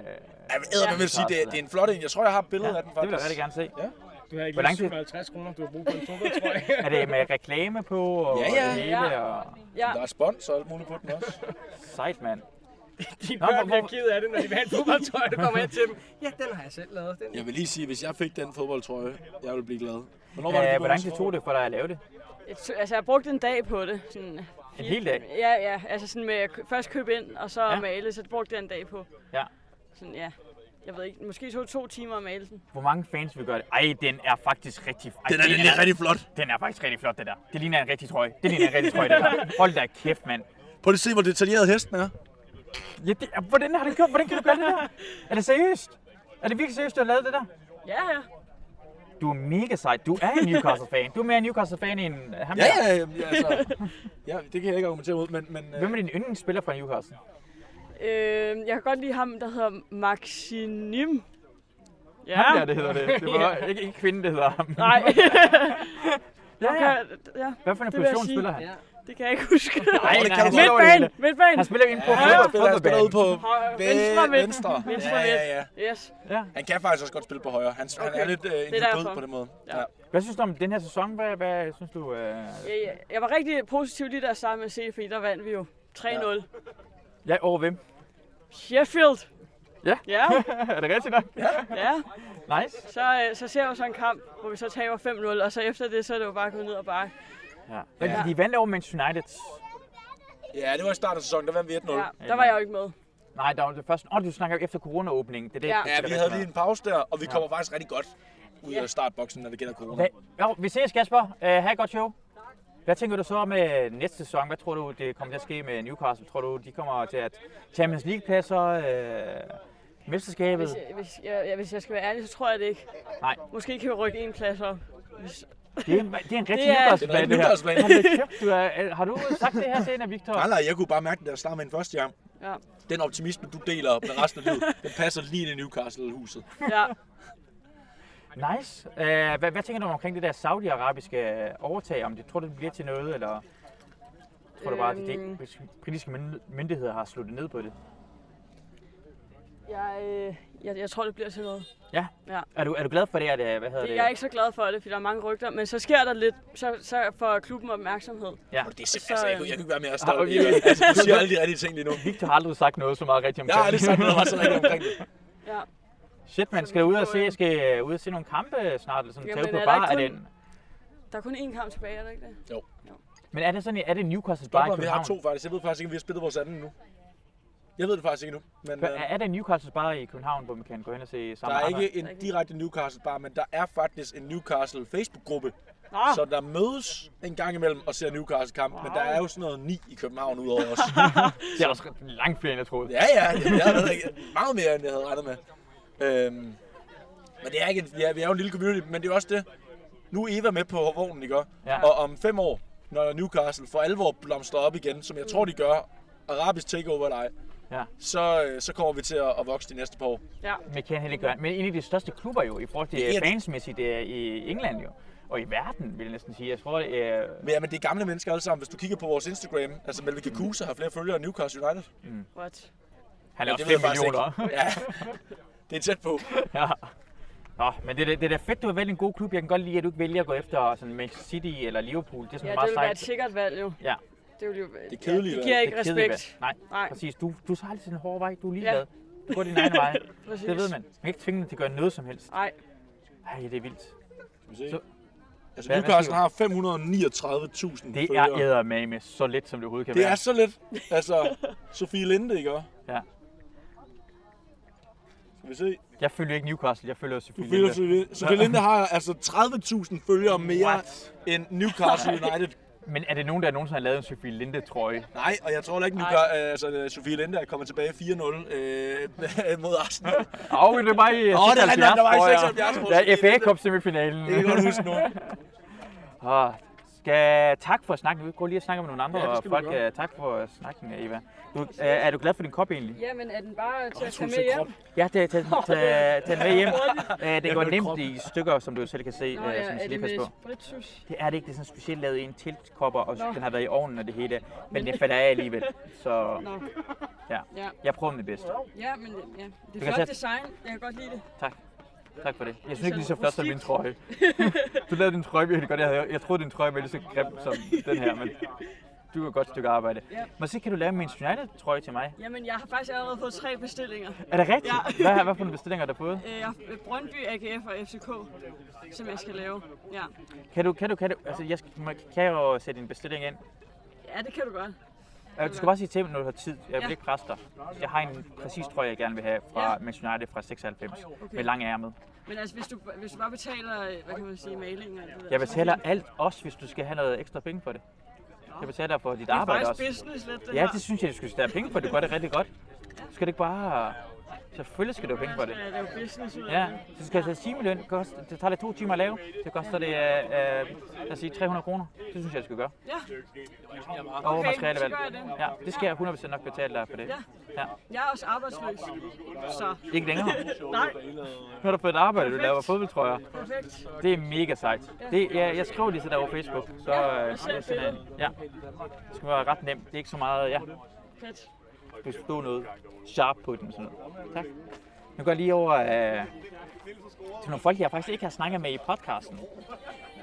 S2: ved, man vil sige, det, er- det er en flot en. Jeg tror, jeg har et billede
S1: Ja,
S2: af den
S1: det vil
S2: faktisk.
S1: jeg rigtig gerne se.
S2: Ja.
S15: Du har
S1: ikke Hvor lang tid-
S15: 750 kroner, du har brugt på en fodboldtrøje.
S1: er det med reklame på og
S2: Ja, ja.
S1: det hele? Og...
S13: Ja.
S2: Der er spons og alt muligt på den også.
S1: Sejt, mand.
S15: Dine
S1: Nå,
S15: børn
S1: hvor-
S15: bliver ked af det, når de vil have en fodboldtrøje, der kommer ind til dem. Ja, den har jeg selv lavet. Den.
S2: Jeg vil lige sige, hvis jeg fik den fodboldtrøje, jeg ville blive glad. Hvornår
S1: Øh,
S2: var det, du
S1: hvordan
S2: blev
S1: det tog det for dig at lave det?
S13: Et, altså, jeg brugte en dag på det. Sådan, en
S1: hel dag?
S13: Ja, ja. Altså sådan med at kø- først købe ind, og så
S1: Ja.
S13: ja. male, så det brugte jeg en dag på.
S1: Ja.
S13: Sådan, ja. Jeg ved ikke, måske tog det to timer at male den.
S1: Hvor mange fans vil gøre det? Ej, den er faktisk rigtig... Ej,
S2: Den er nemlig rigtig flot.
S1: Den er faktisk rigtig flot, det der. Det ligner en rigtig trøje. Det ligner en rigtig trøje, det der. Hold da kæft, mand.
S2: Prøv lige at se, hvor detaljeret hesten er.
S1: Ja, det, hvordan har du gjort? Hvordan kan du gøre det der? Er det seriøst? Er det virkelig seriøst, du har lavet det der?
S13: Ja, ja.
S1: Du er mega sej. Du er en Newcastle-fan. Du er mere en Newcastle-fan end ham
S2: Ja,
S1: der.
S2: ja, ja, ja, altså, ja, det kan jeg ikke argumentere mod, men... men øh-
S1: Hvem er din yndlingsspiller fra Newcastle?
S13: Øh, jeg kan godt lide ham, der hedder Maxinim.
S1: Ham der, det hedder det. Det var ikke, ikke kvinden, det hedder ham.
S13: Nej.
S1: Ja,
S13: Jeg
S1: ja.
S13: kan- ja.
S1: Hvad for en
S13: det vil jeg
S1: position
S13: sige.
S1: spiller han?
S13: Det kan jeg ikke huske.
S1: nej, han spiller over det hele.
S13: midtbane, midtbane.
S1: Han spiller inde på
S13: Højre.
S2: fodbold- Han spiller ude på
S13: Højre.
S2: ve-
S13: venstre, midten.
S2: venstre.
S13: Venstre,
S2: Ja, ja,
S13: midten. Yes.
S1: Ja.
S2: Han kan faktisk også godt spille på højre. Han, okay. han er
S13: Okay.
S2: lidt øh,
S13: Det er
S2: individuel
S13: derfor.
S2: på den måde.
S13: Ja.
S1: Hvad synes du om den her sæson? Hvad, hvad synes du? Øh...
S13: Ja, ja. Jeg var rigtig positiv lige der sammen med CF, fordi der vandt vi jo 3-0.
S1: Ja, over hvem?
S13: Sheffield.
S1: Ja.
S13: Ja.
S1: er det rigtigt nok? Ja.
S13: Ja.
S1: Nice.
S13: Så, øh, så ser vi så en kamp, hvor vi så taber 5-0, og så efter det, så er det jo bare gået ned og bakke.
S1: ja. Men
S13: Ja.
S1: de vandt over Manchester United.
S2: Ja, det var i starten af sæsonen, der vandt vi 1-0.
S13: Ja, der var jeg jo ikke med.
S1: Nej, der var det første. Åh, oh, du snakker efter corona-åbningen. Det er det,
S13: Ja.
S1: det
S2: Ja,
S1: er
S2: vi
S1: rigtig
S2: havde
S1: meget.
S2: lige en pause der, og vi
S1: Ja.
S2: kommer faktisk rigtig godt ud af startboksen, når det gælder corona.
S1: Hvad? Jo, vi ses Kasper. Uh, ha' et godt show. Hvad tænker du så med næste sæson? Hvad tror du, det kommer til at ske med Newcastle? Tror du, de kommer til at Champions League-pladser, øh, mesterskabet?
S13: Hvis, jeg- hvis, jeg, ja, hvis jeg skal være ærlig, så tror jeg det ikke.
S1: Nej.
S13: Måske kan vi rykke en plads op. Hvis...
S1: Det er, en- det er en rigtig Newcastle-plan, det her. Hold da kæft, du er, har du sagt det her til en af Victor?
S2: Nej, nej, jeg kunne bare mærke den der slam med en første gang.
S13: Ja.
S2: Den optimisme, du deler med resten af livet, den passer lige ind i Newcastle-huset.
S13: Ja.
S1: Nice. Uh, hvad, hvad tænker du omkring det der saudiarabiske øh, overtag? Om det tror du, det bliver til noget, eller tror du bare, at
S13: Øhm.
S1: de britiske myn- myndigheder har sluttet ned på det?
S13: Jeg, øh, jeg, jeg tror, det bliver til noget.
S1: Ja.
S13: Ja.
S1: Er du, er du glad for det, at, øh, hvad hedder
S13: Det,
S1: det?
S13: jeg er ikke så glad for det, fordi der er mange rygter, men så sker der lidt, så, så får klubben opmærksomhed. øh,
S1: Ja.
S2: Det er simpelthen, altså, jeg, kunne- jeg kunne ikke være mere
S1: Ah,
S2: stolt.
S1: okay.
S2: i det. Altså, du siger alle de rigtige ting lige nu.
S1: Victor har aldrig sagt noget så meget rigtigt omkring
S2: Jeg har aldrig sagt noget, der var så rigtigt omkring det.
S13: Ja.
S1: Shit, man skal ud og se, skal øh, ud og se nogle kampe snart, eller sådan tage ud på
S13: er
S1: bar.
S13: der,
S1: Er det,
S13: ikke kun, der er kun én kamp tilbage, er der ikke det?
S2: Jo.
S1: men er det sådan, er det Newcastle bar i
S2: Spørgsmålet, vi har
S1: København?
S2: to faktisk. Jeg ved faktisk ikke, om vi har spillet vores anden nu. Jeg ved det faktisk ikke nu. Men,
S1: Hva-
S2: øh,
S1: er, er det Newcastle bar i København, hvor man kan gå hen og se
S2: der
S1: samme
S2: er ikke en direkte Newcastle-bar, men der er faktisk en Newcastle Facebook-gruppe.
S13: Ah.
S2: Så der mødes en gang imellem og ser Newcastle-kamp, men der er jo sådan noget ni i København udover os.
S1: det er også langt flere, end jeg troede.
S2: Ja, ja. Jamen, Jeg havde ikke- meget mere, end jeg havde regnet med. Øhm, men det er ikke, en, ja, vi er jo en lille community, men det er også det. Nu er Eva med på vognen, ikke?
S1: Ja.
S2: Ja. Og om fem år, når Newcastle for alvor blomstrer op igen, som jeg tror, de gør, arabisk takeover eller ej,
S1: Ja.
S2: så, øh, så kommer vi til at, at vokse de næste par år.
S13: Ja.
S1: Men kan heller ikke gøre. Men en af de største klubber jo, i forhold til
S2: Det er-
S1: øh, fansmæssigt øh, i England jo. Og i verden, vil jeg næsten sige. Jeg tror, det er...
S2: Men, ja, men det er gamle mennesker alle sammen. Hvis du kigger på vores Instagram, altså Melvin Kakusa har flere følgere end Newcastle United.
S1: Mm.
S13: What?
S1: Han
S2: Ja,
S1: er
S2: det
S1: også
S2: ved
S1: 5
S2: jeg faktisk
S1: millioner.
S2: ikke. Ja, det er tæt på.
S1: ja. Nå, men det er, da- det er da fedt, du har valgt en god klub. Jeg kan godt lide, at du ikke vælger at gå efter sådan Manchester City eller Liverpool. Det er sådan
S13: Ja, det
S1: meget
S13: ville være et
S1: sejt.
S13: sikkert valg jo.
S1: Ja.
S13: Det, ville jo,
S1: Det
S13: ja, det giver ikke respekt.
S1: Nej,
S13: Nej.
S1: Nej, præcis. Du, du tager altid den hårde vej. Du er
S13: Ja.
S1: ligeglad. Ja. Du går din egen vej.
S13: Præcis.
S1: Det ved man. Man kan ikke tvinge dem til at gøre noget som helst.
S13: Nej.
S1: Ej, det er vildt.
S2: se. Altså,
S1: Hvad- hvad
S2: Newcastle
S1: siger
S2: har 539.000
S1: Det
S2: følgere.
S1: er eddermame med så lidt, som det overhovedet kan
S2: Det
S1: være.
S2: er så lidt. Altså, Sofie Linde, ikke også?
S1: Ja.
S2: Skal vi se?
S1: Jeg følger ikke Newcastle, jeg følger Sofie
S2: Sofie Linde, Sofie- Sofie Linde har altså 30.000 følgere mere
S1: What?
S2: end Newcastle United.
S1: Men er det nogen, der nogensinde har lavet en Sofie Linde-trøje?
S2: Nej, og jeg tror heller ikke, nu gør, øh, altså, øh, Sofie Linde er kommet tilbage 4-0 øh, mod Arsenal.
S1: Åh, det var i
S2: Åh, oh, det er rigtigt, der var i 76, tror jeg.
S1: Ja, FA Cup semifinalen.
S2: Det kan jeg godt huske nu.
S1: Åh, skal, tak for snakken. Vi går lige og snakke med nogle andre
S2: Ja, det
S1: ja,
S2: skal vi
S1: folk.
S2: gøre.
S1: øh, tak for snakken, Eva. Du, øh, er du glad for din kop egentlig?
S13: Jamen, er den bare til at tage
S1: med hjem? Ja, det er tag, tag, tag den med hjem. Øh, det går
S13: Jeg vil
S1: nemt i stykker, som du selv kan se,
S13: Nå,
S1: øh,
S13: ja,
S1: som
S13: er
S1: skal
S13: det
S1: lige passe
S13: med
S1: på.
S13: spritsus?
S1: Det er det ikke. Det er sådan specielt lavet i en tiltkopper, og
S13: Nå.
S1: den har været i ovnen og det hele. Men den falder af alligevel. Så
S13: Nå.
S1: ja,
S13: Ja.
S1: jeg prøver mit bedste.
S13: Ja, men det- ja.
S1: Du kan
S13: det er
S1: sætte-
S13: flot design. Jeg kan godt lide det.
S1: Tak. Tak for det. Jeg synes
S13: Så
S1: ikke, det er så flot som
S13: rustikt.
S1: min trøje. du lavede din trøje virkelig godt. Jeg, havde, jeg troede, din trøje var lige så grim som den her, men du er et godt stykke arbejde.
S13: Ja.
S1: Måske kan du lave min United-trøje til mig.
S13: Jamen, jeg har faktisk allerede fået tre bestillinger.
S1: Er det rigtigt?
S13: Ja.
S1: Hvad, hvad for nogle bestillinger, du har fået?
S13: Øh, jeg har Brøndby, AGF og FCK, som jeg skal lave. Ja,
S1: Kan du, kan du, kan du, altså jeg skal, må- kan jeg jo sætte en bestilling ind?
S13: ja det kan du godt.
S1: Øh, Du skal bare sige til mig, når du har tid. Jeg vil
S13: Ja.
S1: ikke presse dig. Jeg har en præcis trøje, jeg gerne vil have fra
S13: Ja.
S1: ja. Manchester United fra 96.
S13: Okay.
S1: Med lang ærmet.
S13: Men altså, hvis du, hvis du bare betaler, øh, hvad kan man sige, malingen og det der,
S1: Jeg
S13: så-
S1: betaler alt, også hvis du skal have noget ekstra penge for det. Jeg betaler for dit
S13: Det er
S1: arbejde også.
S13: faktisk business lidt, det
S1: Ja,
S13: her.
S1: det synes jeg, du skal have penge for. Du gør det rigtig godt. Skal det ikke bare... Selvfølgelig skal du have penge for det.
S13: Jeg skal lave business ud af
S1: Ja,
S13: det.
S1: så skal jeg tage timeløn. Det koster- Det tager lidt to timer at lave. Det koster det, øh, øh, lad os sige, 300 kroner. Det synes jeg, jeg skal gøre.
S13: Ja.
S1: Og okay,
S13: så
S1: materialevalg.
S13: gør jeg det.
S1: Ja, det skal jeg 100% nok betale dig for det.
S13: Ja.
S1: ja.
S13: Jeg er også arbejdsløs, så...
S1: Ikke længere?
S13: Nej.
S1: Nu har du fået et arbejde, du
S13: Perfekt.
S1: laver fodboldtrøjer.
S13: Perfekt.
S1: Det er mega sejt.
S13: Ja.
S1: Det, jeg, jeg skriver lige til dig over Facebook, så
S13: Ja,
S1: øh,
S13: og send
S1: jeg sender en.
S13: billede.
S1: Ja. Det skal være ret nemt. Det er ikke så meget, ja.
S13: Fedt.
S1: Hvis du noget sharp på den. Sådan noget. Tak. Nu går jeg lige over øh, til nogle folk, jeg faktisk ikke har snakket med i podcasten.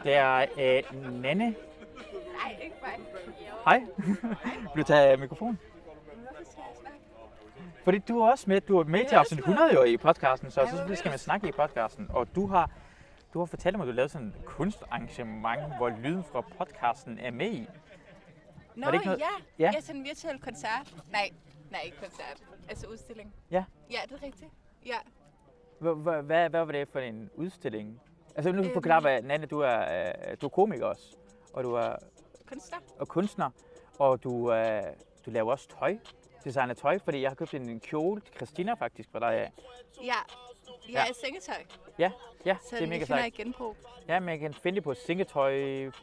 S1: Det er øh, Nanne.
S16: Nej, ikke mig.
S1: Hej. Vil du tage mikrofonen? Fordi du er også med. Du er med til afsnit 100 jo i podcasten, så jeg synes, vi skal man snakke i podcasten. Og du har, du har fortalt mig, at du lavede sådan et kunstarrangement, hvor lyden fra podcasten er med i.
S16: Nå,
S1: Var det
S16: det
S1: ikke noget-
S16: ja.
S1: Ja.
S16: ja. Jeg sådan en virtuel koncert. Nej, nej, ikke koncert. Altså udstilling.
S1: Ja.
S16: Ja, det er rigtigt. Ja.
S1: Hvad, hvad, hvad var det for en udstilling? Altså nu kan du forklare, hvad Nana, du er, øh, du er komiker også, og du er
S16: Kunstner.
S1: og kunstner, og du, øh, du laver også tøj, designer tøj, fordi jeg har købt en kjole til Christina faktisk for dig. af.
S16: Ja. Jeg
S1: Ja.
S16: er sengetøj.
S1: Ja, ja,
S16: Så
S1: det er
S16: vi
S1: mega
S16: finder
S1: sejt.
S16: et genbrug.
S1: Ja, men jeg kan finde det på sengetøj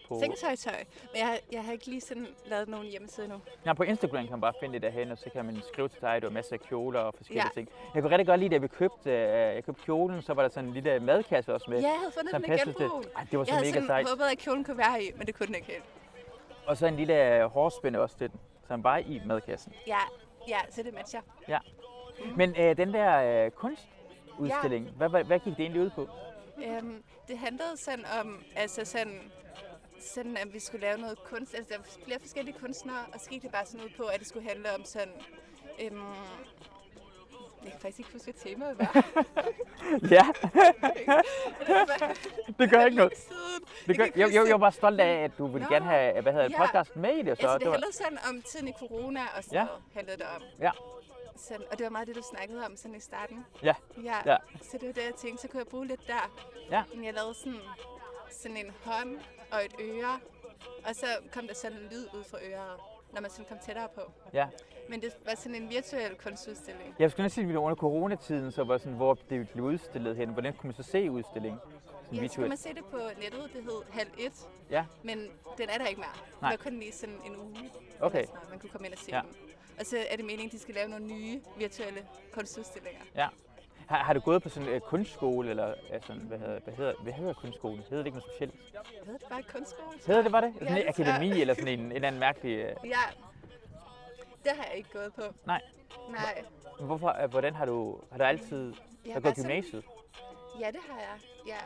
S1: på...
S16: Sengetøjtøj. Men jeg, har- jeg har ikke lige sådan lavet nogen hjemmeside endnu.
S1: Nej, på Instagram kan man bare finde det derhen, og så kan man skrive til dig, at du har masser af kjoler og forskellige
S16: Ja.
S1: ja. ting. Jeg kunne rigtig godt lide, da vi købte, øh, jeg købte kjolen, så var der sådan en lille madkasse også med.
S16: Ja, jeg havde fundet
S1: som
S16: den i
S1: passede til-
S16: genbrug.
S1: Ej, det var så
S16: jeg havde
S1: mega
S16: sådan
S1: sejt.
S16: håbet, at kjolen kunne være her i, men det kunne den ikke helt.
S1: Og så en lille øh, hårspænde også til den, som bare er i madkassen.
S16: Ja, ja, så det matcher.
S1: Ja. Men øh, den der øh, kunstudstilling, ja. hvad, hvad, hvad gik det egentlig ud på?
S16: Øhm, det handlede sådan om, altså sådan, sådan, at vi skulle lave noget kunst. Altså, der var flere forskellige kunstnere, og så gik det bare sådan ud på, at det skulle handle om sådan... Øhm, jeg kan faktisk ikke huske, hvad temaet var.
S1: Ja.
S16: Det var bare-
S1: det gør ikke noget.
S16: siden. Jeg
S1: Det
S16: kan
S1: gør,
S16: ikke
S1: jeg,
S16: huske
S1: jeg,
S16: det.
S1: jeg var bare stolt af, at du ville
S16: Nå.
S1: gerne have hvad hedder,
S16: Ja.
S1: ja. podcasten med i det. Så
S16: altså, det,
S1: var,
S16: handlede sådan om tiden i corona og sådan
S1: Ja.
S16: ja. noget, handlede det om.
S1: ja.
S16: Sådan, og det var meget det, du snakkede om sådan i starten.
S1: Ja.
S16: Ja. ja.
S1: Ja.
S16: Så det var det, jeg tænkte, så kunne jeg bruge lidt der.
S1: Ja.
S16: Men jeg lavede sådan, sådan en hånd og et øre, og så kom der sådan en lyd ud fra øret, når man sådan kom tættere på.
S1: ja.
S16: Men det var sådan en virtuel kunstudstilling.
S1: Jeg skulle næsten sige, at vi var under coronatiden, så var sådan, hvor det blev udstillet hen. Hvordan kunne man så se udstillingen? Sådan
S16: Ja, så kan
S1: virtuelt.
S16: man se det på nettet, det hed halv et,
S1: Ja.
S16: men den er der ikke mere.
S1: Nej.
S16: Det var kun lige sådan en uge, eller
S1: Okay.
S16: sådan noget, man kunne komme ind og se ja.
S1: Ja.
S16: den. Og så er det meningen, at de skal lave nogle nye virtuelle kunstudstillinger.
S1: ja. Har, har, du gået på sådan en øh, kunstskole, eller øh, sådan, hvad hedder, hvad hedder, hvad hedder kunstskolen? Hedder det ikke noget specielt?
S16: Hedder det bare kunstskole?
S1: Hedder det, var det? Sådan
S16: Ja,
S1: en
S16: det tror jeg.
S1: akademi, eller sådan en, en eller anden mærkelig... øh,
S16: Ja, det har jeg ikke gået på.
S1: Nej.
S16: Nej,
S1: Men Hvorfor, øh, hvordan har du, har du altid
S16: Jeg
S1: har
S16: var
S1: du gået
S16: sådan-
S1: gymnasiet?
S16: ja det har jeg. Ja,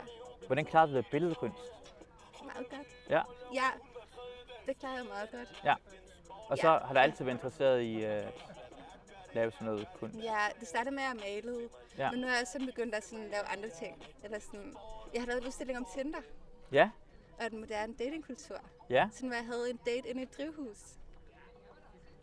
S1: Hvordan klarede du det billedkunst?
S16: meget godt.
S1: Ja,
S16: Ja, det klarer jeg meget godt.
S1: ja. Og så har du altid været interesseret i at øh, lave sådan noget kunst?
S16: Ja, det startede med at male, ja.
S1: Ja.
S16: men nu er jeg sådan begyndt at sådan lave andre ting. Eller sådan, jeg har lavet en udstilling om Tinder
S1: Ja,
S16: og den moderne datingkultur.
S1: Ja.
S16: Sådan, hvor jeg havde en date inde i et drivhus.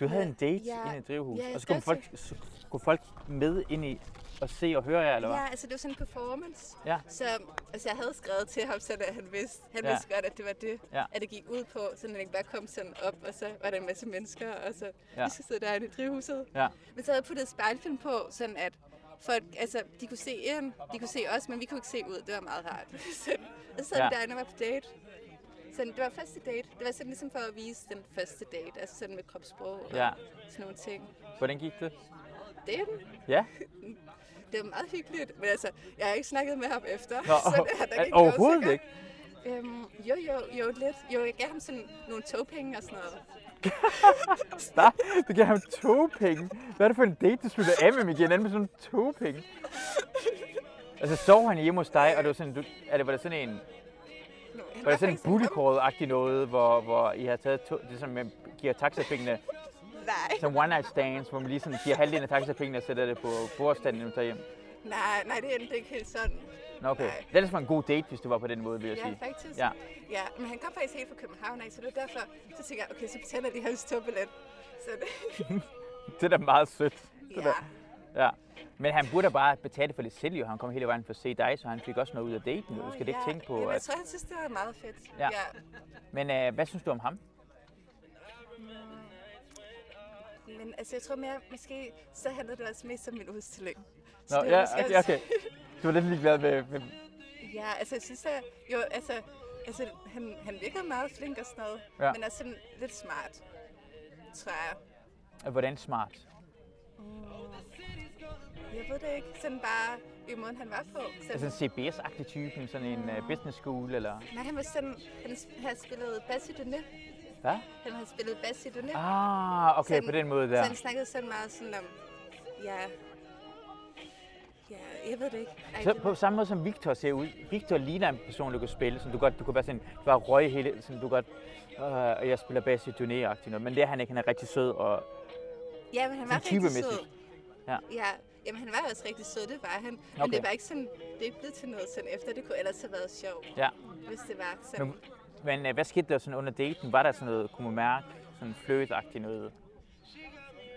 S1: du havde en date
S16: Ja,
S1: inde i et drivhus,
S16: ja, jeg
S1: og så kunne
S16: skal
S1: folk, så kunne folk med ind i og se og høre jer, eller hvad?
S16: Ja, altså det var sådan en performance.
S1: Ja.
S16: Så altså, jeg havde skrevet til ham, så at han vidste, han ja.
S1: Ja.
S16: vidste godt, at det var det, ja.
S1: Ja.
S16: at det gik ud på. Så han ikke bare kom sådan op, og så var der en masse mennesker, og så ja.
S1: Ja.
S16: vi skal sidde derinde i drivhuset.
S1: Ja.
S16: Men så havde jeg puttet spejlfilm på, sådan at folk, altså, de kunne se ind, de kunne se os, men vi kunne ikke se ud. Det var meget rart. så, og så sad ja.
S1: Ja.
S16: vi derinde og var på date. Sådan, det var første date. Det var sådan ligesom for at vise den første date, altså sådan med kropssprog og
S1: Ja.
S16: sådan nogle ting.
S1: Hvordan gik det?
S16: Daten,
S1: Ja?
S16: det var meget hyggeligt, men altså, jeg har ikke snakket med ham efter.
S1: Nå,
S16: det har der
S1: er-
S16: ikke gået
S1: overhovedet
S16: så godt.
S1: ikke?
S16: Øhm, jo, jo, jo, lidt. Jo, jeg gav ham sådan nogle togpenge og sådan noget.
S1: Stop! Du gav ham togpenge. Hvad er det for en date, du slutter af med, Mikael? Han med sådan nogle togpenge. Altså, sov han hjemme hos dig, og det var sådan, du, er det, var det sådan en... Var det sådan en booty noget, hvor, hvor I har taget to, det er sådan, man giver taxapengene
S16: Nej,
S1: som one night stands, hvor man lige sådan giver halvdelen af taxapengene og sætter det på bordstanden, når man tager hjem.
S16: nej, nej, det endte ikke helt sådan.
S1: Nå, okay. Det er ligesom en god date, hvis du var på den måde, vil jeg
S16: Ja,
S1: sige.
S16: faktisk.
S1: Ja.
S16: ja, men han kom faktisk helt fra København af, så det var derfor, så tænkte jeg, okay, så betaler de hans togbillet. Så det,
S1: Det er da meget sødt. Det er da-
S16: Ja.
S1: ja. Men han burde da bare betale for det selv, jo. Han kom hele vejen for at se dig, så han fik også noget ud af daten. jo. Du skal da ikke
S16: ja,
S1: tænke på,
S16: Jamen, jeg
S1: at...
S16: tror, han synes, det var meget fedt.
S1: Ja.
S16: ja.
S1: Men øh, hvad synes du om ham?
S16: Men altså, jeg tror mere, måske, så handler det også mest om min udstilling. Så
S1: Nå,
S16: det var
S1: ja,
S16: måske
S1: okay,
S16: også-
S1: okay. Du var lidt ligeglad med... med...
S16: Ja, altså jeg synes, at, jo, altså, altså han, han virker meget flink og sådan noget, ja.
S1: Ja.
S16: men er sådan lidt smart, tror jeg.
S1: at Hvordan smart?
S16: Mm. Jeg ved det ikke, sådan bare i måden, han var på. Sådan,
S1: Altså en CBS-agtig type, sådan en uh, business school, eller...
S16: Nej, han var sådan, han sp- har spillet bas i Dune.
S1: Hvad?
S16: Han har spillet bas i Dune.
S1: Ah, okay, på den måde der.
S16: Så han snakkede sådan meget sådan om, ja, ja, jeg ved det ikke. Ej,
S1: Så
S16: det
S1: på
S16: var-
S1: samme måde som Victor ser ud. Victor ligner en person, du kan spille, som du godt, du kunne være sådan, du bare røg hele, sådan du godt, øh, og jeg spiller bass i turné noget, men det er han ikke, han er rigtig sød, og
S16: Ja, men han var
S1: sådan
S16: rigtig sød.
S1: typemæssigt. Ja.
S16: Ja, jamen han var også rigtig sød, det var han. Men okay.
S1: Okay.
S16: det var ikke sådan, det er ikke blevet til noget sådan efter. Det kunne ellers have været sjovt,
S1: ja.
S16: hvis det var sådan.
S1: Men, men øh, hvad skete der sådan under daten? Var der sådan noget, kunne man mærke, sådan fløtagtigt noget?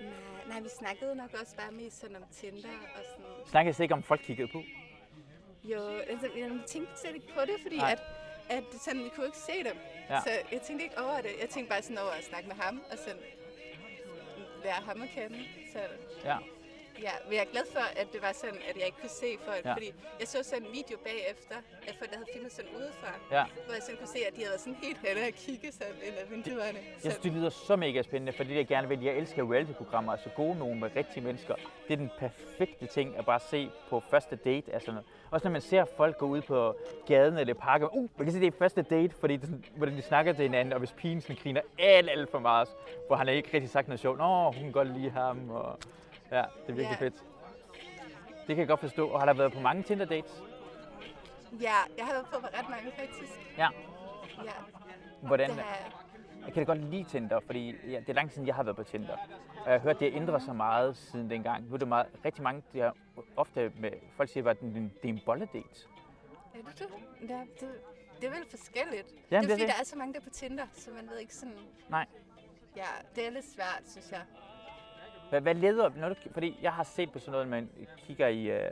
S16: Nej, nej, vi snakkede nok også bare mest sådan om Tinder og sådan.
S1: Snakkede I slet ikke om, folk kiggede på?
S16: Jo, altså, jeg tænkte slet ikke på det, fordi
S1: Nej.
S16: at, at sådan, vi kunne ikke se dem.
S1: Ja.
S16: Ja. Så jeg tænkte ikke over det. Jeg tænkte bare sådan over at snakke med ham, og sådan lære ham at kende. Så,
S1: Ja.
S16: ja, men jeg er glad for, at det var sådan, at jeg ikke kunne se folk,
S1: Ja.
S16: ja. fordi jeg så sådan en video bagefter, af folk, der havde filmet sådan udefra,
S1: Ja.
S16: hvor jeg sådan kunne se, at de havde været sådan helt henne og kigge sådan ind ad vinduerne.
S1: Jeg synes, det lyder så mega spændende, fordi jeg gerne vil. Jeg elsker reality-programmer, altså gode nogen med rigtige mennesker. Det er den perfekte ting at bare se på første date. Altså, også når man ser folk gå ud på gaden eller i parken. Uh, man kan se, det er første date, fordi det er sådan, hvordan de snakker til hinanden. Og hvis pigen sådan griner alt, alt for meget, hvor han ikke rigtig sagt noget sjovt. Nå, hun kan godt lide ham. Og... Ja, det er virkelig
S16: Ja.
S1: fedt. Det kan jeg godt forstå. Og har der været på mange Tinder-dates?
S16: Ja, jeg har været på ret mange faktisk.
S1: Ja.
S16: Ja.
S1: Hvordan?
S16: Det har jeg.
S1: Jeg kan da godt lide Tinder, fordi ja, det er lang tid siden, jeg har været på Tinder. Og jeg har hørt, det ændrer sig meget siden dengang. Nu er det meget, rigtig mange, der er ofte med, folk siger, at det er en- det er en bolledate.
S16: Er det det? Ja, det, det er vel forskelligt.
S1: det er
S16: det er fordi,
S1: det.
S16: der er så mange, der er på Tinder, så man ved ikke sådan...
S1: Nej.
S16: Ja, det er lidt svært, synes jeg.
S1: Hvad, hvad leder når du, Fordi jeg har set på sådan noget, man kigger i øh,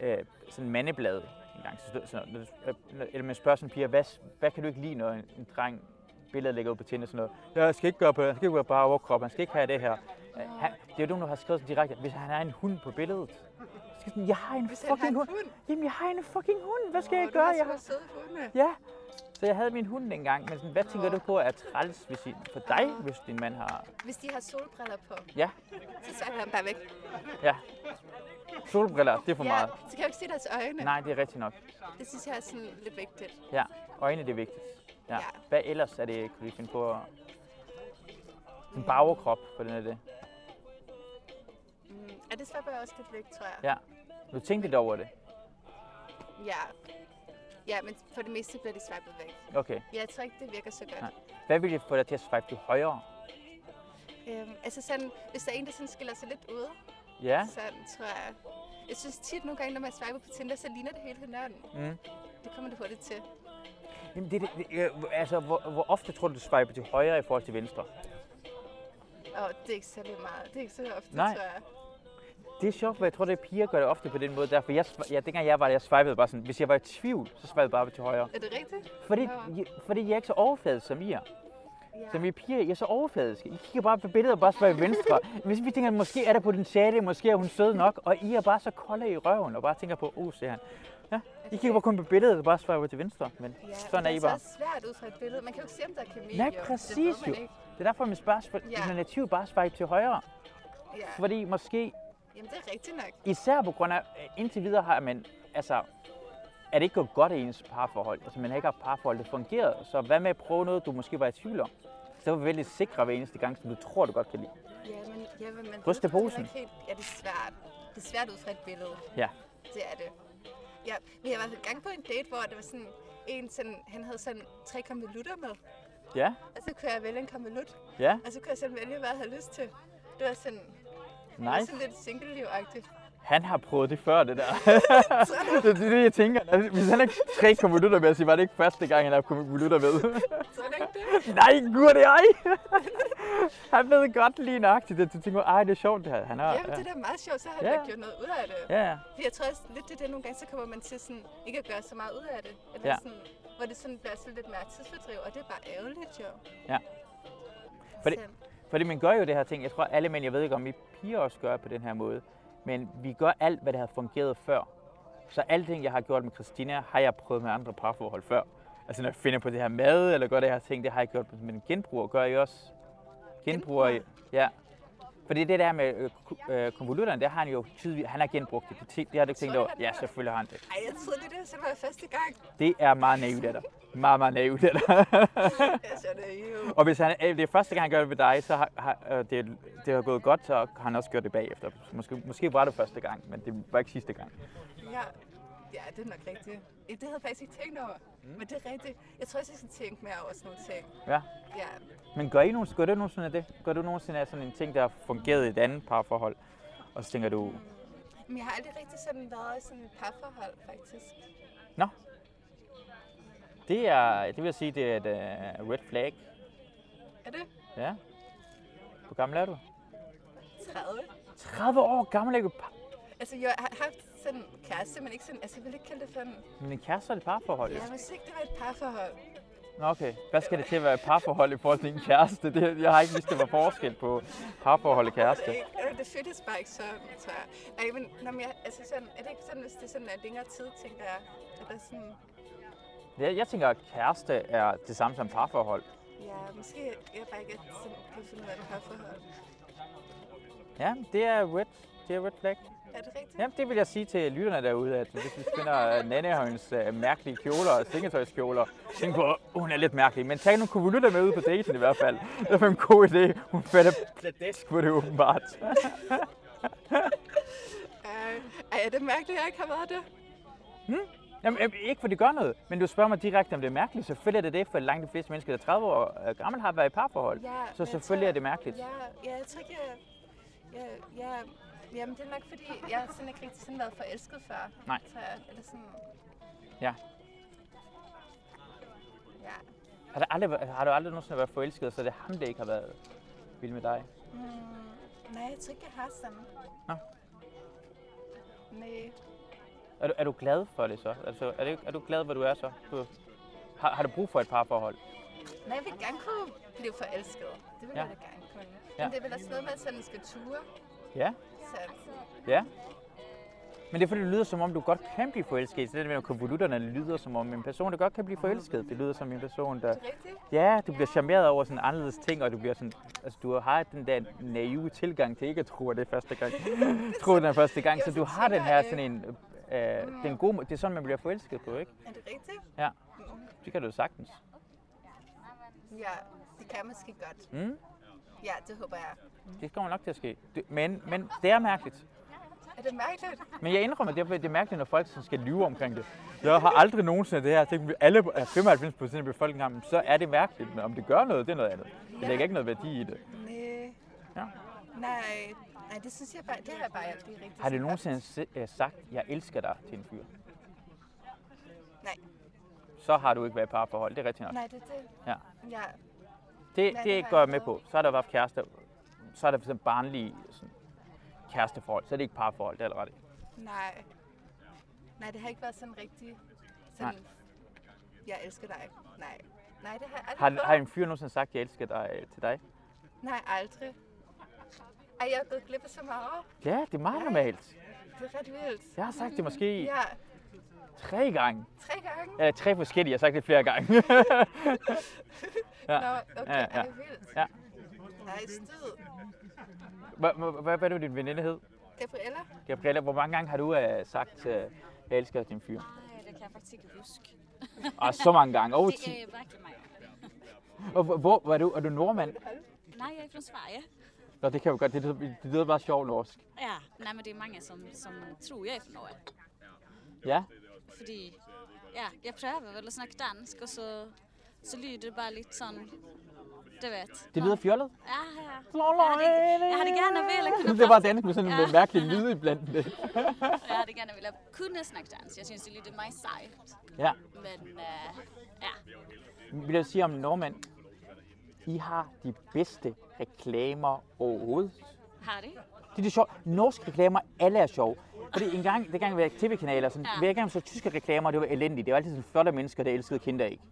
S1: øh, sådan en mandeblad. En gang, så, sådan noget, når du- øh, eller man spørger sådan en pige, hvad, hvad kan du ikke lide, når en, en dreng billeder lægger ud på Tinder sådan noget. "Ja, Jeg skal ikke gøre på, han skal ikke være bare overkrop, han skal ikke have det her. Øh, Han, det er jo nogen, der har skrevet sådan direkte, hvis han er en hund på billedet. Så skal jeg sådan, jeg har en
S16: Hvis han har
S1: fucking
S16: en
S1: hund. Jamen, jeg har en fucking hund. Hvad skal
S16: Åh,
S1: jeg
S16: du har
S1: gøre?
S16: så
S1: Jeg
S16: nogle søde hunde.
S1: Ja, så jeg havde min hund dengang, men sådan, hvad tænker du på at træls hvis I, for dig, hvis din mand har...
S16: Hvis de har solbriller på,
S1: Ja,
S16: så svært han bare væk.
S1: ja. Solbriller, det er for
S16: ja,
S1: meget.
S16: så kan jeg jo ikke se deres øjne.
S1: Nej, det er rigtigt nok.
S16: Det synes jeg er sådan lidt vigtigt.
S1: Ja, øjne det er vigtigt. Ja. Hvad ellers er det, kunne vi finde på at... En bagerkrop, hvordan er det?
S16: Mm, ja, det svær også lidt væk, tror jeg.
S1: Ja. Du tænkte lidt over det.
S16: Ja. Ja, men for det meste bliver de swipet væk.
S1: Okay.
S16: Ja, jeg tror ikke, det virker så godt.
S1: Nej. Hvad ville få dig til at swipe til højre?
S16: Øhm, altså sådan, hvis der er en, der sådan skiller sig lidt ud,
S1: Ja.
S16: sådan tror jeg. Jeg synes tit nogle gange, når man swiper på Tinder, så ligner det hele hinanden.
S1: Mm.
S16: Det kommer det hurtigt til.
S1: Jamen, det, det, det, øh, altså, hvor, hvor ofte tror du, du swiper til højre i forhold til venstre?
S16: Og det er ikke særlig meget. Det er ikke så ofte,
S1: Nej.
S16: tror jeg.
S1: Det er sjovt, for jeg tror, det er piger, gør det ofte på den måde. Derfor, jeg, swi- ja, dengang jeg var der, jeg swipede bare sådan, hvis jeg var i tvivl, så swipede jeg bare til højre.
S16: Er det rigtigt?
S1: Fordi,
S16: Nå.
S1: I, fordi jeg er ikke så overfladisk som I er. Som I piger, I er så overfladiske. I kigger bare på billedet og bare spørger venstre. Hvis vi tænker, at måske er der potentiale, måske er hun sød nok, og I er bare så kolde i røven og bare tænker på, uh, ser han. Ja, I kigger bare kun på billedet og bare svarer til venstre, men
S16: Ja,
S1: sådan er
S16: men
S1: I
S16: det er
S1: bare.
S16: så også svært ud fra et billede. Man kan jo ikke se, om der er kemi.
S1: Nej,
S16: jo.
S1: præcis
S16: det ved
S1: jo.
S16: man ikke.
S1: Det er derfor, at mit spørgsmål
S16: Ja.
S1: ja. alternativ bare swipe til højre.
S16: Ja.
S1: Fordi måske
S16: Jamen, det er rigtigt nok.
S1: Især på grund af, øh, indtil videre har man, altså, er det ikke gået godt i ens parforhold? Altså, man har ikke haft parforhold, der fungerede. Så hvad med at prøve noget, du måske var i tvivl om? Så var vi vældig sikre ved eneste gang, som du tror, du godt kan lide.
S16: Ja, men, ja, men man
S1: Ryste
S16: ved det
S1: posen.
S16: heller ikke helt. Ja, det er svært. Det er svært ud fra et billede.
S1: Ja.
S16: Det er det. Ja, men jeg var engang på en date, hvor det var sådan en sådan, han havde sådan tre konvolutter med.
S1: Ja?
S16: Og så kunne jeg vælge en konvolut.
S1: Ja.
S16: Og så kunne jeg sådan vælge, hvad jeg havde lyst til. Det var sådan, det var
S1: Nice.
S16: sådan lidt single-liv-agtigt.
S1: Han har prøvet det før, det der. det er det, jeg tænker. Altså, Hvis han ikke tre konvolutter med, så var det ikke første gang, han har konvolutter med.
S16: Så er det ikke det.
S1: Nej, gud, det er ej. Han ved godt lige nøjagtigt, at du tænker, ej, det er sjovt, det her. Han har,
S16: Jamen, det er da meget sjovt, så har han
S1: Ja.
S16: ja. gjort noget ud af det.
S1: Ja, ja.
S16: Fordi jeg tror også lidt det der nogle gange, så kommer man til sådan, ikke at gøre så meget ud af det. Eller
S1: Ja.
S16: ja. sådan, hvor det sådan bliver sådan lidt mere tidsfordriv, og det er bare ærgerligt jo.
S1: Ja. Fordi,
S16: Sandt.
S1: fordi man gør jo det her ting. Jeg tror alle mænd, jeg ved ikke om I piger også gør på den her måde. Men vi gør alt, hvad der har fungeret før. Så alting, jeg har gjort med Christina, har jeg prøvet med andre parforhold før. Altså når jeg finder på det her mad, eller gør det her ting, det har jeg gjort med en genbruger. Gør I også? Genbruger? I? Ja. Fordi det der med øh, ku- øh, konvolutterne, det har han jo tydeligt, han har genbrugt det. Det, det har du ikke tænkt over. Ja, selvfølgelig har han det.
S16: Ej, jeg troede lige, det var sådan var første gang.
S1: Det er meget naivt af dig. Meget, meget naivt af dig.
S16: Jeg så det jo.
S1: Og hvis han, øh, det er første gang, han gør det ved dig, så har, har øh, det, det har gået godt, så har han også gjort det bagefter. Måske, måske var det første gang, men det var ikke sidste gang.
S16: Ja. ja, det er nok rigtigt. Ja, Det havde jeg faktisk ikke tænkt over. Mm. Men det er rigtigt. Jeg tror også, jeg skal tænke mere over sådan nogle ting.
S1: Ja.
S16: Ja.
S1: Men gør, I nogensinde, gør du nogensinde af det? Gør du nogensinde af sådan en ting, der har fungeret i et andet parforhold? Og så tænker du,
S16: Men jeg har aldrig rigtig sådan været i sådan et parforhold, faktisk.
S1: nå, det, er, det vil jeg sige, det er et øh, red flag.
S16: Er det?
S1: Ja. Hvor gammel er du?
S16: 30?
S1: 30 år gammel er du?
S16: Altså, jeg har haft sådan kæreste, men ikke sådan, altså jeg vil ikke kalde det for en...
S1: Men en kæreste er et parforhold, jo.
S16: Ja, hvis ikke det var et parforhold.
S1: Nå, okay. Hvad skal det til at være et parforhold i forhold til en kæreste? Det, jeg har ikke vidst, der var forskel på parforhold og
S16: Det,
S1: kæreste.
S16: er ikke- altså, det føltes bare ikke sådan, tror jeg. Nej, men når jeg, altså sådan, er det ikke sådan, hvis det sådan er længere tid, tænker jeg, at der sådan,
S1: Jeg, jeg tænker, at kæreste er det samme som parforhold.
S16: ja, måske jeg bare ikke sådan, kan finde ud af et parforhold.
S1: Ja, det er red, det er red flag.
S16: Er det rigtigt?
S1: Jamen, det vil jeg sige til lytterne derude, at hvis vi finder øh, Nanne og hendes øh, mærkelige kjoler og sengetøjskjoler, tænk på, at hun er lidt mærkelig, men tag nogle konvolutter med ud på daten i hvert fald. Det er en god idé. Hun fatter pladæsk på det åbenbart.
S16: Øh, ej, er det mærkeligt, at jeg ikke har været det?
S1: Jamen, øh, ikke fordi det gør noget, men du spørger mig direkte, om det er mærkeligt. Selvfølgelig er det det, for langt de fleste mennesker, der er 30 år øh, gammel, har været i parforhold.
S16: Ja, men
S1: så
S16: jeg
S1: selvfølgelig
S16: tror-
S1: er det mærkeligt.
S16: Ja, ja jeg tror ikke, jeg... Ja, ja, jamen, det er nok, fordi jeg sådan ikke rigtig sådan været forelsket før.
S1: Nej.
S16: Tror jeg, eller sådan,
S1: Ja.
S16: ja.
S1: Har, der aldrig, væ- har du aldrig nogensinde været forelsket, så det er ham, der ikke har været vild med dig?
S16: Mm, nej, jeg tror ikke, jeg har sådan.
S1: Nå.
S16: Nej.
S1: Er du, er du glad for det så? Altså, er, du, er du glad, hvor du er så? Du, har, har du brug for et parforhold?
S16: Nej, jeg vil gerne kunne blive forelsket. Det vil
S1: Ja.
S16: ja. jeg da gerne kunne.
S1: Ja.
S16: Ja. Men det er vel også noget med, at sådan skal ture.
S1: Ja.
S16: Så,
S1: Ja. Men det er fordi, det lyder som om, du godt kan blive forelsket. Så det der med at konvolutterne lyder som om en person, der godt kan blive forelsket. Det lyder som en person, der... Ja, du bliver charmeret over sådan anderledes ting, og du bliver sådan... Altså, du har den der naive tilgang til ikke at tro, at det er første gang. tro, at det er første gang. Så du har den her sådan en... Øh, den gode, det er sådan, man bliver forelsket på, ikke?
S16: er det rigtigt? Mm.
S1: Ja. Det kan du sagtens.
S16: Ja, det kan jeg måske godt.
S1: Mm?
S16: Ja, det håber jeg.
S1: Det kommer nok til at ske. Det, men, men det er mærkeligt.
S16: Er det mærkeligt?
S1: Men jeg indrømmer, det er, det er mærkeligt, når folk sådan skal lyve omkring det. Jeg har aldrig nogensinde det her. Tænk, hvis alle er 95 procent af befolkningen har, dem, så er det mærkeligt. Men om det gør noget, det er noget andet. Det lægger ikke noget værdi i det.
S16: Nej.
S1: Ja.
S16: Nej, nej, det synes jeg bare, det har jeg bare aldrig rigtig
S1: Har du
S16: sagt.
S1: nogensinde se- øh, sagt, jeg elsker dig til en fyr?
S16: Nej.
S1: Så har du ikke været i parforhold. Det er rigtigt nok.
S16: Nej, det er det.
S1: Ja.
S16: Ja.
S1: Det,
S16: Nej,
S1: det, det
S16: har
S1: går jeg
S16: ikke
S1: med
S16: prøvet.
S1: på. Så har der været kærester. Så er der for eksempel barnlige sådan, kæresteforhold. Så er det ikke parforhold. Det er allerede.
S16: Nej. Nej, det har ikke været sådan rigtig, sådan, nej. jeg elsker dig. Nej. Nej, det har jeg aldrig
S1: Har,
S16: prøvet.
S1: har en fyr nogensinde sagt, jeg elsker dig øh, til dig?
S16: Nej, aldrig. Ej, jeg er gået glip af så meget.
S1: Ja, det er meget normalt.
S16: Det er ret vildt.
S1: Jeg har sagt det måske-
S16: Ja,
S1: Tre gange.
S16: tre gange.
S1: Eller tre forskellige, jeg har sagt det flere gange.
S16: Nå, okay,
S1: ja, ja.
S16: ej, vildt.
S1: ja.
S16: Nej, stød.
S1: Hvad, hvad, hvad, hvad er det, din veninde hed?
S16: Gabriella?
S1: Gabriella, hvor mange gange har du uh, sagt, uh, jeg elsker din fyr?
S17: Nej, det kan jeg faktisk ikke huske.
S1: Og så mange gange. Over
S17: det er virkelig mange.
S1: Og hvor, hvor var du? Er du nordmand?
S17: Nej, jeg er fra Sverige.
S1: Nå, det kan jeg jo godt. Det, lyder- det lyder bare sjovt norsk.
S17: Ja, nej, men det er mange som, som tror jeg är från Norge.
S1: Ja?
S17: Fordi, ja, jeg prøver vel at snakke dansk, og så, så lyder det bare lidt sådan, du vet.
S1: Det lyder fjollet.
S17: Ja, ja. Jeg hade gärna velat kunna
S1: Det var
S17: prata-
S1: dansk med sådan en
S17: Ja.
S1: mærkelig lyd iblandt det.
S17: Jag hade gärna velat kunna snacka dansk. Jag syns det är lite my side.
S1: Ja.
S17: Men, eh, ja.
S1: Vil jeg sige om nordmænd? I har de bedste reklamer overhovedet.
S17: Harry?
S1: Det er det sjovt. Norske reklamer, alle er sjove. Fordi en gang, dengang vi var tv-kanaler, sådan,
S17: Ja.
S1: ja. hver gang vi så tyske reklamer, det var elendigt. Det var altid sådan flotte mennesker, der elskede kinder ikke.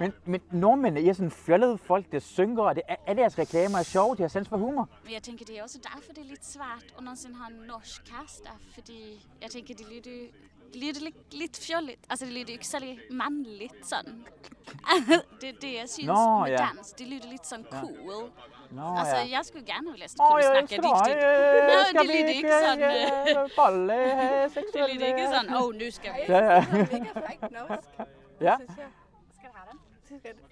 S1: Men, men nordmændene, I er sådan fjollede folk, der synker, og det, er- alle jeres reklamer er sjove, de har sans for humor.
S17: Men jeg tænker, det er også derfor, det er lidt svært at nogensinde have en norsk kæreste, fordi jeg tænker, det lyder, det lyder lidt, lidt fjollet. Altså, det lyder ikke særlig mandligt, sådan. det er det, jeg synes
S1: Nå,
S17: med
S1: ja.
S17: dans. Det lyder lidt sådan
S1: Ja.
S17: cool.
S1: Nå,
S17: altså,
S1: ja.
S17: jeg skulle gerne ville
S1: Åh,
S17: kunne
S1: jeg
S17: snakke
S1: elsker dig,
S17: rigtigt.
S1: øh,
S17: Nå,
S1: skal
S17: det
S1: vi
S17: lyder ikke
S1: ikke,
S17: sådan...
S1: øh,
S17: øh,
S1: bolle, øh, have
S17: det lyder ikke sådan, åh, oh, nu skal vi...
S1: Ja, ja. Ja.
S17: Skal du have den?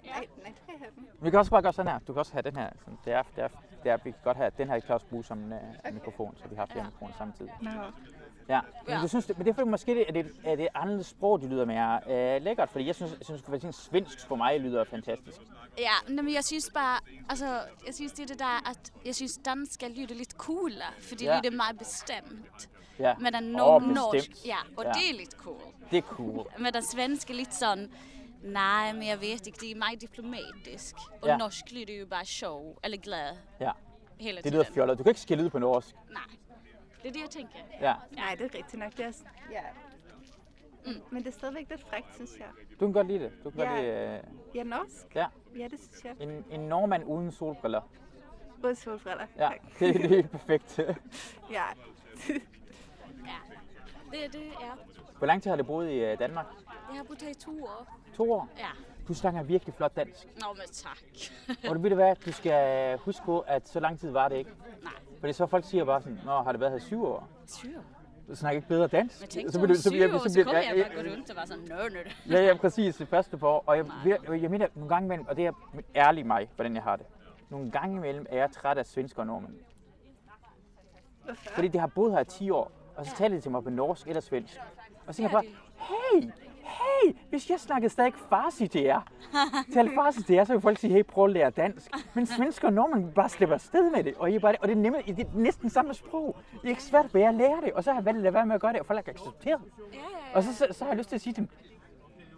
S16: Nej, nej, det kan jeg have den.
S1: Vi kan også bare gøre sådan her. Du kan også have den her. Sådan, det er, det er, det er, vi kan godt have den her kan også bruge som en øh, mikrofon, så vi har flere
S17: Ja.
S1: mikrofoner samtidig.
S17: Nå.
S1: Ja, men, du synes, det, men det er fordi, måske det, er det, er det anderledes sprog, det lyder mere øh, lækkert, fordi jeg synes, jeg synes for eksempel svensk for mig lyder fantastisk.
S17: Ja, nej, men jeg synes bare, altså, jeg synes det er det der, at jeg synes danska lyder lidt coolere, for det
S1: Ja.
S17: lyder meget bestemt.
S1: Ja.
S17: Medan no
S1: Åh,
S17: norsk,
S1: bestemt.
S17: ja, og
S1: Ja.
S17: det er lidt cool.
S1: Det er cool.
S17: Medan svenska är lite sån, nej men jag vet inte, det är mer diplomatisk. Och
S1: Ja.
S17: norsk lyder ju bara show, eller glad,
S1: Ja.
S17: hela
S1: Det
S17: tiden.
S1: lyder fjollet. Du kan ikke skille ud på norsk.
S17: Nej. Det er det, jeg tænker.
S1: Ja.
S16: Nej, det er rigtigt nok. Det er sådan, ja. Mm, men det er stadigvæk lidt frækt, synes jeg.
S1: Du kan godt lide det. Du kan
S16: Ja.
S1: godt lide... Øh,
S16: Ja, norsk.
S1: ja.
S16: Ja, det synes jeg.
S1: En, en nordmand uden solbriller.
S16: Både solbriller.
S1: Ja,
S16: tak.
S1: det er helt perfekt.
S16: ja.
S17: Ja. Det, det er.
S1: Hvor lang tid har du boet i øh, Danmark?
S17: Jeg har boet her i to år.
S1: To år?
S17: Ja.
S1: Du snakker virkelig flot dansk.
S17: Nå, men tak.
S1: Og du ved du hvad, du skal øh, huske på, at så lang tid var det ikke.
S17: Nej.
S1: Fordi så folk siger bare sådan, Nå, har det været her i syv år?
S17: Tyr.
S1: Du snakker ikke bedre dansk.
S17: Men tænk,
S1: Så
S17: så,
S1: bliver-
S17: så, så,
S1: bliver-
S17: så, så,
S1: bliver-
S17: så kunne jeg
S1: ja,
S17: bare gå rundt og bare sådan, nø, nø, nø.
S1: Ja, ja, præcis. Det første par år. Og jeg, jeg, jeg mener nogle gange imellem, og det er ærlig mig, hvordan jeg har det. Nogle gange imellem er jeg træt af svensker og nordmænd. Fordi de har boet her i 10 år, og så taler de til mig på norsk eller svensk. Og så tænker jeg bare, hey, hey, hvis jeg snakkede stadig farsi til jer, til farsi til jer, så vil folk sige, hey, prøv at lære dansk. Men svensker og nordmænd vil bare slipper afsted med det, og, I er bare, og det, er nemme, det er næsten samme sprog. Det er ikke svært at lære det, og så har jeg valgt at lade være med at gøre det, og folk har accepteret. det. Og så, så, så har jeg lyst til at sige til dem,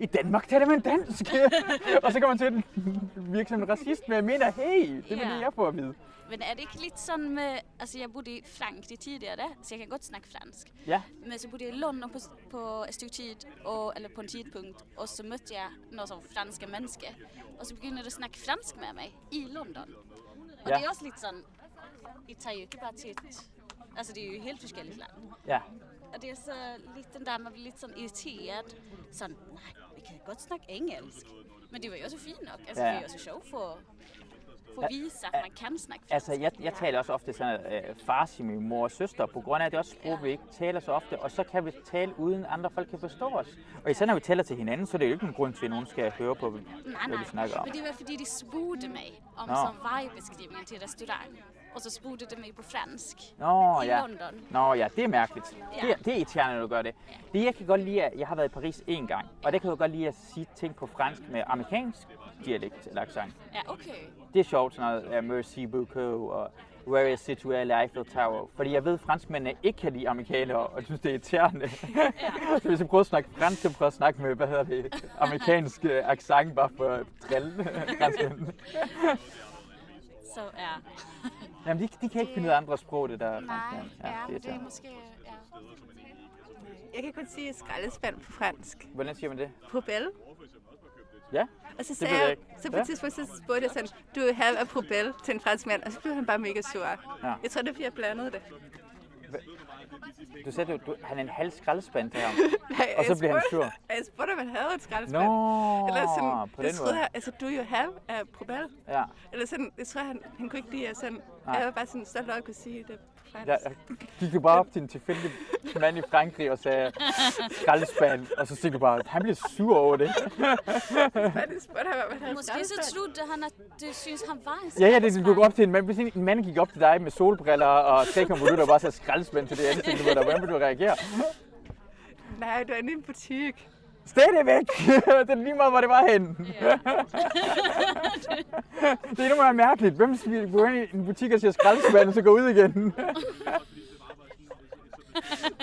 S1: i Danmark taler man dansk. og så kommer man til at virke som en racist, men jeg mener, hey, det er
S17: Ja.
S1: det, jeg får at vide.
S17: Men er det ikke lidt sådan med, altså jeg bodde i Frankrike tidigare, så jeg kan godt snakke fransk.
S1: Ja.
S17: Men så bodde jeg i London på, på et stykke tid, og, eller på en tidpunkt, og så mødte jeg nogle sådan franske mennesker. Og så begyndte de at snakke fransk med mig i London. Og
S1: Ja.
S17: det er også lidt sådan, I tager jo ikke bare til et, altså det er jo et helt forskelligt land.
S1: Ja.
S17: Og det er så lidt den der, man bliver lidt sådan irriteret. Sådan, nej, vi kan godt snakke engelsk. Men det var jo også fint nok. Altså,
S1: Ja.
S17: ja. det er jo også sjovt for, for
S1: Ja.
S17: at vise, at man kan snakke
S1: Altså, jeg, jeg taler også ofte sådan øh, farsi med min mor og søster, på grund af, at det er også sprog, vi ikke taler så ofte, og så kan vi tale uden andre folk kan forstå os. Og især når vi taler til hinanden, så er det jo ikke en grund til, at nogen skal høre på, hvad
S17: Nej,
S1: hvad
S17: nej.
S1: vi snakker om.
S17: Men det var fordi de spurgte mig om
S1: Nå.
S17: no. som vejbeskrivning til restaurang. Og så spurgte de mig på fransk.
S1: Nå
S17: I
S1: ja.
S17: London.
S1: Nå ja, det er mærkeligt. Det,
S17: Ja.
S1: er- det er irriterende, når du gør det. Det jeg kan godt lide, er, jeg har været i Paris én gang, og der kan jeg godt lide at sige ting på fransk med amerikansk dialekt eller accent.
S17: Ja, okay.
S1: Det er sjovt, sådan noget uh, Merci beaucoup og Where is situeret Eiffel Tower? Fordi jeg ved, at franskmændene ikke kan lide amerikanere, og de synes, det er irriterende. så hvis jeg prøver at snakke fransk, så prøver jeg at snakke med, hvad hedder det, amerikansk uh, accent, bare for at drille franskmændene.
S17: Så ja.
S1: Jamen, de, de kan ikke finde ud af andre sprog, det der
S16: Nej,
S1: franskmænd.
S16: ja, men det er
S1: irriterende.
S16: måske... Ja. Jeg kan kun sige skraldespand på fransk.
S1: Hvordan siger man det?
S16: Probel.
S6: ligesom
S1: Ja,
S16: Og så
S1: det
S16: sagde
S1: ved jeg
S16: jeg,
S1: ikke.
S16: så på et tidspunkt så spurgte jeg sådan, du vil have a probel til en fransk mand, og så blev han bare mega sur.
S1: Ja.
S16: Jeg tror, det er, fordi jeg blandede det.
S1: Du sagde, du, du, han er en halv skraldespand der.
S16: Nej,
S1: og så
S16: jeg
S1: bliver han sur.
S16: spurgte- Jeg spurgte, om han havde et skraldespand.
S1: Nå,
S16: Eller sådan,
S1: på
S16: det
S1: den
S16: troede
S1: måde.
S16: Jeg, altså, do you have a probel?
S1: Ja.
S16: Eller sådan, jeg tror, han, han kunne ikke lide, at sådan,
S1: Nej.
S16: jeg var bare sådan stolt over at kunne sige det på fransk.
S1: Jeg, jeg gik jo bare op til en tilfældig mand i Frankrig og sagde skraldespand, og så tænkte jeg bare, han blev sur over det.
S17: Måske så trodde han, at du synes, han var en
S1: Ja, ja, det gik op til en mand. Hvis en en mand gik op til dig med solbriller og tre konvolutter og bare sagde skraldespand til det ansigt, du ved da, hvordan vil du reagere?
S16: Nej, du er inde i en butik.
S1: Stadigvæk! det er lige meget, hvor det var henne. det er endnu mere mærkeligt. Hvem smider- går ind i en butik og siger skraldespand, og så går ud igen?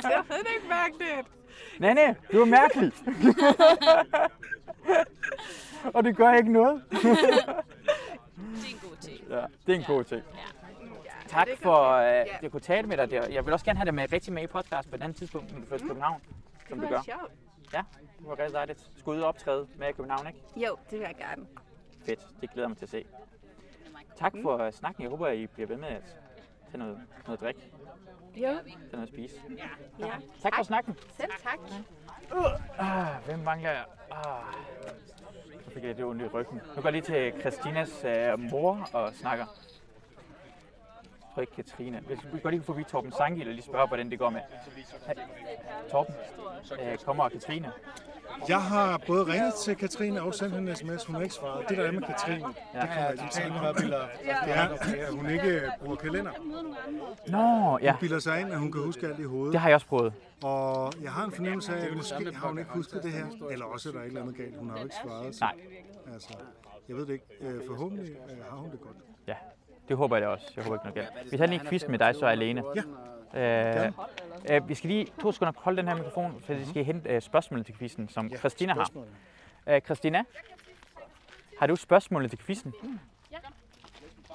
S16: jeg havde da ikke mærket det.
S1: Nej, nej, du er mærkelig. og det gør ikke noget.
S17: Det er en god ting.
S1: ja, det er en god ting. Tak
S17: det kan
S1: for, øh,
S17: være.
S1: at jeg kunne tale med dig. Det- Jeg vil også gerne have dig med rigtig med i podcast på et andet tidspunkt, når du først til København, som du gør. Ja, det var rigtig dejligt. Skud og optræde med i København, ikke?
S16: Jo, det vil jeg gerne.
S1: Fedt, det glæder jeg mig til at se. Tak for øh, snakken. Jeg håber, I bliver ved med at tage noget, noget drik, tage
S16: Jo.
S1: noget at spise.
S16: Ja.
S1: Tak for snakken.
S16: Selv tak.
S1: Ah, hvem mangler jeg? Ah. Så fik jeg det ondt i ryggen. Nu går jeg lige til Christinas øh, mor og snakker. Jeg tror ikke Katrine. Hvis vi går lige forbi Torben Sangil og lige spørge, hvordan det går med. Hey, Torben, øh, kommer Katrine.
S4: Jeg har både ringet til Katrine og sendt hende en sms. Hun har ikke svaret. Det der er med Katrine,
S1: Ja.
S4: det kommer jeg lige til. Ja, at hun ikke bruger kalender.
S1: Nå, ja.
S4: Hun bilder sig ind, at hun kan huske alt i hovedet.
S1: Det har jeg også prøvet.
S4: Og jeg har en fornemmelse af, at måske har hun ikke husket det her, eller også er der et eller andet galt. Hun har jo ikke svaret. Så.
S1: Nej.
S4: Altså, jeg ved det ikke. Øh, Forhåbentlig øh, har hun det godt.
S1: Ja, det håber jeg da også. Jeg håber ikke noget galt. Hvis jeg lige en quiz med dig, så er alene. Ja. Øh, øh, vi skal lige to sekunder holde den her mikrofon, for vi skal hente øh, spørgsmålet til quizzen, som ja, Christina har.
S4: spørgsmålet.
S1: Øh, Christina, har du spørgsmålet til quizzen?
S17: Ja.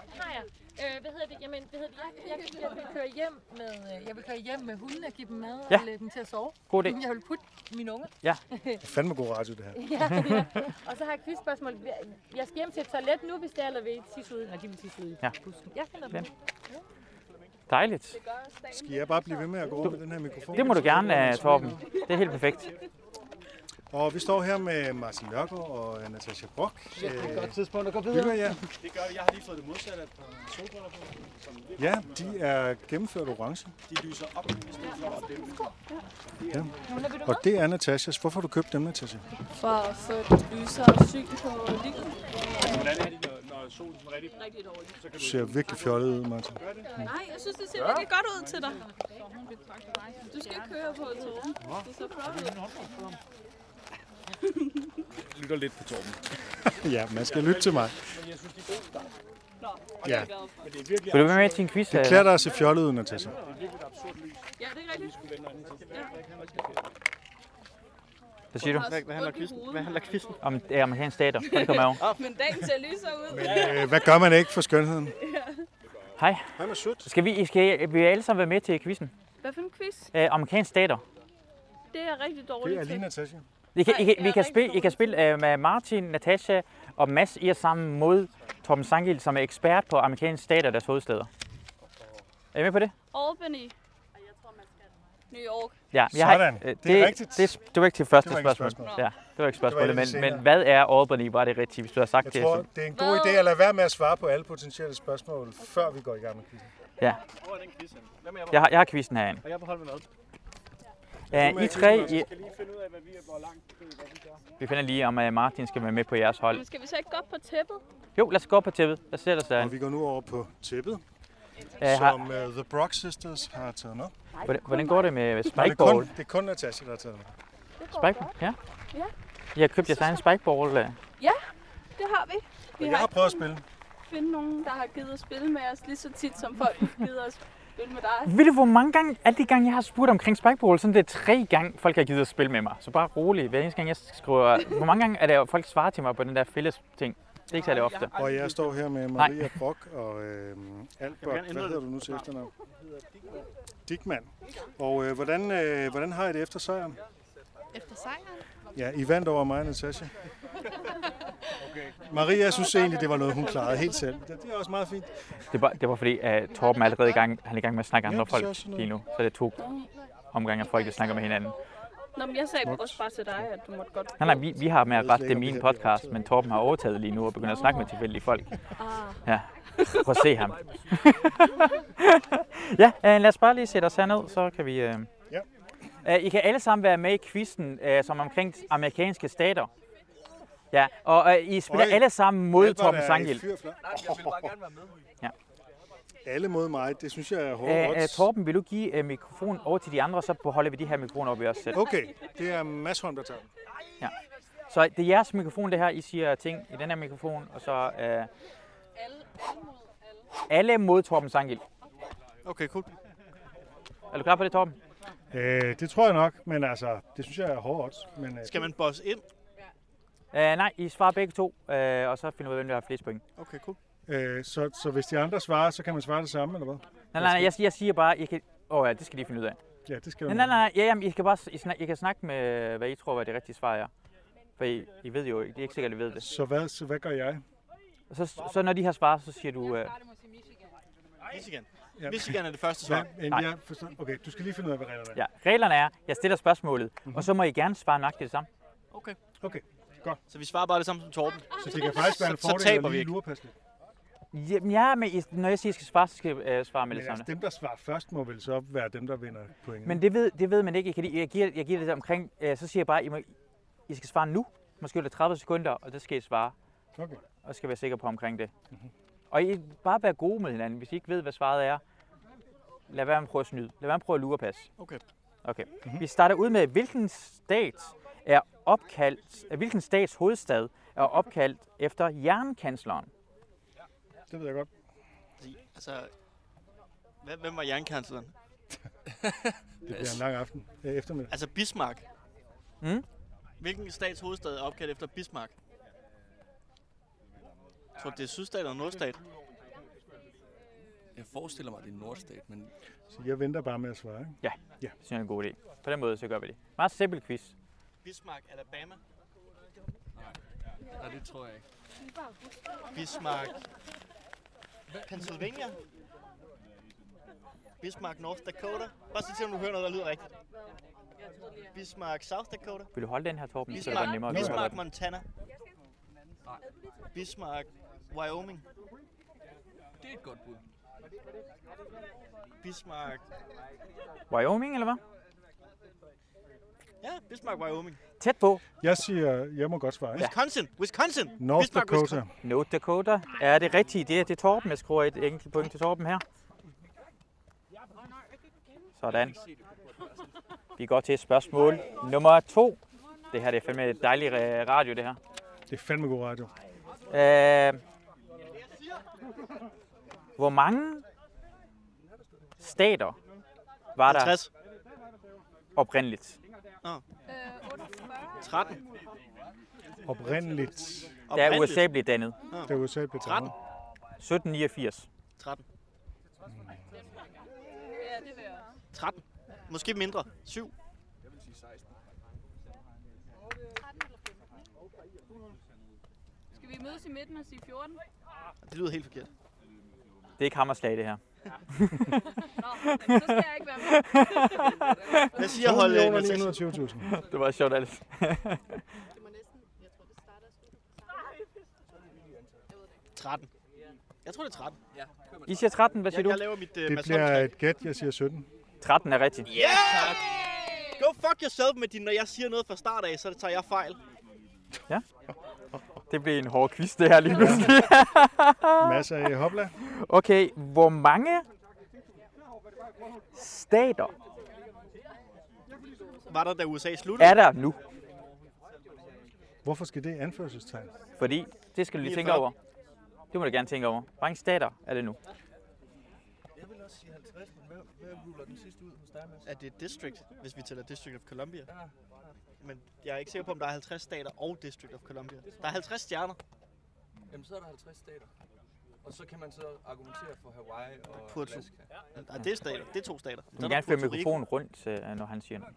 S17: Har jeg.
S18: Øh, hvad hedder det? Jamen, hvad hedder det? Jeg, jeg, jeg vil køre hjem med, øh, jeg vil køre hjem med hunden og give dem mad
S1: Ja.
S18: og lægge dem til at sove.
S1: God idé.
S18: Men Jeg vil putte mine unger.
S1: Ja.
S4: Det er fandme god radio, det her.
S18: ja, ja. Og så har jeg et quizspørgsmål. Jeg skal hjem til et toilet nu, hvis det er, eller vil I tisse ude? Nej, de vil tisse ude.
S1: Ja.
S18: Jeg finder dem.
S1: Dejligt.
S4: Skal jeg bare blive ved med at gå rundt med den her mikrofon?
S1: Det må du gerne, øh, Torben. Det er helt perfekt.
S4: Og vi står her med Martin Nørgaard og øh, Natasha Brock. Øh,
S11: Shit, det er et godt
S4: tidspunkt at gå Ja,
S11: Det gør vi. Jeg har lige fået det modsatte af et par solbriller på. Som
S4: ja de er gennemført orange.
S11: De lyser op, i stedet for at dæmpe.
S4: Ja. Og det er Natashas. Hvorfor har du købt dem, Natasha?
S13: for at få et lysere syn på livet.
S11: Hvordan er det, når, når solen er rigtig, rigtig dårlig? Så
S4: Du ser virkelig fjollet ud, Martin.
S13: Nej, jeg synes, det ser virkelig godt ud til dig. Du skal ikke køre på, Torben. Det ser flot ud.
S2: lytter lidt på Torben.
S4: ja, man skal lytte til mig.
S11: Men jeg synes, de er gode. Nå,
S4: Ja.
S11: Men det er virkelig
S1: Vil du være med til en quiz?
S4: Det
S1: øh?
S4: klæder dig at se fjollet ud, Natasha.
S11: Det er virkelig et absurd lys.
S13: Ja, det er rigtigt.
S1: Hvad siger du?
S13: Hvad- hvad handler quizzen- hvad handler quizzen?
S1: Om, øh, ja, om hans stater. Prøv lige at komme over.
S13: Men dagen ser lysere ud.
S4: Øh, hvad gør man ikke for skønheden?
S1: Hej.
S4: Hej, Masud.
S1: Skal vi, skal vi alle sammen være med til quizzen?
S13: Hvad for en quiz?
S1: Øh, amerikanske stater.
S13: Det er jeg rigtig dårligt til.
S4: Natasha.
S1: I kan, I
S13: Nej,
S1: kan, vi
S13: jeg er
S1: kan spille, I kan spille øh, med Martin, Natasha og Mads I er sammen mod Tom Sangil, som er ekspert på amerikanske stater og deres hovedsteder. Er I med på det?
S19: Albany. Jeg tror, man skal. New York.
S1: Ja, har-
S4: Sådan.
S1: øh,
S4: Det er rigtigt.
S1: Det, det, det var ikke til første
S4: Det var ikke et
S1: spørgsmål.
S4: spørgsmål.
S1: Ja, det var ikke et
S4: Det var
S1: spørgsmål,
S4: et af de
S1: men, men
S4: senere.
S1: hvad er Albany? Var det rigtigt, hvis du har sagt
S4: Jeg
S1: det?
S4: tror,
S1: så-
S4: det er en god idé at lade være med at svare på alle potentielle spørgsmål, før vi går i gang med quizzen.
S1: Ja.
S11: Hvor er den quiz henne? Hvad med jer?
S1: Jeg har- jeg har quizzen herinde.
S11: Og jeg beholder med noget.
S1: Ja, I tre,
S11: Vi
S1: I,
S11: skal lige finde ud af, hvad vi er, hvor langt det er, hvad vi gør.
S1: vi finder lige, om øh, Martin skal være med på jeres hold.
S13: Men skal vi så ikke gå op på tæppet?
S1: Jo, lad os gå op på tæppet. Lad os sætte os
S4: Og
S1: derinde.
S4: vi går nu over på tæppet,
S1: Øh, har-
S4: som uh, The Brock Sisters har taget med.
S1: Hvordan, hvordan går det med
S4: Nej, det, er kun,
S1: spikeball?
S4: det er kun Natasha, der har taget med.
S1: Spikeball? Ja.
S13: Ja.
S1: I har købt jeres egen spikeball. øh.
S13: Ja, det har vi. Vi
S4: Jeg har prøvet at
S13: ikke
S4: spille.
S13: kunnet finde nogen, der har givet at spille med os lige så tit, som folk gider at spille med dig.
S1: Ved du, hvor mange gange, alle de gange, jeg har spurgt omkring spikeball, sådan det er tre gange, folk har givet at spille med mig. Så bare rolig. Hver eneste gang, jeg skriver, hvor mange gange er det, at folk svarer til mig på den der fælles ting. Det er ikke særlig ofte.
S4: Og jeg står her med
S1: Nej.
S4: Maria Brock og øh,
S1: Jeg vil
S4: Albert.
S1: gerne ændre
S4: Hvad hedder
S1: det.
S4: du nu til efternavn? Dickmann. Og øh, hvordan, øh, hvordan har I det efter sejren?
S20: Efter sejren?
S4: Ja, I vandt over mig, Natasha. Maria synes egentlig, det var noget, hun klarede helt selv. Det, det er også meget fint.
S1: Det var, det var fordi, at Torben er allerede i gang, han er i gang med at snakke
S4: Ja,
S1: med andre
S4: det er
S1: folk
S4: også noget.
S1: lige nu. Så det er to omgange af folk, der snakker med hinanden.
S13: Nå, men jeg sagde også bare til dig, at du måtte godt...
S1: Nej, nej, vi, vi har med at rette det er min podcast, men Torben har overtaget lige nu og begynder at snakke med tilfældige folk. Ja, prøv at se ham. ja, øh, lad os bare lige sætte os herned, så kan vi... Øh...
S4: Ja.
S1: Øh, I kan alle sammen være med i quizzen, øh, som omkring amerikanske stater. Ja, og øh, I spiller
S4: Øj,
S1: alle sammen mod
S4: Albert
S1: Torben
S4: er i
S1: Sangel.
S4: fyr flot.
S1: Ja.
S4: Alle mod mig, det synes jeg er hårdt.
S1: Øh, øh, Torben, vil du give øh, mikrofonen over til de andre, så beholder vi de her mikrofoner op i os selv.
S4: Okay, det er Mads Holm, der tager den.
S1: Ja. Så det er jeres mikrofon, det her. I siger ting i den her mikrofon, og så... Øh, alle mod Torben Sangil.
S4: Okay, cool.
S1: Er du klar på det, Torben?
S4: Øh, det tror jeg nok, men altså, det synes jeg er hårdt. odds. Men, øh,
S11: Skal man bosse ind?
S1: Øh, nej, I svarer begge to, øh, og så finder vi ud af, hvem der har flest point.
S11: Okay, cool.
S4: Øh, så, så hvis de andre svarer, så kan man svare det samme, eller hvad?
S1: Nej, nej, nej, jeg, jeg siger bare, I kan... Åh oh, ja, det skal de finde ud af.
S4: Ja, det skal
S1: Nej, nej, nej, ja, jamen, I, kan bare, s- I, snak, I kan snakke med, hvad I tror, hvad det rigtige svar er. For I, I ved jo ikke, det er ikke sikkert, at I ved det.
S4: Så hvad, så hvad gør jeg?
S1: Og så, så når de har svaret, så siger du... Øh,
S11: Michigan. Michigan er det første
S4: Hvad?
S11: svar.
S4: Jamen,
S1: Nej.
S4: jeg forstår. Okay, du skal lige finde ud af, hvad reglerne er.
S1: ja, reglerne er, jeg stiller spørgsmålet,
S4: Mhm.
S1: og så må I gerne svare nøjagtigt det samme.
S11: Okay.
S4: Okay, godt.
S11: Så vi svarer bare det samme som Torben.
S4: Ah, Så Altså, det kan faktisk være en
S11: Så-
S4: fordel,
S11: så taber
S4: at
S11: vi
S4: lige
S11: ikke.
S4: lurepasse lidt.
S1: Jamen, ja, men I, når jeg siger, at I skal svare, så skal I øh, svare med det
S4: Men
S1: samme.
S4: altså, dem, der svarer først, må vel så være dem, der vinder pointene.
S1: Men det ved, det ved man ikke. Jeg, kan, lige- jeg, giver, jeg giver det der omkring, øh, så siger jeg bare, at I, må, I skal svare nu. Måske er det 30 sekunder, og det skal I svare.
S4: Okay.
S1: Og skal være sikre på omkring det. Mm-hmm. Og I bare være gode med hinanden. Hvis I ikke ved, hvad svaret er, lad være med at prøve at snyde. Lad være med at prøve at lure og passe.
S11: Okay.
S1: Okay. Mm-hmm. Vi starter ud med, hvilken stat er opkaldt, øh, hvilken stats hovedstad er opkaldt efter jernkansleren?
S4: Det ved jeg godt.
S11: Altså, hvem, hvem var jernkansleren?
S4: Det bliver en lang aften. Øh, eftermiddag.
S11: Altså Bismarck.
S1: Mm?
S11: Hvilken stats hovedstad er opkaldt efter Bismarck? Jeg tror, det er sydstat eller nordstat.
S21: jeg forestiller mig, at det er Nordstat, men
S4: Så jeg venter bare med at svare, ikke?
S1: Ja,
S4: ja.
S1: det synes jeg er en god idé. På den måde, så gør vi det. Meget simpel quiz.
S11: Bismarck, Alabama.
S21: nej, det tror jeg ikke.
S11: Bismarck. Pennsylvania. Bismarck, North Dakota. Bare så til, om du hører noget, der lyder rigtigt. Bismarck, South Dakota.
S1: Vil du holde den her, Torben? Så er det var nemmere
S11: Bismarck,
S1: at gøre
S11: Bismarck
S1: det.
S11: Montana. Bismarck, Wyoming.
S21: Det er et godt bud.
S11: Bismarck.
S1: Wyoming, eller hvad?
S11: Ja, Bismarck, Wyoming.
S1: Tæt på.
S4: Jeg siger, jeg må godt svare. ikke?
S11: Wisconsin, Wisconsin.
S4: North
S11: Bismarck,
S4: Dakota.
S1: North Dakota. Er det rigtigt? Det er, det er Torben. Jeg skruer et enkelt point til Torben her. Sådan. Vi går til spørgsmål nummer to. Det her det er fandme dejlig øh, radio, det her.
S4: Det er fandme god radio.
S1: Øh, hvor mange stater var
S11: 50.
S1: der oprindeligt?
S11: Nå. 13.
S4: Oprindeligt.
S1: Da USA blev dannet.
S4: Da USA blev 13.
S1: 1789.
S11: 13. 13. Måske mindre. 7.
S10: Jeg vil sige 16.
S22: Skal vi mødes i midten og sige 14?
S11: Det lyder helt forkert.
S1: Det er ikke hammerslag, det her.
S22: så skal jeg ikke være med.
S11: Jeg siger, hold, øh,
S4: 2.920.000.
S1: Det var sjovt, Alice.
S22: Det må næsten, jeg tror, det starter
S11: 13. Jeg tror, det er 13. Ja.
S1: I siger 13, hvad siger
S11: jeg,
S1: du?
S11: Jeg laver mit uh,
S4: Det bliver et gæt, jeg siger 17.
S1: 13 er rigtigt.
S11: Ja! Yeah! Go fuck yourself med din, når jeg siger noget fra start af, så tager jeg fejl.
S1: Det blev en hård quiz, det her lige pludselig.
S4: Masser af hopla.
S1: Okay, hvor mange stater
S11: Var der, da USA sluttede?
S1: er der nu?
S4: Hvorfor skal det i anførselstegn?
S1: Fordi, det skal du lige tænke
S4: 49.
S1: over. Det må du gerne tænke over. Hvor mange stater er det nu?
S11: Jeg vil også sige 50, men hvad, hvad ruller den sidste ud hos dig, Er det District, hvis vi tæller District of Columbia? Men jeg er ikke sikker på, om der er 50 stater og District of Columbia. Der er 50 stjerner.
S21: Jamen, så er der 50 stater. Og så kan man så argumentere for Hawaii og
S11: Puerto.
S21: Alaska.
S11: Ja, det er stater. Det er to stater.
S1: Du må gerne føre mikrofonen rundt, øh, når han siger noget.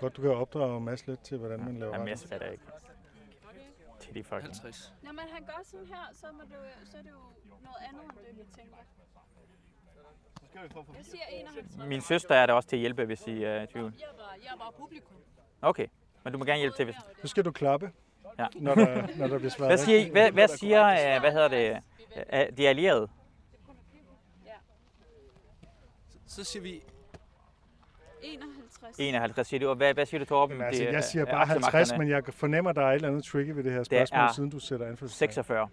S4: Godt, du kan opdrage Mads lidt til, hvordan man laver
S1: Jamen,
S4: radio.
S1: jeg fatter ikke. Titty fucking.
S4: 50.
S22: Når man han gør sådan her, så, må det, jo- så er det jo noget andet, end det, vi tænker. Jeg siger 51.
S1: Min søster er der også til at hjælpe, hvis I er i tvivl.
S22: Jeg var, jeg var publikum.
S1: Okay, men du må gerne hjælpe til, hvis...
S4: Så skal du klappe,
S1: Ja.
S4: når der- når der bliver svaret
S1: Hvad siger, I?
S4: rigtigt.
S1: hvad, hvad siger, øh, hvad hedder det, øh, de allierede?
S21: Så siger vi
S22: 51.
S1: 51 siger du, og hvad, hvad siger du, Torben?
S4: Altså,
S1: Det er- øh,
S4: jeg siger
S1: er
S4: bare 50,
S1: aktiemagterne.
S4: men jeg fornemmer, der er et eller andet tricky ved det her spørgsmål,
S1: er
S4: siden du sætter anførselstegn.
S1: 46.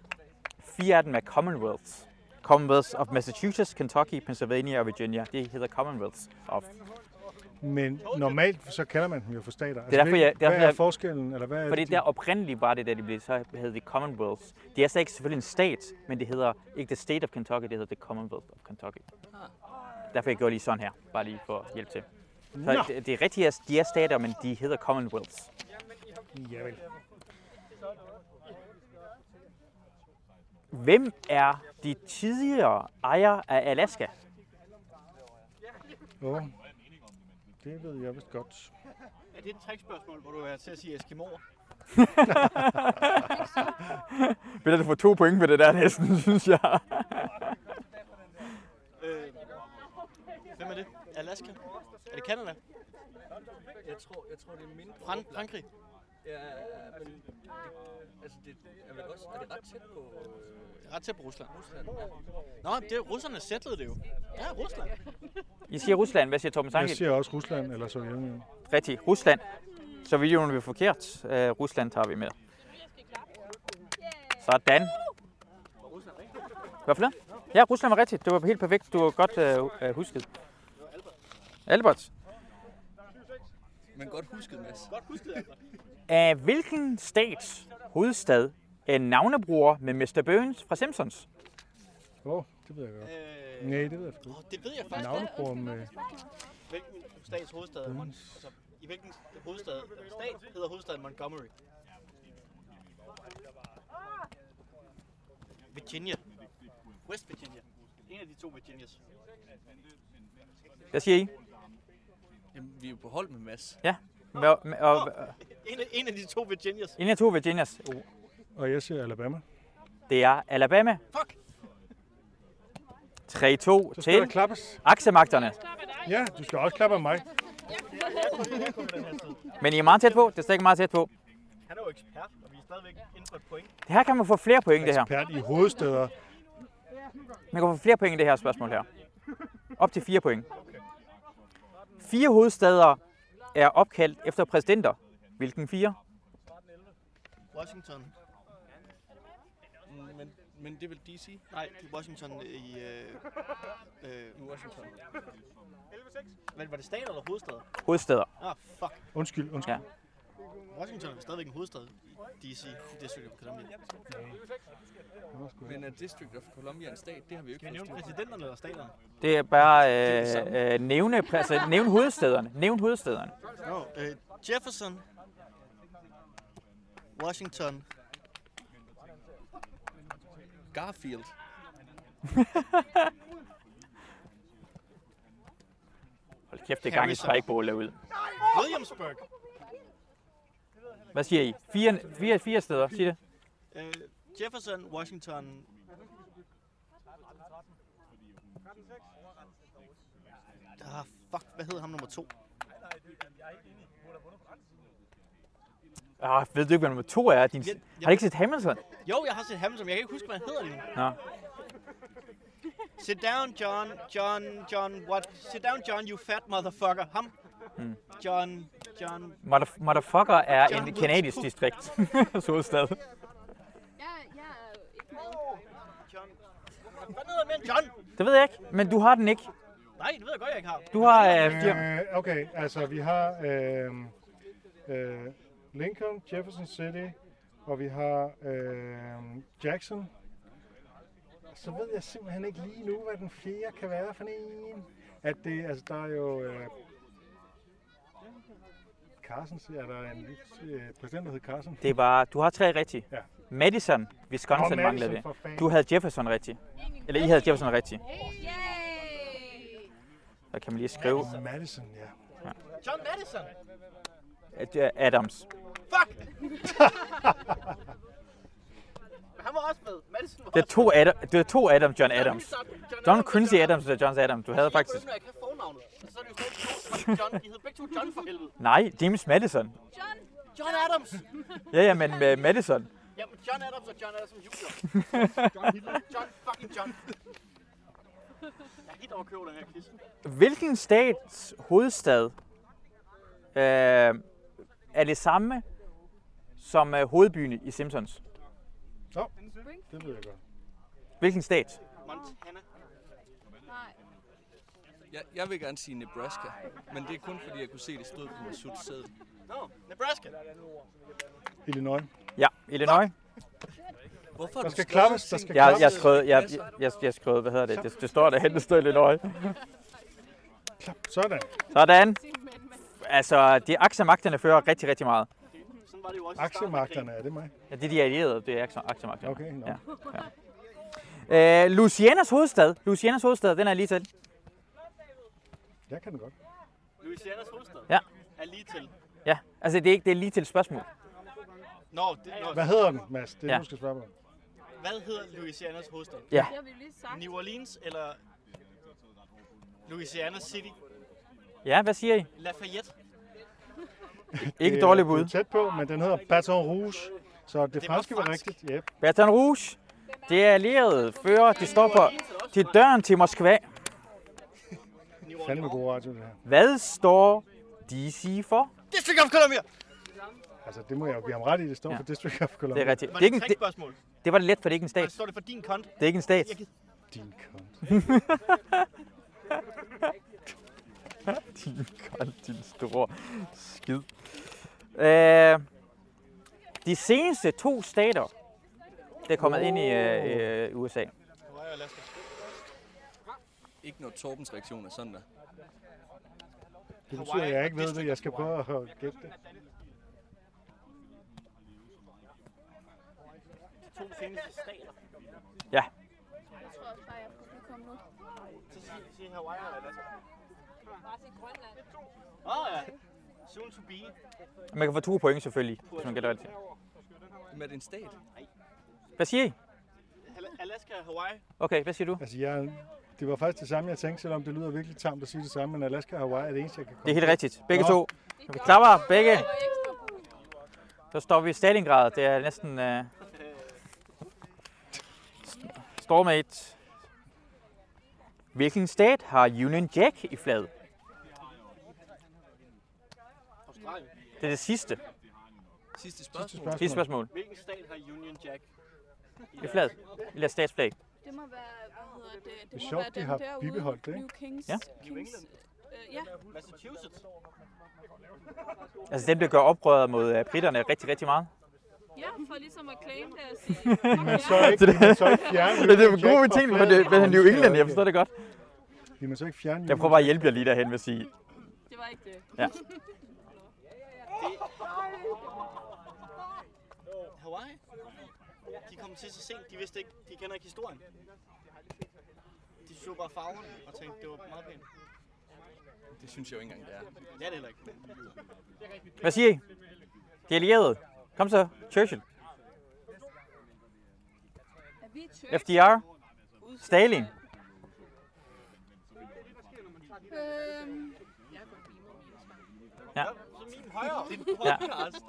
S1: Fire af dem er Commonwealths. Commonwealths of Massachusetts, Kentucky, Pennsylvania og Virginia. De hedder Commonwealths of.
S4: Men normalt, så kalder man dem jo for stater.
S1: Det er derfor, jeg, det
S4: Altså, hvad
S1: er,
S4: er forskellen, eller hvad er
S1: Fordi
S4: det, de-
S1: der oprindeligt var det, da de blev, så hed det Commonwealths. Det er så ikke selvfølgelig en stat, men det hedder ikke The State of Kentucky, det hedder The Commonwealth of Kentucky. Derfor jeg gjorde lige sådan her, bare lige for hjælp til.
S4: Nå.
S1: Så det, det er rigtigt, at de er stater, men de hedder Commonwealths.
S4: Javel.
S1: Hvem er de tidligere ejere af Alaska?
S4: Åh, det ved jeg vist godt.
S11: Er det et trickspørgsmål, hvor du er til at sige Eskimoer?
S1: Peter, du får to point ved det der næsten, synes jeg.
S11: øh, hvem er det? Alaska? Er det Canada?
S21: Jeg tror, jeg tror det er mindre.
S11: Fran- Frankrig?
S21: Ja, men det, altså det er vel også, er det ret tæt på... Øh,
S11: ret tæt på Rusland.
S21: Rusland,
S11: Nå, det er russerne sættlede det jo. Ja, Rusland.
S1: I siger Rusland. Hvad siger Torben
S4: Jeg
S1: Sangel?
S4: siger også Rusland eller Sovjetunionen.
S1: Rigtigt. Rusland. Så videoen bliver forkert. Øh, Rusland tager vi med. Sådan. Hvad for noget? Ja, Rusland var rigtigt. Det var helt perfekt. Du var godt øh, øh, husket. Albert.
S21: Men godt husket, Mads.
S11: Godt husket, altså.
S1: Af hvilken stats hovedstad er navnebruger med Mr. Burns fra Simpsons?
S4: Åh, oh, det ved jeg godt. Øh... Nej, det ved jeg sgu.
S11: Oh, det ved jeg faktisk.
S4: Navnebror med...
S11: Hvilken stats hovedstad? er Mon- Altså, I hvilken hovedstad? Stat hedder hovedstaden Montgomery. Virginia. West Virginia. En af de to med Genius.
S1: Hvad siger I?
S11: Jamen, vi er jo på hold med Mads.
S1: Ja. Hva, og, og,
S11: En af, en af de to Virginias.
S1: en af to Virginias.
S4: Og jeg siger Alabama.
S1: Det er Alabama. Fuck. 3-2
S4: skal der
S1: til
S4: klappes.
S1: aktiemagterne.
S4: Ja, du skal også klappe af mig.
S1: Men I er meget tæt på. Det er stadig meget tæt på.
S11: Han er jo ekspert, og vi er stadigvæk inden for et point.
S1: Det her kan man få flere point, det her.
S4: Ekspert i hovedsteder.
S1: Man kan få flere point i det her spørgsmål her. Op til fire point. Fire hovedstader er opkaldt efter præsidenter. Hvilken fire?
S11: Washington. Mm, Men, men det er vel DC? Nej, det er Washington i... Øh, øh, Washington. Men var det stat eller hovedstad?
S1: Hovedsteder.
S11: Ah, fuck.
S4: Undskyld, undskyld.
S1: Ja.
S11: Washington er stadigvæk en hovedstad i DC, i District of Columbia.
S21: Men er District of Columbia en stat? Det har vi jo ikke
S11: Kan jeg nævne præsidenterne eller staterne?
S1: Det er bare
S11: Det er det
S1: øh,
S11: samme.
S1: øh, nævne, præ- altså, nævne hovedstederne. Nævne hovedstederne.
S11: No, øh, Jefferson. Washington.
S21: Garfield.
S1: Hold kæft, det er gang i
S11: Harrison.
S1: spikebålet ud.
S11: Williamsburg.
S1: Hvad siger I? Fire, fire, fire steder, sig det.
S11: Øh, Jefferson, Washington. Ah, fuck, hvad hed ham nummer to?
S1: Ah, ved du ikke, hvad nummer to er? Din...
S11: Jeg-
S1: Har du ikke set Hamilton?
S11: Jo, jeg har set ham, som jeg kan ikke huske, hvad han hedder nu.
S1: Nå.
S11: Sit down, John. John, John, what? Sit down, John, you fat motherfucker. Ham.
S1: Mm.
S11: John, John.
S1: Motherf- Motherfucker er
S11: John
S1: en
S11: Woods.
S1: kanadisk distrikt. hovedstad.
S11: Hvad hedder mere end John?
S1: Det ved jeg ikke, men du har den ikke.
S11: Nej, det ved jeg godt, jeg ikke har.
S1: Du har øh, fire.
S4: Øh, okay, altså vi har øh, øh, Lincoln, Jefferson City, og vi har øh, Jackson. Så ved jeg simpelthen ikke lige nu, hvad den fjerde kan være for en. At det, altså der er jo... Øh, Carson, siger- er der en øh, præsident, der hedder Carson?
S1: Det var, du har tre rigtige.
S4: Ja.
S1: Madison,
S4: Nå,
S1: Wisconsin
S4: Madison,
S1: manglede vi.
S4: for fanden.
S1: Du havde Jefferson rigtig. Eller I havde Jefferson rigtig. Så kan man lige skrive.
S4: Madison, ja.
S11: John Madison.
S1: At- øh, Adams.
S11: Fuck! Men han var også med. Madison var
S1: Det er
S11: også
S1: to,
S11: med.
S1: Adam, det er to Adam, John Adams. John Quincy Adams og John Adams. Du havde
S11: Jeg
S1: faktisk...
S11: begynder ikke at have fornavnet. Altså, så er det jo stadig to, fordi John. De hedder begge to John for helvede.
S1: Nej, James Madison.
S11: John! John Adams!
S1: Ja, ja, men med Madison.
S11: ja, men John Adams og John Adams Jr. John Hitler. John fucking John. Jeg er helt overkøvet den her quiz.
S1: Hvilken stats hovedstad øh, er det samme som øh, hovedbyen i Simpsons?
S4: Nå, det ved jeg godt.
S1: Hvilken stat?
S11: Montana.
S22: Nej.
S21: Jeg, jeg vil gerne sige Nebraska, men det er kun fordi, jeg kunne se, det stod på Masuds sæde.
S11: Nå, Nebraska.
S4: Illinois.
S1: Ja, Illinois.
S21: Hvorfor har
S4: Der
S21: du
S4: skal
S21: skrevet
S4: klappes, der
S21: ting?
S4: skal
S1: Jeg,
S4: klappes.
S1: jeg skrev, jeg, jeg, jeg, jeg skrev, hvad hedder det? Det, det står derhen, det står Illinois.
S4: Sådan.
S1: Sådan. Altså, de aktiemagterne fører rigtig, rigtig meget.
S4: Aktiemagterne, er det mig?
S1: Ja, det er de allierede, det er aktie- aktiemagterne.
S4: Okay, nå.
S1: ja. ja. Øh, Lucianas hovedstad. Lucianas hovedstad, den er lige til.
S4: Jeg kan den godt.
S11: Louisianas hovedstad.
S1: Ja.
S11: Er lige til.
S1: Ja, altså det er ikke det er lige til et spørgsmål.
S11: Nå, det, nå.
S4: Hvad hedder den, Mads? Det er
S1: Ja.
S4: ja. du skal spørge på.
S11: Hvad hedder Louisianas hovedstad?
S1: Ja. Det
S11: har vi lige sagt. New Orleans eller Louisiana City?
S1: Ja, hvad siger I?
S11: Lafayette?
S1: Ikke
S4: Øh, Det er-
S1: dårligt bud.
S4: det er tæt på, men den hedder Baton Rouge. Så det, det franske var rigtigt. Yep.
S1: Baton Rouge. Det er allierede fører. De står på til døren til Moskva.
S4: Fandme god radio, det her.
S1: Hvad står DC for?
S11: District of Columbia!
S4: Altså, det må jeg jo give ham ret i. Det står
S1: Ja.
S4: ja. for District of
S1: Det
S4: Columbia.
S1: er rigtigt.
S11: Var
S1: er
S11: det
S1: ikke en-
S11: et trickspørgsmål?
S1: Det var det let, for det er ikke en stat.
S11: Hvad står det for din kont?
S1: Det er ikke en stat.
S11: Jeg gid-
S4: Din kont.
S1: din kont, din store skid. Øh, de seneste to stater, der er kommet ind i øh, øh, USA.
S21: Ikke når Torbens reaktion er sådan der.
S4: Det betyder, at jeg ikke ved det. Jeg skal prøve at gætte det.
S11: To seneste stater.
S1: Ja.
S11: Jeg tror
S16: opvejer publikum nu.
S11: Så sig, sig Hawaii eller hvad?
S22: Bare til Grønland.
S11: Åh ja. Soon to be.
S1: Man kan få to point selvfølgelig, hvis man gætter rigtigt.
S21: Men er det en stat?
S1: Hvad siger I?
S11: Al- Alaska, Hawaii.
S1: Okay, hvad siger du?
S4: Altså, jeg, det var faktisk det samme, jeg tænkte, selvom det lyder virkelig tamt at sige det samme, men Alaska og Hawaii er det eneste, jeg kan komme
S1: Det er helt
S4: på.
S1: rigtigt. Begge
S4: Nå.
S1: to. Vi klapper begge. Så står vi i Stalingrad. Det er næsten... Uh... Stormate. Hvilken stat har Union Jack i flaget?
S11: Australien.
S1: Det er det sidste.
S11: Sidste
S1: spørgsmål. Sidste spørgsmål.
S11: Hvilken stat har Union Jack?
S1: I flaget. Eller statsflag.
S22: Det må være, hvad hedder det?
S4: Det er
S22: Det må
S4: sjovt,
S22: være
S4: de
S22: den
S4: har
S22: derude.
S4: bibeholdt det, ikke?
S22: New Kings.
S1: Ja.
S11: New England.
S22: Øh, ja.
S11: Massachusetts.
S1: Altså dem, der gør oprør mod uh, britterne rigtig, rigtig meget.
S22: Ja, for ligesom at claim deres...
S4: Man så ikke,
S1: det,
S4: man så ikke fjerne
S1: det, det er
S4: Union
S1: en god
S4: Jack fra
S1: ting, men
S4: flaget.
S1: det, men han er New
S4: Skal
S1: England, jeg
S4: jeg ikke.
S1: forstår det godt.
S4: Vil man så ikke fjerne
S1: Jeg prøver bare at hjælpe jer lige derhen, vil jeg sige.
S22: Det var ikke det.
S1: Ja.
S11: Hawaii? De kom til så sent, de vidste ikke, de kender ikke historien. De så bare farverne og tænkte, det var meget pænt.
S21: Det synes jeg jo ikke engang, det er.
S11: Det er det heller ikke.
S1: Hvad siger I? De allierede. Kom så, Churchill.
S22: Er vi i church?
S1: FDR. Stalin.
S22: Øhm,
S1: Ja.
S11: Så min højre. Det er en
S1: Ja.
S11: podcast.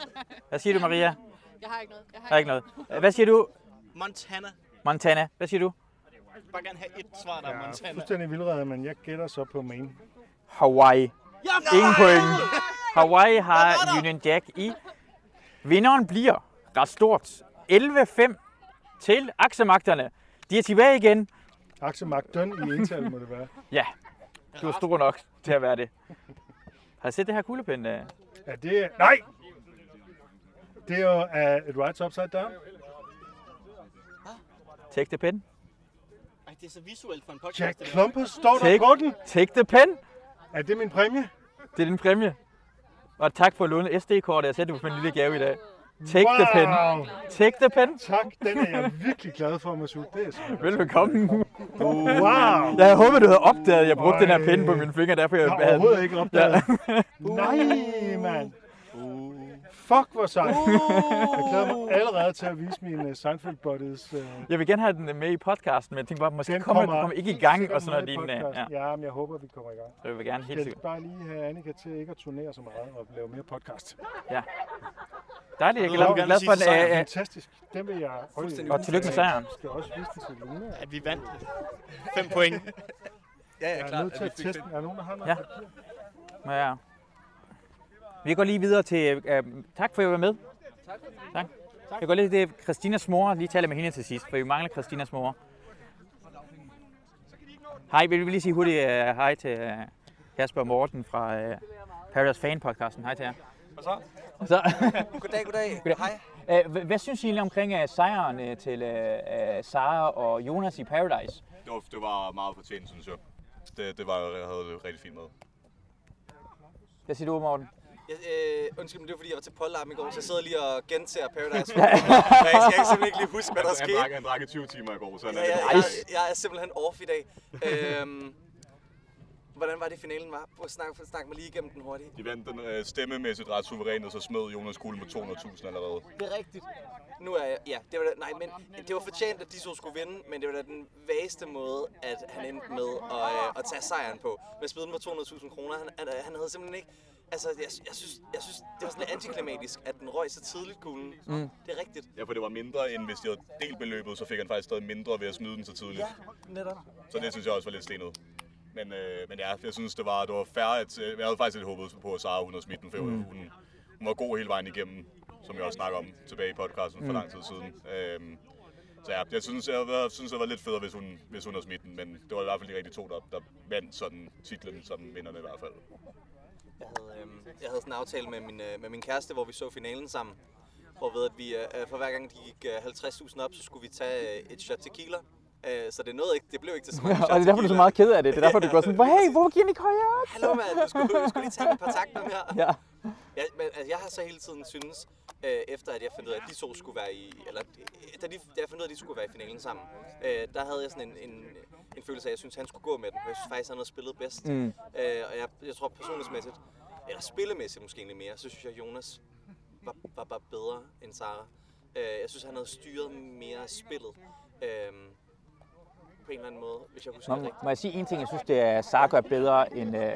S1: Hvad siger du, Maria?
S11: Jeg har ikke noget. Jeg
S1: Der er ikke noget. Hvad siger du,
S11: Montana.
S1: Montana? Hvad siger du?
S11: Bare gerne have et svar, der er
S4: Jeg er
S11: Montana.
S4: fuldstændig vildrede, men jeg gætter så på Maine.
S1: Hawaii. Ingen point. Hawaii har Union Jack i. Vinderen bliver ret stort. 11-5 til aksemagterne. De er tilbage igen.
S4: Aksemagten i ental må det være.
S1: Ja, du er stor nok til at være det. Har I set det her kuglepind? øh?
S4: Er det... Nej! Det er jo uh, et rights upside down.
S1: Take the pen.
S11: Ej, det er så visuelt for en podcast.
S4: Jack
S11: det der.
S4: Klumpus står der
S1: Take-
S4: på den.
S1: Take the pen.
S4: Er det min præmie?
S1: Det er din præmie. Og tak for at låne SD-kortet. Jeg sætter på min lille gave i dag. Take the pen.
S4: Wow.
S1: Take the pen.
S4: Tak, den er jeg virkelig glad for, Masud. Det er så
S1: Velbekomme.
S4: Wow.
S1: Jeg havde håbet, du havde opdaget, at jeg brugte den her pen på min finger, derfor jeg
S4: Jeg har overhovedet ikke opdaget. Nej, mand. Fuck, hvor sejt. Jeg glæder mig allerede til at vise mine uh, Seinfeld Buddies. Uh,
S1: Jeg vil gerne have den med i podcasten, men jeg tænkte bare, måske kommer, kommer, kommer ikke i gang og sådan noget lignende.
S4: Ja.
S1: Ja.
S4: ja, men jeg håber, vi kommer i gang.
S1: Så jeg vil gerne helt
S4: Jeg skal
S1: sikkert.
S4: bare lige have Annika til ikke at turnere så meget og lave mere podcast.
S1: Ja. Dejligt, jeg
S4: Nå,
S1: er glad, jeg er glad for den.
S4: sejren
S1: øh,
S4: er
S1: øh,
S4: fantastisk. Den vil jeg
S1: Og tillykke med sejren.
S4: Jeg skal også vise den til Luna.
S11: At vi vandt. Fem point. ja,
S4: Ja, jeg er
S11: klart,
S4: nødt til
S11: at
S4: at
S11: vi fik
S4: teste
S11: fem.
S4: den. Er der nogen, der har noget?
S1: Ja.
S4: papir?
S1: Ja. Vi går lige videre til... Øh, tak for, at I var med.
S21: Tak for
S1: Tak. Jeg går lige til Christinas mor. Lige tale med hende til sidst, for vi mangler Christinas mor. Hej, vil vi lige sige hurtigt øh, hej til øh, Kasper og Morten fra øh, Paradise Fan podcasten. Hej til jer.
S21: Og så?
S1: Og så.
S21: Goddag, goddag. Hej.
S1: Hej. Hvad, hvad synes I egentlig omkring øh, sejren øh, til øh, øh, Sara og Jonas i Paradise?
S23: Jo, det var meget fortjent, synes jeg. Det, det var, jeg havde det rigtig fint med.
S1: Hvad siger du, Morten?
S21: Jeg, øh, undskyld, men det var fordi, jeg var til pollarm i går, så jeg sidder lige og genser Paradise. Men jeg skal ikke simpelthen ikke lige huske, hvad der
S23: han,
S21: skete.
S23: drak, han drak i 20 timer i går, så han
S21: Ja,
S23: er
S21: jeg,
S23: lidt...
S21: jeg, jeg er simpelthen off i dag. Øhm, hvordan var det, finalen var? Prøv at snakke, snak mig lige igennem den hurtigt.
S23: De vandt den øh, stemmemæssigt ret suverænt, og så smed Jonas Kuhl med 200.000 allerede.
S21: Det er rigtigt. Nu er jeg, ja, det var da, nej, men det var fortjent, at de to skulle vinde, men det var da den vageste måde, at han endte med at, øh, at tage sejren på. Med spiden med 200.000 kroner, han, han, han havde simpelthen ikke, altså, jeg, jeg, synes, jeg synes, det var sådan lidt antiklimatisk, at den røg så tidligt kuglen.
S23: Mm.
S21: Det er rigtigt.
S23: Ja, for det var mindre, end hvis de havde delt beløbet, så fik han faktisk stadig mindre ved at smide den så tidligt.
S21: Ja, netop.
S23: Så det synes jeg også var lidt stenet. Men, øh, men ja, jeg synes, det var, det var færre. At, øh, jeg havde faktisk lidt håbet på, at Sara hun havde smidt den, for
S1: Mm.
S23: mm. hun, hun var god hele vejen igennem, som jeg også snakker om tilbage i podcasten for
S1: Mm.
S23: lang tid siden. Øhm, så ja, jeg synes, jeg, jeg synes, det var lidt federe, hvis hun, hvis hun havde smidt den, men det var i hvert fald de rigtige to, der, der vandt sådan titlen som vinderne i hvert fald.
S21: Jeg havde, øhm, jeg havde sådan en aftale med min, øh, med min kæreste, hvor vi så finalen sammen. Hvor ved, at vi, øh, for hver gang de gik øh, 50.000 op, så skulle vi tage øh, et shot tequila. Øh, så det nåede ikke, det blev ikke til så mange
S1: og det er
S21: shots
S1: derfor, du er så
S21: tequila.
S1: meget ked af det. Det er derfor, du går sådan, hey, hvorfor giver den ikke højere op?
S21: Hallo mand, du skulle, du skulle lige tage et par takter mere.
S1: Ja.
S21: Ja, men altså, jeg har så hele tiden synes, øh, efter at jeg fandt ud af, at de to skulle være i, eller øh, da, de, da jeg fandt ud af, at de skulle være i finalen sammen, øh, der havde jeg sådan en, en, en følelse af, at jeg synes, han skulle gå med den, og jeg synes faktisk, han havde spillet bedst.
S6: Mm.
S21: Øh, og jeg, jeg tror personlighedsmæssigt, eller spillemæssigt måske egentlig mere, så synes jeg, Jonas var, var, var bedre end Sara. Øh, jeg synes, han havde styret mere spillet. Øh, på en eller anden måde, hvis jeg husker
S1: Nå,
S21: det
S1: må jeg sige en ting, jeg synes, det er Sara gør bedre end øh,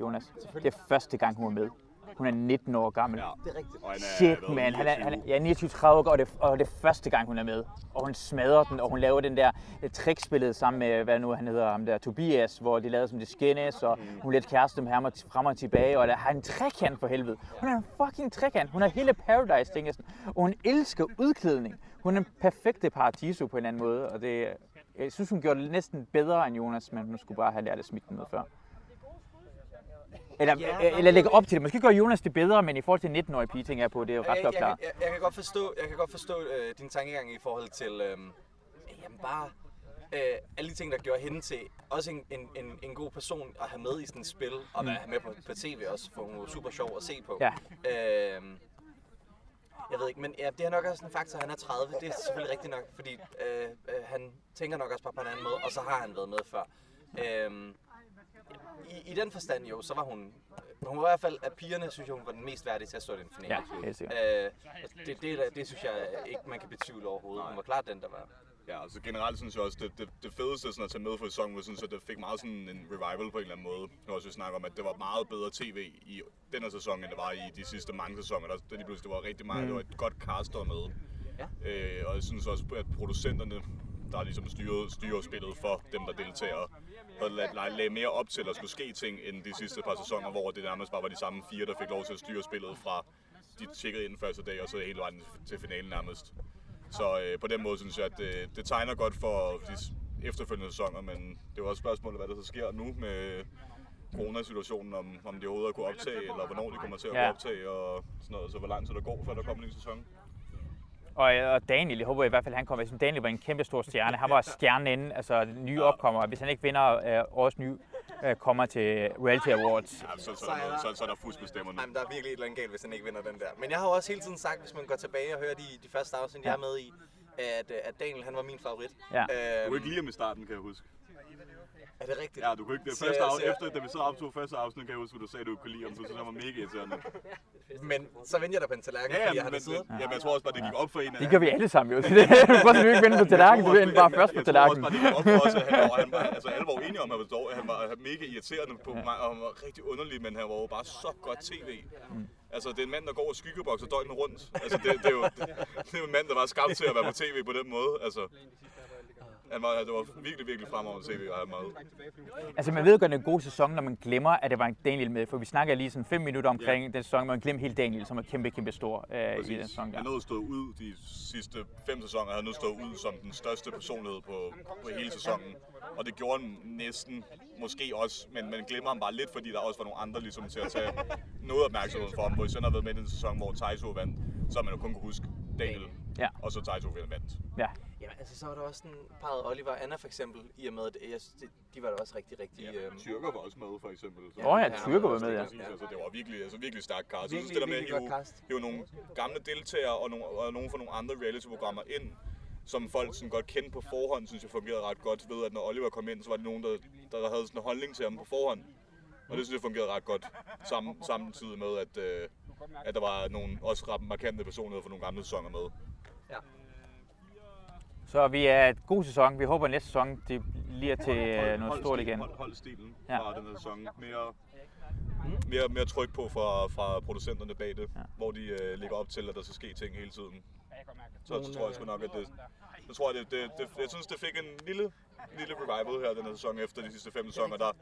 S1: Jonas. Det er første gang, hun er med. Hun er 19 år gammel. Ja,
S21: det er rigtigt.
S1: Og Shit, man. Han er, han er, ja, 29-30 år, og det, og det er første gang, hun er med. Og hun smadrer den, og hun laver den der øh, trickspillet sammen med, hvad nu han hedder, ham der Tobias, hvor de lavede som det skinnes, og hun er lidt kæreste med ham og t- frem og tilbage, og der har en trekant for helvede. Hun er en fucking trekant. Hun er hele Paradise, tænker jeg sådan. Og hun elsker udklædning. Hun er en perfekte paradiso på en eller anden måde, og det, jeg synes, hun gjorde det næsten bedre end Jonas, men hun skulle bare have lært at smitte den med før. Eller, ja, eller lægge op til det. Måske gør Jonas det bedre, men i forhold til 19-årige pige, tænker jeg på, det er jo ret
S21: jeg,
S1: godt
S21: jeg,
S1: klart.
S21: jeg, jeg, jeg kan godt forstå, jeg kan godt forstå øh, din tankegang i forhold til øh, jamen bare øh, alle de ting, der gjorde hende til også en, en, en, en god person at have med i sådan et spil, og
S1: Mm.
S21: mm. have med på, på tv også, for hun var super sjov at se på.
S1: Ja.
S21: Øh, jeg ved ikke, men ja, det er nok også en faktor, at han er 30. Det er selvfølgelig rigtigt nok, fordi øh, øh, han tænker nok også bare på en anden måde, og så har han været med før. Øh, i, I den forstand jo, så var hun... Men hun var i hvert fald, at pigerne, synes jeg, hun var den mest værdige til at stå i den finale.
S1: Ja, helt sikkert.
S21: Øh, det, det, der, det synes jeg ikke, man kan betvivle overhovedet. Hun var klart den, der var.
S23: Ja, altså generelt synes jeg også, det, det, det fedeste sådan at tage med for sæsonen, var sådan, så det fik meget sådan en revival på en eller anden måde. Nu også vi snakker om, at det var meget bedre tv i den her sæson, end det var i de sidste mange sæsoner. Der, der lige pludselig var rigtig meget, Mm. mm. det var et godt cast der var med. Ja. Øh, og jeg synes også, at producenterne, der ligesom styrer, styrer spillet for dem, der deltager, havde lagt lag, lag mere op til, at der skulle ske ting, end de sidste par sæsoner, hvor det nærmest bare var de samme fire, der fik lov til at styre spillet fra de tjekkede ind første dag, og så hele vejen til finalen nærmest. Så øh, på den måde synes jeg, at øh, det tegner godt for de s- efterfølgende sæsoner, men det er jo også spørgsmålet, hvad der så sker nu med coronasituationen, om, om de overhovedet kunne optage, eller hvornår de kommer til at
S1: Ja.
S23: ja. optage, og sådan noget. Så hvor lang tid der går, før der kommer en ny sæson.
S1: Og, øh, og Daniel, jeg håber i hvert fald, han kommer. Jeg synes, Daniel var en kæmpe stor stjerne. Han var stjernen inden, altså den nye opkommer. Hvis han ikke vinder øh, årets nye øh, kommer til Reality Awards.
S23: Ja, så, så, er der noget, så, så er der fusk på stemmerne.
S21: Nej, men der er virkelig et eller andet galt, hvis han ikke vinder den der. Men jeg har jo også hele tiden sagt, hvis man går tilbage og hører de, de første afsnit, jeg er med i, at, øh, at Daniel, han var min favorit. Øhm,
S1: Ja.
S23: Du kunne ikke lide ham i starten, kan jeg huske.
S21: Er det rigtigt?
S23: Ja, du kunne ikke det
S21: Så-
S23: første afsnit.
S21: så-
S23: Efter, da vi så optog første afsnit, kan jeg huske, at du sagde, at du ikke kunne lide ham. Så synes jeg, han var mega irriterende.
S21: Men så vendte jeg dig på en tallerken,
S23: Ja, ja,
S21: fordi
S23: men,
S21: jeg har
S23: men,
S21: det siddet.
S23: ja, men jeg tror også bare, det gik op for en af
S1: Det gør vi alle sammen jo. Så det- Hvorfor skal vi ikke vinde på tallerkenen? Du vender bare først på tallerkenen.
S23: Jeg tror også bare, det gik op for os, at han var, han var, altså alle var jo enige om, at han var, han var mega irriterende på mig, og han var rigtig underlig, men han var jo bare så godt tv.
S1: Mm.
S23: Altså, det er en mand, der går og skyggebokser døgnet rundt. Altså, det, det, er jo, det, det er jo en mand, der var skabt til at være på tv på den måde. Altså, han var, det var virkelig, virkelig fremover tv, og han var
S1: Altså man ved jo godt, det er en god sæson, når man glemmer, at det var en Daniel med. For vi snakker lige sådan fem minutter omkring den sæson, hvor man glemmer helt Daniel, som er kæmpe, kæmpe stor øh, i den
S23: Præcis.
S1: sæson. Der.
S23: Han nåede at stå ud de sidste fem sæsoner. Han nåede at stå ud som den største personlighed på, på hele sæsonen. Og det gjorde han næsten, måske også, men man glemmer ham bare lidt, fordi der også var nogle andre ligesom, til at tage noget opmærksomhed for ham. Hvor I sådan har været med i den sæson, hvor Taito vandt, så har man jo kun kunne huske Daniel,
S1: Ja.
S23: og så Taito vandt.
S1: Ja.
S21: Jamen, altså, så var der også sådan parret Oliver og Anna for eksempel, i og med, at jeg, synes, det- de var da også rigtig, rigtig... Ja, øhm...
S23: Tyrker var også med, for eksempel.
S21: Så-
S1: Åh ja, Tyrker var med, ja.
S23: Præcis, Altså, det var virkelig, altså, virkelig stærkt cast.
S21: Virkelig,
S23: Virkelig, det der med at
S21: virkelig
S23: hive,
S21: godt cast.
S23: hive nogle gamle deltagere og nogle, og nogle fra nogle andre reality-programmer ind, som folk sådan godt kendte på forhånd, synes jeg fungerede ret godt ved, at når Oliver kom ind, så var det nogen, der, der havde sådan en holdning til ham på forhånd. Og det synes jeg fungerede ret godt, sammen, samtidig med, at, øh, at der var nogle også ret markante personligheder fra nogle gamle sæsoner med.
S1: Så vi er et god sæson. Vi håber, at næste sæson det bliver til øh,
S23: Hold-
S1: noget
S23: hold
S1: stort
S23: stilen,
S1: igen.
S23: Hold, hold stilen
S1: Ja.
S23: ja. fra den her sæson. Mere, mere, mere tryk på fra, fra producenterne bag det, ja. hvor de øh, lægger op til, at der skal ske ting hele tiden. Så, så tror
S4: øh,
S23: jeg sgu nok, at det... Så tror jeg, det, det, det, jeg synes, det fik en lille, lille revival her den her sæson efter de sidste fem sæsoner. Der,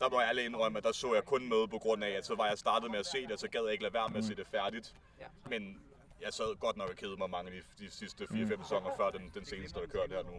S23: der må jeg alle indrømme, at der så jeg kun med på grund af, at så var jeg startet med at se det, og så gad jeg ikke lade være med at se det færdigt. Men jeg sad godt nok og kedede mig mange af de, de sidste 4-5 sæsoner før den, den seneste, der kørte her nu.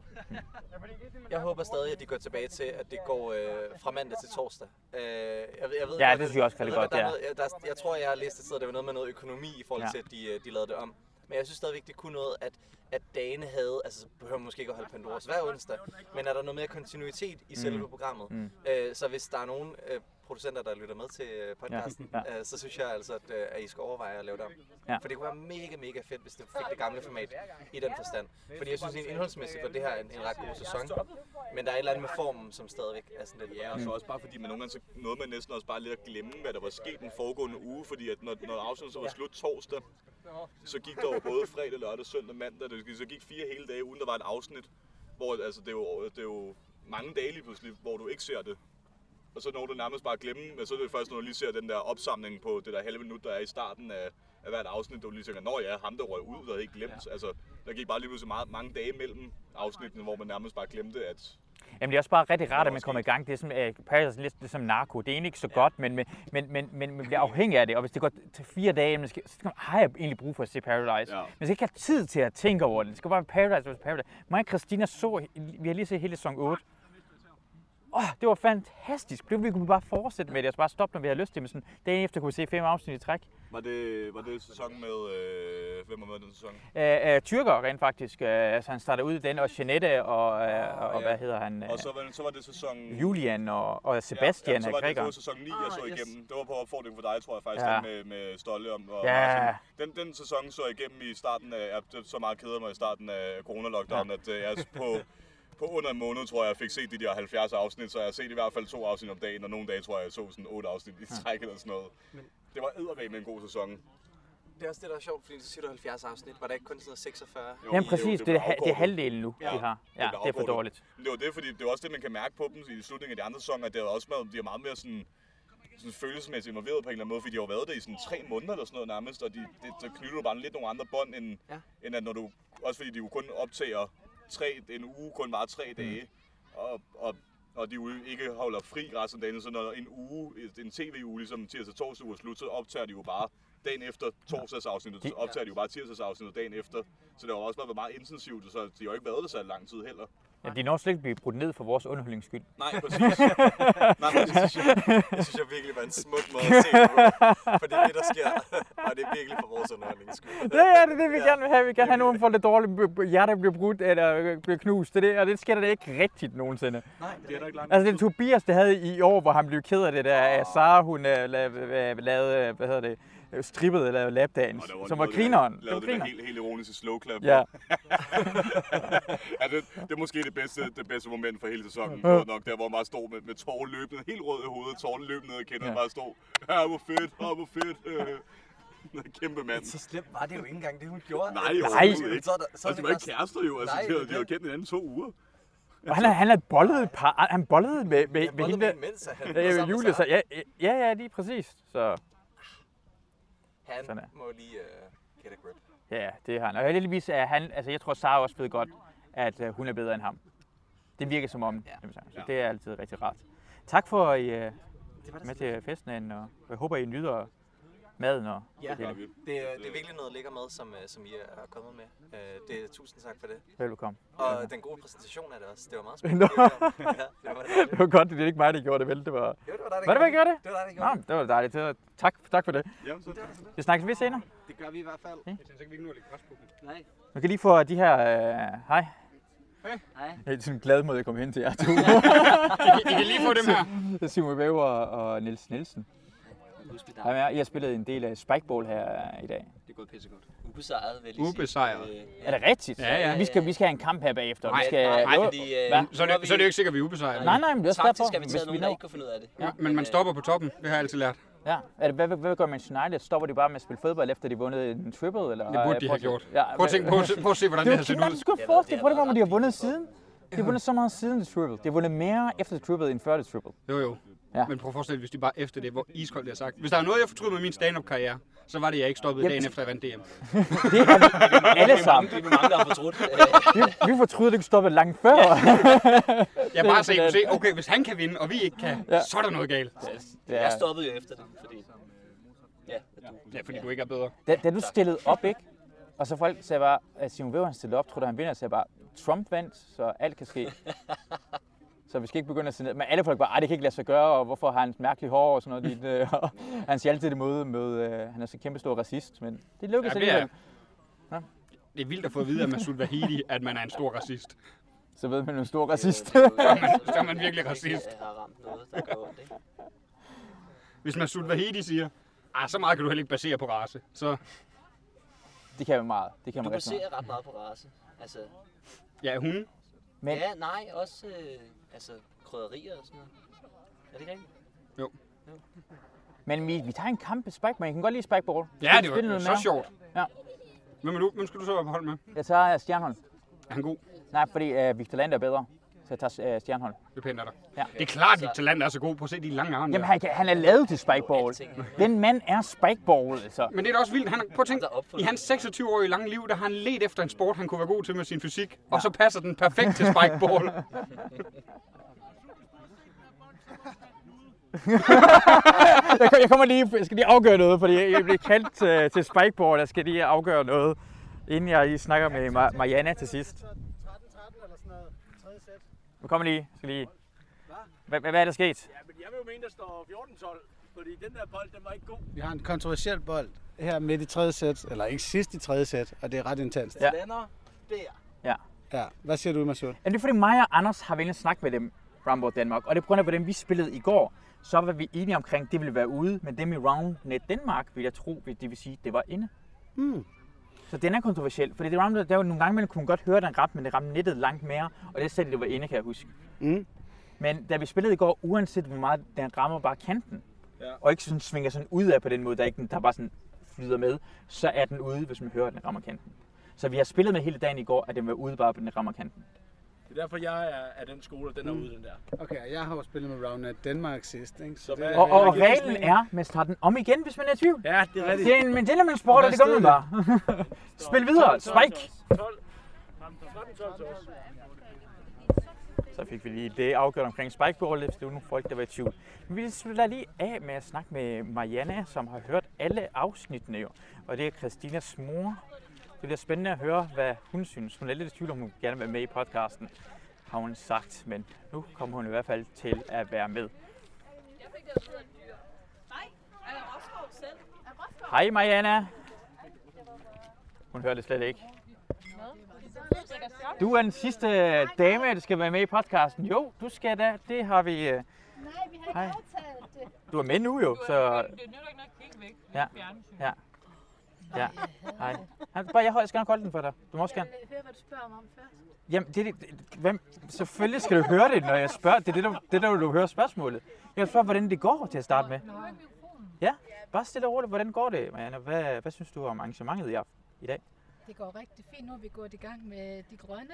S21: Jeg håber stadig, at de går tilbage til, at det går øh, fra mandag til torsdag. Øh, jeg, ved- jeg ved,
S1: Ja,
S21: godt,
S1: det synes jeg også
S21: jeg
S1: falder
S21: ved
S1: godt,
S21: der er
S1: ja.
S21: noget, jeg, der, er- jeg tror, jeg har læst et sted, at det var noget med noget økonomi i forhold
S1: Ja.
S21: til, at de, øh, de lavede det om. Men jeg synes stadigvæk, det kunne noget, at, at dagene havde, altså så behøver man måske ikke at holde Pandoras hver onsdag, men er der noget mere kontinuitet i
S1: Mm.
S21: selve programmet?
S1: Mm.
S21: Øh, så hvis der er nogen øh, producenter, der lytter med til øh, podcasten, ja.
S1: Ja.
S21: Ja. så synes jeg altså, at, øh, at I skal overveje at lave det om.
S1: Ja.
S21: For det kunne være mega, mega fedt, hvis det fik det gamle format i den forstand. Fordi jeg synes, at indholdsmæssigt var det her en, en ret god sæson. Men der er et eller andet med formen, som stadigvæk er sådan lidt...
S23: Ja, og så også bare fordi man nogle gange så nåede man næsten også bare lidt at glemme, hvad der var sket den foregående uge, fordi at når, når afsnittet så var slut torsdag, så gik der jo både fredag, lørdag, søndag, mandag, det, så gik fire hele dage, uden der var et afsnit, hvor altså, det, er jo, det er jo mange dage lige pludselig, hvor du ikke ser det. Og så når du nærmest bare at glemme, men så er det først, når du lige ser den der opsamling på det der halve minut, der er i starten af, af hvert afsnit, der du lige tænker, nå ja, ham der røg ud, der havde ikke glemt. Altså, der gik bare lige pludselig meget, mange dage mellem afsnittene, hvor man nærmest bare glemte, at
S1: Jamen, det er også bare rigtig rart, at man kommer i gang. Det er som, øh, passer sådan lidt lidt som narko. Det er egentlig ikke så godt, men, men, men, men, men man bliver afhængig af det. Og hvis det går til fire dage, jamen, så skal- så skal man, har jeg egentlig brug for at se Paradise.
S6: Ja.
S1: Men Man skal ikke have tid til at tænke over det. Det skal bare være Paradise versus Paradise. Mig og Christina så, vi har lige set hele sæson 8. Åh, oh, det var fantastisk. Det, vi kunne bare fortsætte med det, og så bare stoppe, når vi havde lyst til det. Men sådan, dagen efter kunne vi se fem afsnit i træk.
S23: Var det, var det sæson med... Øh, hvem var med i den sæson?
S1: Øh, øh, tyrker rent faktisk. Øh, altså, han starter ud i den, og Jeanette, og, øh, og, og hvad hedder han?
S23: Ah, Og så var, det- så var det sæson...
S1: Julian og, og øh, Sebastian
S23: så
S1: er
S23: var det, det
S1: grækeren.
S23: var sæson 9, jeg så igennem. Det var på opfordring for dig, tror jeg faktisk, ja.
S1: Ja.
S23: den med, med Stolle om. Og
S1: Ja.
S23: Martin. Den, den sæson så jeg igennem i starten af... Jeg, det- så meget keder mig i starten af corona-lockdown, ja. at øh, jeg på, på under en måned, tror jeg, jeg fik set de der 70 afsnit, så jeg har set i hvert fald to afsnit om dagen, og nogle dage, tror jeg, jeg så sådan otte afsnit i træk eller sådan noget. Det var eddermame en god sæson.
S21: Det er også det, der er sjovt, fordi det siger du 70 afsnit. Var der ikke kun sådan noget 46?
S1: Jo, Jamen præcis, det,
S21: blev
S1: er, ha- det er
S21: afkortet.
S1: halvdelen nu, ja. de har. Ja,
S21: blev
S1: det er for
S21: afkortet.
S1: dårligt.
S23: Men det var det, fordi det var også det, man kan mærke på dem i slutningen af de andre sæsoner, at det har også været, de er meget mere sådan, sådan følelsesmæssigt involveret på en eller anden måde, fordi de har jo været der i sådan tre måneder eller sådan noget nærmest, og de, det, så knytter du bare lidt nogle andre bånd, end, ja. end at når du, også fordi de jo kun optager tre, en uge kun var tre dage, og, og, og de jo ikke holder fri resten af dagen, så når en uge, en tv-uge, ligesom tirsdag torsdag uge er slut, så optager de jo bare dagen efter torsdagsafsnittet, så optager de jo bare tirsdagsafsnittet dagen efter. Så det har jo også bare været meget intensivt, så de har jo ikke været der så lang tid heller.
S1: Ja, de når slet ikke blive brudt ned for vores underholdningsskyld.
S23: Nej, præcis. Nej, men det synes jeg-
S21: Det synes jeg virkelig var en smuk måde at se det på. For det er det, der sker. Og det er virkelig for vores underholdnings skyld.
S1: Det er det, det vi gerne vil have. Vi vil gerne have nogen for det dårlige b- b- hjerte, der bliver brudt eller øh, bliver knust. Det er det, og det sker der ikke rigtigt nogensinde.
S21: Nej, det er der ikke langt.
S1: Altså den Tobias, det havde i år, hvor han blev ked af det der,
S21: Ah.
S1: at Sara, hun øh, la- la- lavede, øh, hvad hedder det, øh, strippede eller lavede lapdance,
S23: Og
S1: som var
S23: noget, der
S1: grineren. Det var
S23: Lavede det der
S1: grineren.
S23: helt, helt ironiske slow clap.
S1: Ja.
S23: ja det, det, er måske det bedste, det bedste moment for hele sæsonen. Det var nok der, hvor man bare stod med, med tårer løbende, helt rød i hovedet, tårerne løbende ned og kender, ja.
S1: Ja.
S23: bare stod, ja, hvor fedt, ja, hvor fedt. Øh, kæmpe mand.
S21: Så slemt var det jo ikke engang, det hun gjorde.
S23: Nej, jo,
S21: Nej.
S23: overhovedet ikke.
S21: Så er der- så
S23: altså,
S21: er
S23: de
S21: det
S23: var ikke
S21: bare-
S23: kærester jo, altså,
S21: Nej,
S23: de,
S21: det
S23: havde,
S21: er
S23: de havde kendt hinanden i to uger.
S1: Og han, havde- han havde bollet et par, ah, han bollede med, med, med
S21: bollede
S1: hende
S21: med
S1: der-
S21: hende, mens han var
S1: Ja,
S21: sammen med
S1: ja, Julie, så
S21: Sara.
S1: ja, ja, ja, lige præcis. Så
S21: Han
S1: Sådan er.
S21: må lige
S2: øh,
S21: uh, get a grip.
S1: Ja, det har han. Og heldigvis er han, altså jeg tror Sara også ved godt, at øh, hun er bedre end ham. Det virker som om, ja. så det er altid rigtig rart. Tak for at I øh, med til festen, herinde, og jeg håber I nyder maden og
S21: Ja, det,
S1: hele.
S21: er, det er virkelig noget lækker mad, som, øh, som I er kommet med. Øh, Det er tusind tak for det.
S1: Velbekomme.
S21: Og den gode præsentation af det også. Det var meget
S1: Nå.
S21: spændende. Det var- ja, det var
S1: det var godt, at det ikke mig, der gjorde det, vel? Det var, jo, det
S21: var dig, der
S1: var det,
S21: gjorde
S1: mig, der gjorde
S21: det.
S1: det?
S21: Det var dig, der gjorde
S1: gjorde det. det var dejligt. Det var, tak, tak for det.
S23: Jamen, så
S1: Vi snakkes ved senere.
S21: Det gør vi i hvert fald. Jeg synes ikke, vi kan nå at lægge pres på dem. Nej.
S1: Nu kan I lige få de her... Øh, hej.
S24: Hej.
S1: Jeg er sådan glad måde at komme hen til jer to.
S24: I kan- I kan lige få dem her.
S1: Det er Simon Væver og Niels Nielsen. Hej med jer. I har spillet en del af Spikeball her øh, i dag.
S24: Det er gået pissegodt. Ubesejret, vil jeg sige.
S1: Ubesejret.
S24: Øh,
S1: Er det rigtigt?
S24: Ja, ja.
S1: Vi skal, vi skal have en kamp her bagefter.
S24: Nej,
S1: vi skal,
S24: nej,
S1: Jo,
S24: fordi, øh,
S1: hvad?
S24: så er det- så er det jo ikke sikkert, vi er ubesejrede.
S1: Nej, nej, men det er også
S24: Taktisk
S1: derfor.
S24: har vi taget
S1: hvis
S24: nogen, der
S1: når-
S24: ikke Øh. kunne finde ud af det. Ja, men man stopper på toppen. Det har jeg altid lært.
S1: Ja, er det, hvad, hvad, hvad gør man i United? Stopper de bare med at spille fodbold, efter de har vundet en triple? Eller, øh,
S24: Det burde de
S1: prøv
S24: have
S1: at-
S24: gjort. Prøv at tænke- prøv at se- prøv at se, hvordan det havde set
S1: Det er jo
S24: ud.
S1: kæmpe- du kan forestille dig, prøv at tænke, hvor de har vundet siden. De har vundet så meget siden det triple. De har vundet mere efter det triple, end før det triple.
S24: Jo, jo.
S1: Ja.
S24: Men prøv at forestille dig, hvis de bare efter det, hvor iskoldt det har sagt. Hvis der er noget, jeg fortryder med min stand-up-karriere, så var det, at jeg ikke stoppede
S1: Jamen,
S24: dagen
S1: det-
S24: efter, jeg vandt DM.
S1: Det har vi alle sammen.
S24: øh,
S1: vi, vi fortryder, at det ikke stoppede langt før.
S24: Jeg bare se, se, okay, hvis han kan vinde, og vi ikke kan,
S1: Ja.
S24: så er der noget galt.
S1: Det er- Jeg
S24: stoppede jo efter dem, fordi... Ja, ja fordi du ikke er bedre.
S1: Da, da du stillede op, ikke? Og så folk sagde bare, at Simon Weber han stillede op, troede han vinder, sagde bare, Trump vandt, så alt kan ske. Så vi skal ikke begynde at sige ned. Men alle folk bare, "Ej, det kan ikke lade sig gøre, og hvorfor har han et mærkeligt hår og sådan noget. Dit, øh, og han siger altid det måde med, øh, han er så kæmpe stor racist, men det lykkedes
S24: Ja, det er- Det er vildt at få at vide af Masoud Vahidi, at man er en stor racist. Øh,
S1: Så ved man, at man er en stor racist.
S24: Så er man- så er man virkelig racist. har ramt noget, der går ondt, ikke? Hvis Masoud Vahedi siger, ah, så meget kan du heller ikke basere på race. Så
S1: Det kan man meget. Det kan
S3: Du
S1: man rigtig meget.
S3: baserer ret meget på race. Altså,
S24: ja, hun.
S1: Men-
S3: Men... Ja, nej, også øh, altså, krydderier og sådan noget. Er det ikke rigtigt?
S24: Jo.
S1: Men vi, vi tager en kamp i spikeball. Jeg kan godt lide spikeball.
S24: Ja,
S1: Spil-
S24: det var-
S1: spil
S24: det var
S1: noget
S24: så
S1: mere.
S24: sjovt.
S1: Ja.
S24: Hvem, er du, hvem skal du så være på hold med?
S1: Jeg tager øh, Stjernholm.
S24: Er han god?
S1: Nej, fordi øh, Victor Land er bedre. Så jeg tager øh, Stjernholm.
S24: Det pænder dig.
S1: Ja.
S24: Det er klart, at Victor Land er så god. Prøv at se de lange arme.
S1: Jamen,
S24: der.
S1: han, kan- han er lavet til spikeball. Den mand er spikeball, altså.
S24: Men det er da også vildt. Han, har- prøv at tænke, i hans 26-årige lange liv, der har han let efter en sport, han kunne være god til med sin fysik. Ja. Og så passer den perfekt til spikeball.
S1: jeg, kom- jeg kommer lige, jeg skal lige afgøre noget, fordi jeg blev kaldt øh, til spikeball. Jeg skal lige afgøre noget, inden jeg lige snakker med Ma- Mariana til sidst.
S6: 13-13 eller sådan noget. Tredje sæt.
S1: Nu kommer lige, skal lige. Hvad, hvad er der sket?
S7: Ja, men jeg vil jo mene, der står 14-12, fordi den der bold, den var ikke god.
S6: Vi har en kontroversiel bold her midt i tredje sæt, eller ikke sidst i tredje sæt, og det er ret intenst.
S1: Ja.
S3: Lander der.
S1: Ja.
S6: ja. Hvad siger du, Masud?
S1: Jamen, det er fordi mig og Anders har været inde og snakke med dem, Rumble Danmark, og det er på grund af, hvordan vi spillede i går. Så var vi enige omkring, det ville være ude, men dem i Roundnet Danmark, vil jeg tro, det vil sige, det var inde.
S6: Mm.
S1: Så den er kontroversiel, fordi det ramte, der var nogle gange, man kunne godt høre, den ramte, men det ramte nettet langt mere, og det sagde, det var inde, kan jeg huske.
S6: Mm.
S1: Men da vi spillede i går, uanset hvor meget den rammer bare kanten,
S7: Ja.
S1: og ikke sådan svinger sådan ud af på den måde, der, ikke, der bare sådan flyder med, så er den ude, hvis man hører, at den rammer kanten. Så vi har spillet med hele dagen i går, at den var ude bare, på den rammer kanten.
S7: Det er derfor, jeg er af den skole, og den er
S6: Mm.
S7: ude, den der.
S6: Okay, jeg har jo spillet med Roundnet Danmark sidst, ikke? Så
S7: hvad-
S1: Og, og, og reglen er, man starter den om igen, hvis man er i tvivl.
S6: Ja, det er rigtigt.
S1: Det er en men gentleman sport, og det gør man bare. Spil videre, spike.
S7: 12. 13, 12 til os.
S1: Så fik vi lige det afgjort omkring spikeball, hvis det var nogle folk, der var i tvivl. Men vi slutter lige af med at snakke med Mariana, som har hørt alle afsnittene jo. Og det er Christinas mor. Det bliver spændende at høre, hvad hun synes. Hun er lidt i tvivl, om hun gerne vil være med i podcasten, har hun sagt. Men nu kommer hun i hvert fald til at være med.
S22: Jeg fik det at vide af en dyr. Nej, er det Roskov selv? Er Roskov?
S1: Hej Mariana! Hun hører det slet ikke. Du er den sidste dame, der skal være med i podcasten. Jo, du skal da. Det har vi... øh,
S20: Nej, vi har ikke
S1: Hej.
S20: aftalt det.
S1: Du er med nu jo, så...
S20: Det nytter ikke noget at kigge væk.
S1: Ja. Ja. Ja. Hej. Han, bare, jeg, hold- jeg skal nok holde den for dig. Du må også
S20: Jeg
S1: gerne.
S20: vil høre, hvad du spørger mig om først.
S1: Jamen, det, er det, det- hvem, selvfølgelig skal du høre det, når jeg spørger. Det er det, du, det der, du hører spørgsmålet. Jeg spørger, hvordan det går til at starte med. Ja, bare stille og roligt. Hvordan går det, Marianne? Hvad, hvad synes du om arrangementet i, aften- i dag?
S20: Det går rigtig fint. Nu er vi gået i gang med de grønne.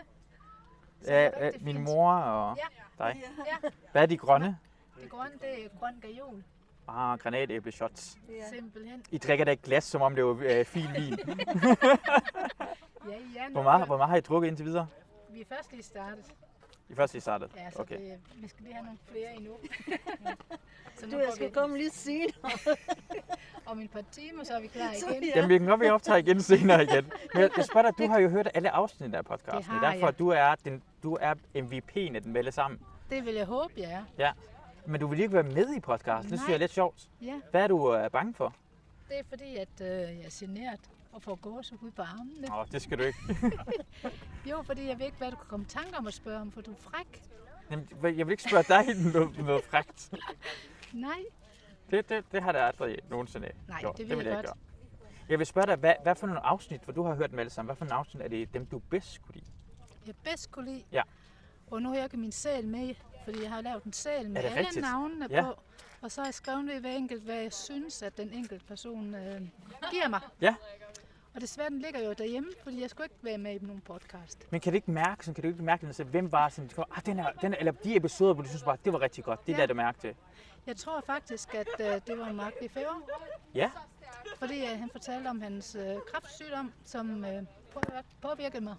S1: Ja, ja, Øh, min mor og
S20: Ja.
S1: dig.
S20: Ja.
S1: Hvad er de grønne?
S20: Det grønne, det er grøn gajol.
S1: Ah, granatæbleshots.
S20: Ja. Simpelthen.
S1: I drikker da et glas, som om det var øh, fin vin.
S20: ja, ja,
S1: hvor,
S20: nu-
S1: meget, hvor meget har I drukket indtil videre?
S20: Vi er først lige startet.
S1: I først lige startet?
S20: Ja, så
S1: Okay.
S20: det, vi skal lige have nogle flere endnu. så
S25: Du, jeg skal komme
S20: lige senere. Om et par timer, så er vi klar
S25: Så-
S20: igen.
S1: Jamen, vi kan godt være optager igen senere igen. Men jeg, jeg spørger dig, du har jo hørt alle afsnit af podcasten.
S20: Det
S1: Det
S20: har
S1: er derfor,
S20: jeg.
S1: du er, den, du er MVP'en af den vælge sammen.
S20: Det vil jeg håbe, jeg er.
S1: Ja. Men du vil ikke være med i podcasten. Det synes jeg
S20: Nej.
S1: er lidt sjovt.
S20: Ja.
S1: Hvad er du øh, bange for?
S20: Det er fordi, at øh, jeg er generet og får gåsehud på armene.
S1: Åh, det skal du ikke.
S20: Jo, fordi jeg ved ikke, hvad du kan komme i tanke om at spørge om, for du er fræk.
S1: Jamen, jeg vil ikke spørge dig noget, noget frækt.
S20: Nej,
S1: Det, det, det har der aldrig nogensinde
S20: Nej,
S1: gjort.
S20: det ved
S1: vil
S20: jeg
S1: jeg ikke
S20: godt.
S1: gøre. Jeg vil spørge dig, hvad, hvad for nogle afsnit, hvor du har hørt dem alle sammen, hvad for nogle afsnit er det dem, du bedst kunne lide?
S20: jeg bedst kunne lide.
S1: Ja.
S20: Og nu har jeg ikke min sæl med, fordi jeg har lavet en sæl med
S1: det
S20: alle
S1: rigtigt?
S20: navnene
S1: Ja.
S20: på. Og så har jeg skrevet ved hver enkelt, hvad jeg synes, at den enkelte person øh, giver mig.
S1: Ja.
S20: Og desværre, den ligger jo derhjemme, fordi jeg skulle ikke være med i nogen podcast.
S1: Men kan du ikke mærke, sådan, kan du ikke mærke den, så hvem var sådan, ah, den her, den her, eller de episoder, hvor du synes bare, det var rigtig godt, det
S20: Ja.
S1: lader du mærke til.
S20: Jeg tror faktisk, at øh, det var Mark Lefebvre,
S1: Ja,
S20: fordi øh, han fortalte om hans øh, kræftsygdom, som øh, på- påvirkede mig.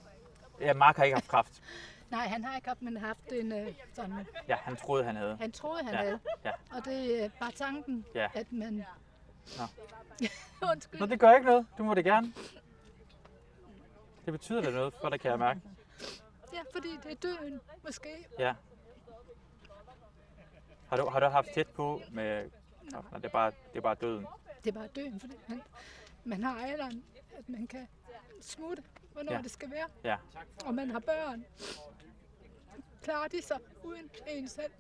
S1: ja Mark har ikke haft kraft.
S20: Nej, han har ikke haft, men haft en øh, sådan...
S1: Ja, han troede, han havde.
S20: Han troede, han
S1: ja.
S20: havde.
S1: Ja.
S20: Og det er øh, bare tanken,
S1: Ja.
S20: at man...
S1: Nå.
S20: Undskyld.
S1: Nå, det gør ikke noget. Du må det gerne. Det betyder da noget for dig, kan jeg mærke.
S20: Ja, fordi det er døden, måske.
S1: Ja. Har du, har du haft tæt på med... Nå, det, er bare, det er bare døden.
S20: Det er bare døden, fordi man, man har alderen, at man kan smutte, hvornår
S1: Ja.
S20: ja. det skal være.
S1: Ja.
S20: Og man har børn. Klarer de sig uden en selv?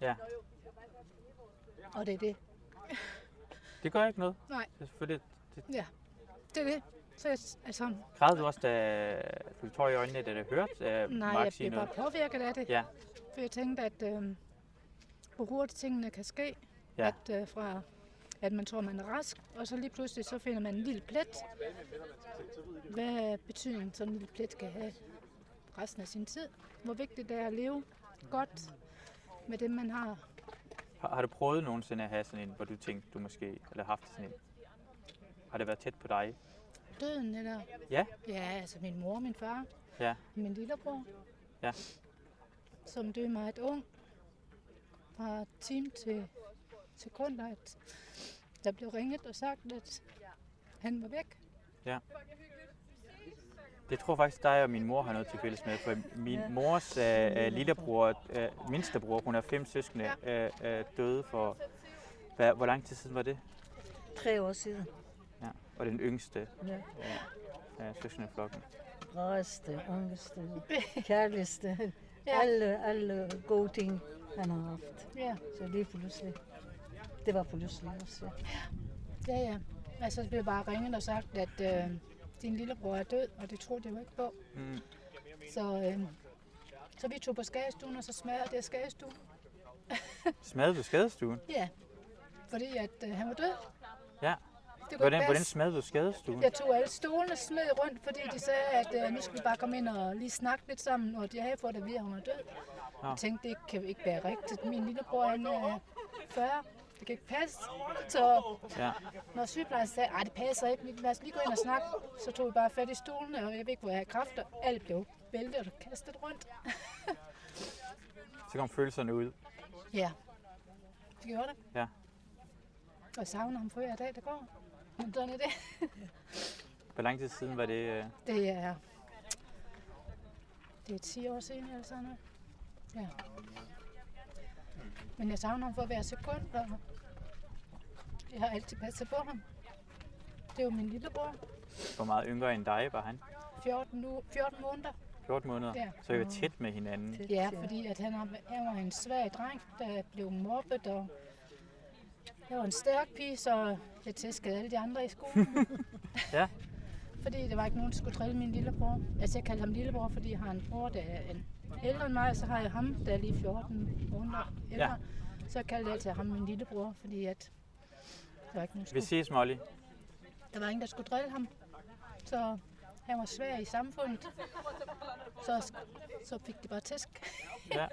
S1: Ja.
S20: Og det er det.
S1: Det gør ikke noget.
S20: Nej.
S1: Det er selvfølgelig... Det...
S20: Ja, det er det. Så jeg, altså,
S1: Græd du også, da du fik tår i øjnene, da du hørte uh,
S20: nej,
S1: Mark
S20: jeg
S1: sige
S20: blev bare
S1: noget?
S20: påvirket af det.
S1: Ja.
S20: For jeg tænkte, at øh, hvor hurtigt tingene kan ske.
S1: Ja.
S20: At, øh, fra, at man tror, man er rask, og så lige pludselig så finder man en lille plet. Hvad betydning sådan en lille plet kan have resten af sin tid. Hvor vigtigt det er at leve godt med det, man har.
S1: Har, har du prøvet nogensinde at have sådan en, hvor du tænkte, du måske... Eller haft sådan en... Har det været tæt på dig?
S20: Døden, eller?
S1: Ja.
S20: Ja, altså min mor, min far,
S1: Ja.
S20: min lillebror,
S1: Ja.
S20: som døde meget ung. Fra time til sekunder, at der blev ringet og sagt, at han var væk.
S1: Ja. Det tror faktisk dig og min mor har noget til fælles med, for min
S20: Ja.
S1: mors øh, øh, lillebror, øh, mindstebror, hun har fem søskende, øh, øh, døde for... Hvad, hvor lang tid siden var det?
S5: Tre år siden.
S1: Ja. Og den yngste
S5: Ja.
S1: øh, øh, søskendeflokken.
S5: Rødeste, ungeste, kærligste. Alle, alle gode ting, han har haft.
S20: Ja.
S5: Så lige pludselig. Det var pludselig også. Ja.
S20: Ja, ja. Altså, det blev bare ringet og sagt, at øh, din lillebror er død, og det troede jeg jo ikke på.
S1: Mm.
S20: Så, øh, så vi tog på skadestuen, og så smadrede jeg skadestuen.
S1: Smadede du skadestuen?
S20: Ja, fordi at øh, han var død.
S1: Ja.
S20: ikke
S1: Hvordan,
S20: passe.
S1: hvordan smadrede du skadestuen?
S20: Jeg tog alle stolene og smed rundt, fordi de sagde, at øh, nu skulle vi bare komme ind og lige snakke lidt sammen, og jeg havde fået at vide, at hun var død.
S1: Nå.
S20: Jeg tænkte, det kan ikke være rigtigt. Min lillebror han er 40. Det kan ikke passe. Så
S1: Ja.
S20: når sygeplejen sagde, at det passer ikke, vi- lad os lige gå ind og snakke, så tog vi bare fat i stolene, og jeg ved ikke, hvor jeg havde kræfter. Alt blev væltet og kastet rundt.
S1: Så kom følelserne ud.
S20: Ja, det gjorde det.
S1: Ja.
S20: Og jeg savner ham for hver dag, der går. Men sådan er det.
S1: Hvor lang tid siden var det? Øh,
S20: Det er... Det er 10 år siden, eller sådan noget. Ja. Men jeg savner ham for hver sekund, og jeg har altid passet på ham. Det er jo min lillebror,
S1: hvor meget yngre end dig var han?
S20: 14, nu, 14 måneder.
S1: 14 måneder.
S20: Ja.
S1: Så I var tæt med hinanden.
S20: Ja, fordi at han, har- han var en svag dreng, der blev mobbet, og jeg var en stærk pige, så jeg tæskede alle de andre i skolen.
S1: Ja.
S20: fordi der var ikke nogen, der skulle drille min lillebror. Altså, jeg kaldte ham lillebror, fordi jeg har en bror, der er en ældre end mig, og så har jeg ham, der er lige 14 måneder ældre.
S1: Ja.
S20: Ja. Så jeg kaldte altid ham min lillebror, fordi at der var, ikke nogen, der
S1: Vi
S20: skulle,
S1: ses, Molly.
S20: der var ingen, der skulle drille ham. Så han var svag i samfundet. Så, så fik de bare tæsk.
S1: Ja.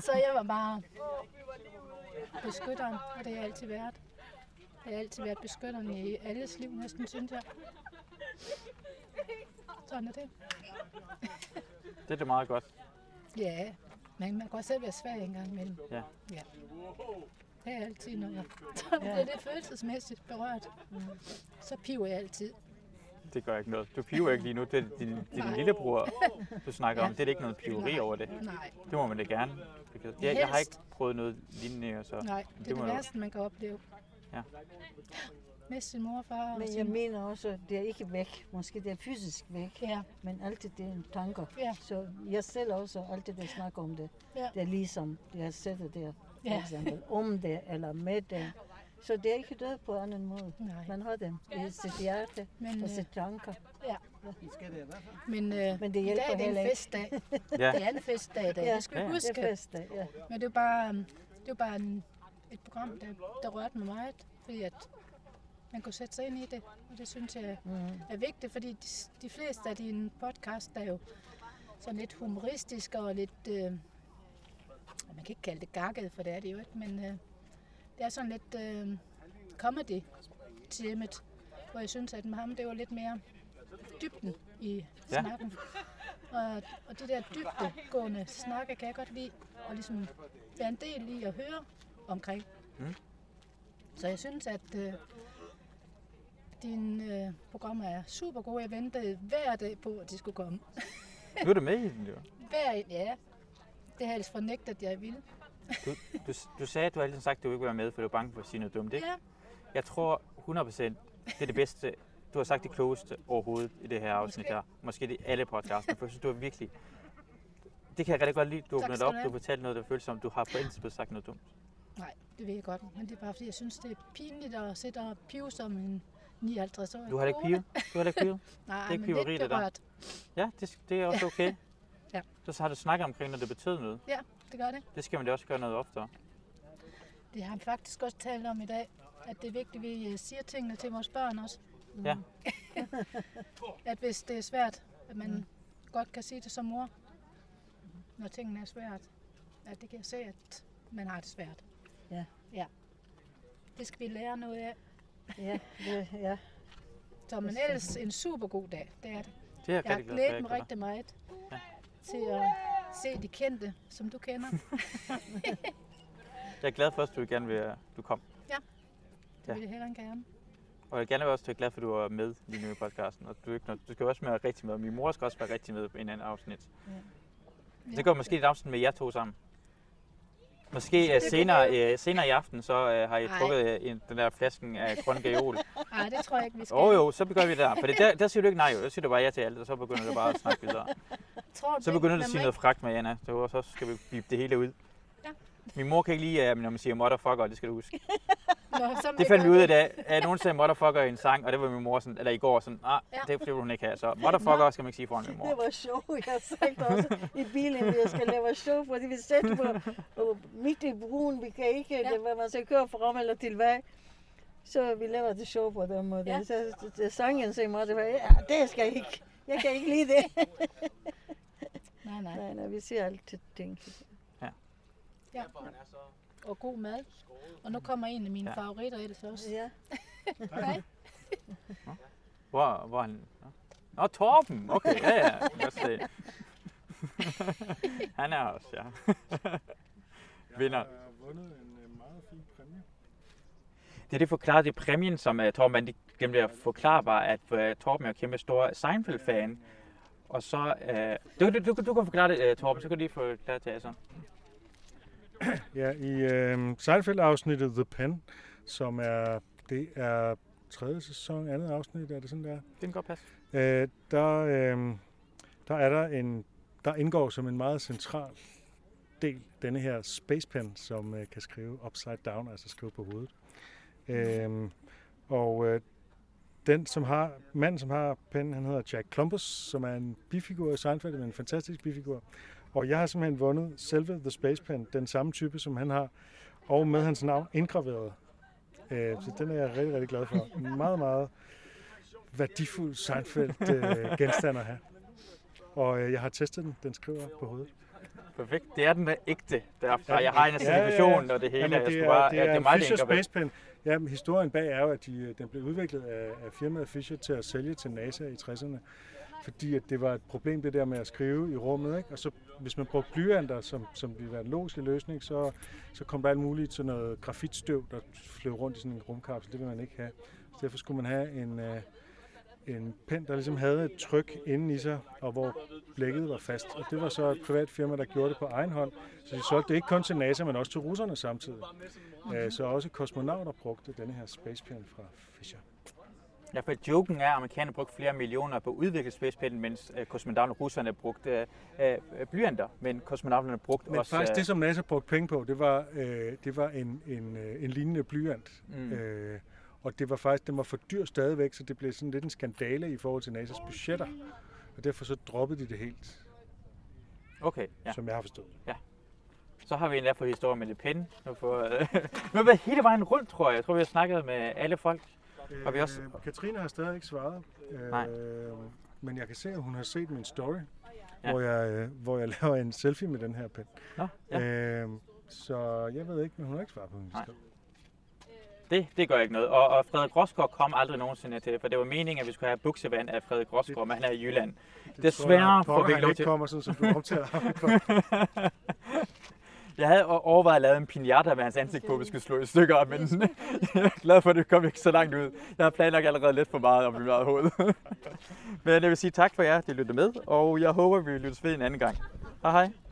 S20: så jeg var bare beskytteren, og det har jeg altid været. Jeg har altid været beskytteren i alles liv, næsten synes jeg. Sådan er det.
S1: Det er da meget godt.
S20: Ja, men man kan også selv være svag en gang imellem.
S1: Ja.
S20: ja.
S16: Uh.
S20: Det er altid, når jeg sådan
S5: Ja.
S20: bliver lidt følelsesmæssigt berørt. mm, Så piver jeg altid.
S1: Det gør ikke noget. Du piver ikke lige nu. Det er din, din
S20: Nej.
S1: lillebror, du snakker
S20: Ja.
S1: om. Det er da ikke noget piveri
S20: Nej.
S1: over det.
S20: Nej.
S1: Det må man da gerne. Jeg, jeg har
S20: Helst.
S1: ikke prøvet noget lignende. Så
S20: Nej, det er
S1: må
S20: det
S1: du-
S20: værste, man kan opleve.
S1: Ja.
S20: Miste sin mor og far. og
S5: Men jeg
S20: sin-
S5: mener også, at det er ikke væk. Måske det er fysisk væk,
S20: ja.
S5: men altid det er tanker.
S20: Ja.
S5: Så jeg selv også altid der snakker om det.
S20: Ja.
S5: Det er ligesom, jeg sætter der, for
S20: Ja.
S5: eksempel, om det eller med det. Så det er ikke død på anden måde.
S20: Nej.
S5: Man har dem i sit hjerte
S20: Men,
S5: og
S20: øh,
S5: sit tanker.
S20: Ja.
S5: Skal det i hvert fald.
S20: Men, øh,
S5: Men det
S20: i dag
S5: hjælper
S20: er det
S5: heller
S20: en
S5: ikke.
S20: festdag.
S5: Ja.
S20: Det er en festdag i dag,
S5: Ja,
S20: det skal vi
S5: ja,
S20: huske.
S5: det er festdag, ja.
S20: Men det er bare, øhm, det er bare en, et program, der, der rørte mig meget, fordi at man kunne sætte sig ind i det, og det synes jeg
S5: Mhm.
S20: er vigtigt, fordi de, de fleste af dine podcast er jo sådan lidt humoristiske og lidt, øh, man kan ikke kalde det gakket, for det er det jo ikke, men øh, det er sådan lidt øh, comedy temet hvor jeg synes, at med ham, det var lidt mere dybden i
S8: Ja.
S20: ja. snakken. Og, og det der dybdegående snakke kan jeg godt lide, og ligesom være en del i at høre omkring.
S1: Mm.
S20: Så jeg synes, at øh, dine øh, programmer er super gode. Jeg ventede hver dag på, at de skulle komme.
S1: Nu er du med i den, jo.
S20: hver, ja, det har jeg ellers fornægtet, at jeg ville.
S1: Du, du, du sagde, at du altid sagt, at du ikke ville være med, for du var bange for at sige noget dumt, ikke?
S20: Ja.
S1: Jeg tror 100% det er det bedste, du har sagt det klogeste overhovedet i det her afsnit
S20: Måske.
S1: her. Måske det er alle podcastene, for jeg synes, du har virkelig... Det kan jeg rigtig godt lide. Du
S20: Tak
S1: åbnede
S20: skal
S1: op,
S20: du have.
S1: du fortalte noget, der føles som, du har på intet tidspunkt sagt noget dumt.
S20: Nej, det ved jeg godt, men det er bare fordi, jeg synes, det er pinligt at sidde og pive som en 59-årig
S1: Du har heller ikke
S20: kone.
S1: pivet? Du har heller ikke pivet?
S20: Nej,
S1: det er ikke
S20: men
S1: piveri,
S20: lidt
S1: det der.
S20: berørt.
S1: Ja, det, det er også okay.
S20: Ja.
S1: Så, så har du snakket omkring, når det betyder noget.
S20: Ja, det gør det.
S1: Det skal man da også gøre noget oftere.
S20: Det har vi faktisk også talt om i dag, at det er vigtigt, at vi øh, siger tingene til vores børn også.
S1: Ja.
S20: at hvis det er svært, at man
S1: Mm.
S20: godt kan sige det som mor, når tingene er svært, at det kan se, at man har det svært.
S5: Ja.
S20: Ja. Det skal vi lære noget af.
S5: Ja, det, ja.
S20: Så men
S5: Det er
S20: ellers
S5: sådan.
S20: en super god dag, det er det.
S1: Det er jeg
S20: jeg har
S1: rigtig glad for,
S20: glædet
S1: jeg
S20: mig
S1: gør.
S20: rigtig meget
S1: Ja.
S20: til at se de kendte, som du kender.
S1: Jeg er glad for, at du gerne vil, øh, du kom.
S20: ja, det
S1: Ja.
S20: vil jeg hellere end gerne.
S1: Og jeg er gerne vil også at du er glad for, at du er med lige nu i podcasten. Og du, er ikke, noget- du skal også være rigtig med, og min mor skal også være rigtig med på en anden afsnit.
S20: Ja.
S1: Så gør vi måske et afsnit med jer to sammen. Måske
S20: Det
S1: uh,
S20: kan
S1: senere,
S20: være.
S1: øh, senere i aften, så øh, har I
S20: Ej.
S1: drukket øh, en, den der flasken af grøn gajol.
S20: Nej, det tror jeg ikke, vi skal.
S1: Åh oh, jo, så gør vi det der. For det, der, der siger du ikke nej, jo. Der siger du bare ja til alt, og så begynder du bare at snakke videre.
S20: Tror
S1: Så
S20: ikke,
S1: begynder du
S20: man
S1: at sige
S20: må
S1: noget fragt, Mariana. Så, så skal vi bippe det hele ud.
S20: Ja.
S1: Min mor kan ikke lide, øh, når man siger motherfucker, det skal du huske.
S20: Nå, så
S1: Det fandt vi ud af, da at nogen sagde motherfucker i en sang, og det var min mor sådan, eller i går sådan, ah,
S5: Ja.
S1: ja. det, det vil hun ikke have, så motherfucker skal man ikke sige foran min
S5: Det
S1: mor.
S5: var sjovt, jeg har sagt også i bilen, vi skal lave show, fordi vi satte på og midt i broen, vi kan ikke, ja. det, var, man skal køre frem eller tilbage. Så vi laver det show på den måde. Ja.
S20: Ja.
S5: Så, så, så sangen sagde mig, det var, ja, det skal jeg ikke. Jeg kan ikke lide det.
S20: Nej, nej.
S5: nej, nej, vi siger altid ting.
S20: Ja. Og god mad. Og nu kommer en af mine
S1: Ja.
S20: ja. favoritter ellers også.
S5: Ja.
S20: Hej.
S1: Hvor, hvor er han? Nå. Nå, Torben! Okay, ja, ja. Jeg kan godt se. Han er også, ja. Vinder.
S4: Jeg har vundet en øh, meget fin præmie.
S1: Det er det forklaret, det er præmien, som uh, Torben han lige glemte at forklare, var, at uh, Torben er jo kæmpe stor Seinfeld-fan. Og så... Uh, du, du, du, du kan forklare det, uh, Torben, så kan du lige forklare det til Asger.
S4: Ja, i øh, Seinfeld-afsnittet The Pen, som er, det er tredje sæson, andet afsnit, er det sådan, der? Det
S1: kan godt passe.
S4: Øh, der, øh, der er der en, der indgår som en meget central del denne her space pen, som øh, kan skrive upside down, altså skrive på hovedet. Øh, og øh, den, som har, manden, som har pennen, han hedder Jack Klumpus, som er en bifigur i Seinfeld, men en fantastisk bifigur. Og jeg har simpelthen vundet selve The Space Pen, den samme type, som han har, og med hans navn indgraveret. Øh, så den er jeg rigtig, rigtig glad for. Meget, meget værdifuld Seinfeld-genstand at have. Og øh, jeg har testet den. Den skriver på hovedet.
S1: Perfekt. Det er den der ægte derfra.
S4: Ja,
S1: Jeg har en
S4: ja, ja, ja.
S1: certifikation Altså, og det hele.
S4: Jamen,
S1: jeg
S4: det,
S1: skulle
S4: er,
S1: bare,
S4: det,
S1: ja,
S4: er,
S1: det er meget
S4: Fisher
S1: lækkert.
S4: Space Pen. Ja, men historien bag er jo, at de, øh, den blev udviklet af, af firmaet Fisher til at sælge til NASA i 60'erne. Fordi at det var et problem, det der med at skrive i rummet. Ikke? Og så, hvis man brugte blyanter, som, som ville være en logisk løsning, så, så kom der alt muligt sådan noget grafitstøv, der flød rundt i sådan en rumkapsel. Det ville man ikke have. Så derfor skulle man have en, øh, en pen, der ligesom havde et tryk inde i sig, og hvor blækket var fast. Og det var så et privat firma, der gjorde det på egen hånd. Så de solgte det ikke kun til NASA, men også til russerne samtidig. Øh, Så også kosmonauter brugte denne her space pen fra Fisher.
S1: Ja, for joken er, at amerikanerne brugte flere millioner på at udvikle spacepennen, mens øh, kosmonauterne russerne brugte øh, øh, blyanter, men kosmonauterne brugte
S4: Men
S1: også...
S4: faktisk
S1: øh,
S4: det, som NASA brugte penge på, det var, øh, det var en, en, øh, en lignende blyant.
S1: Mm.
S4: Øh, og det var faktisk, den var for dyr stadigvæk, så det blev sådan lidt en skandale i forhold til NASA's budgetter. Og derfor så droppede de det helt,
S1: Okay, ja.
S4: som jeg har forstået.
S1: ja. Så har vi endda fået historie med Le Pen. Nu, får, øh, nu har vi været hele vejen rundt, tror jeg. Jeg tror, vi har snakket med alle folk. Og vi også...
S4: Øh, Katrine har stadig ikke svaret. Øh,
S1: Nej.
S4: Men jeg kan se, at hun har set min story, ja. hvor, jeg, øh, hvor jeg laver en selfie med den her pen.
S1: Nå, ja.
S4: øh, så jeg ved ikke, men hun har ikke svaret på min story.
S1: Det, det gør ikke noget. Og, og Frederik Rosgaard kom aldrig nogensinde til, for det var meningen, at vi skulle have buksevand af Frederik Rosgaard, men han er i Jylland.
S4: tror
S1: Desværre
S4: jeg,
S1: får vi ikke lov
S4: pokker, han
S1: til...
S4: ikke kommer, sådan som du omtaler ham.
S1: Jeg havde o- overvejet at lave en pinata med hans ansigt på, at vi skulle slå i stykker, men jeg er glad for, at det kom ikke så langt ud. Jeg har planlagt allerede lidt for meget om mit eget hoved. men jeg vil sige tak for jer, at I lyttede med, og jeg håber, vi lyttes ved en anden gang. Hej hej.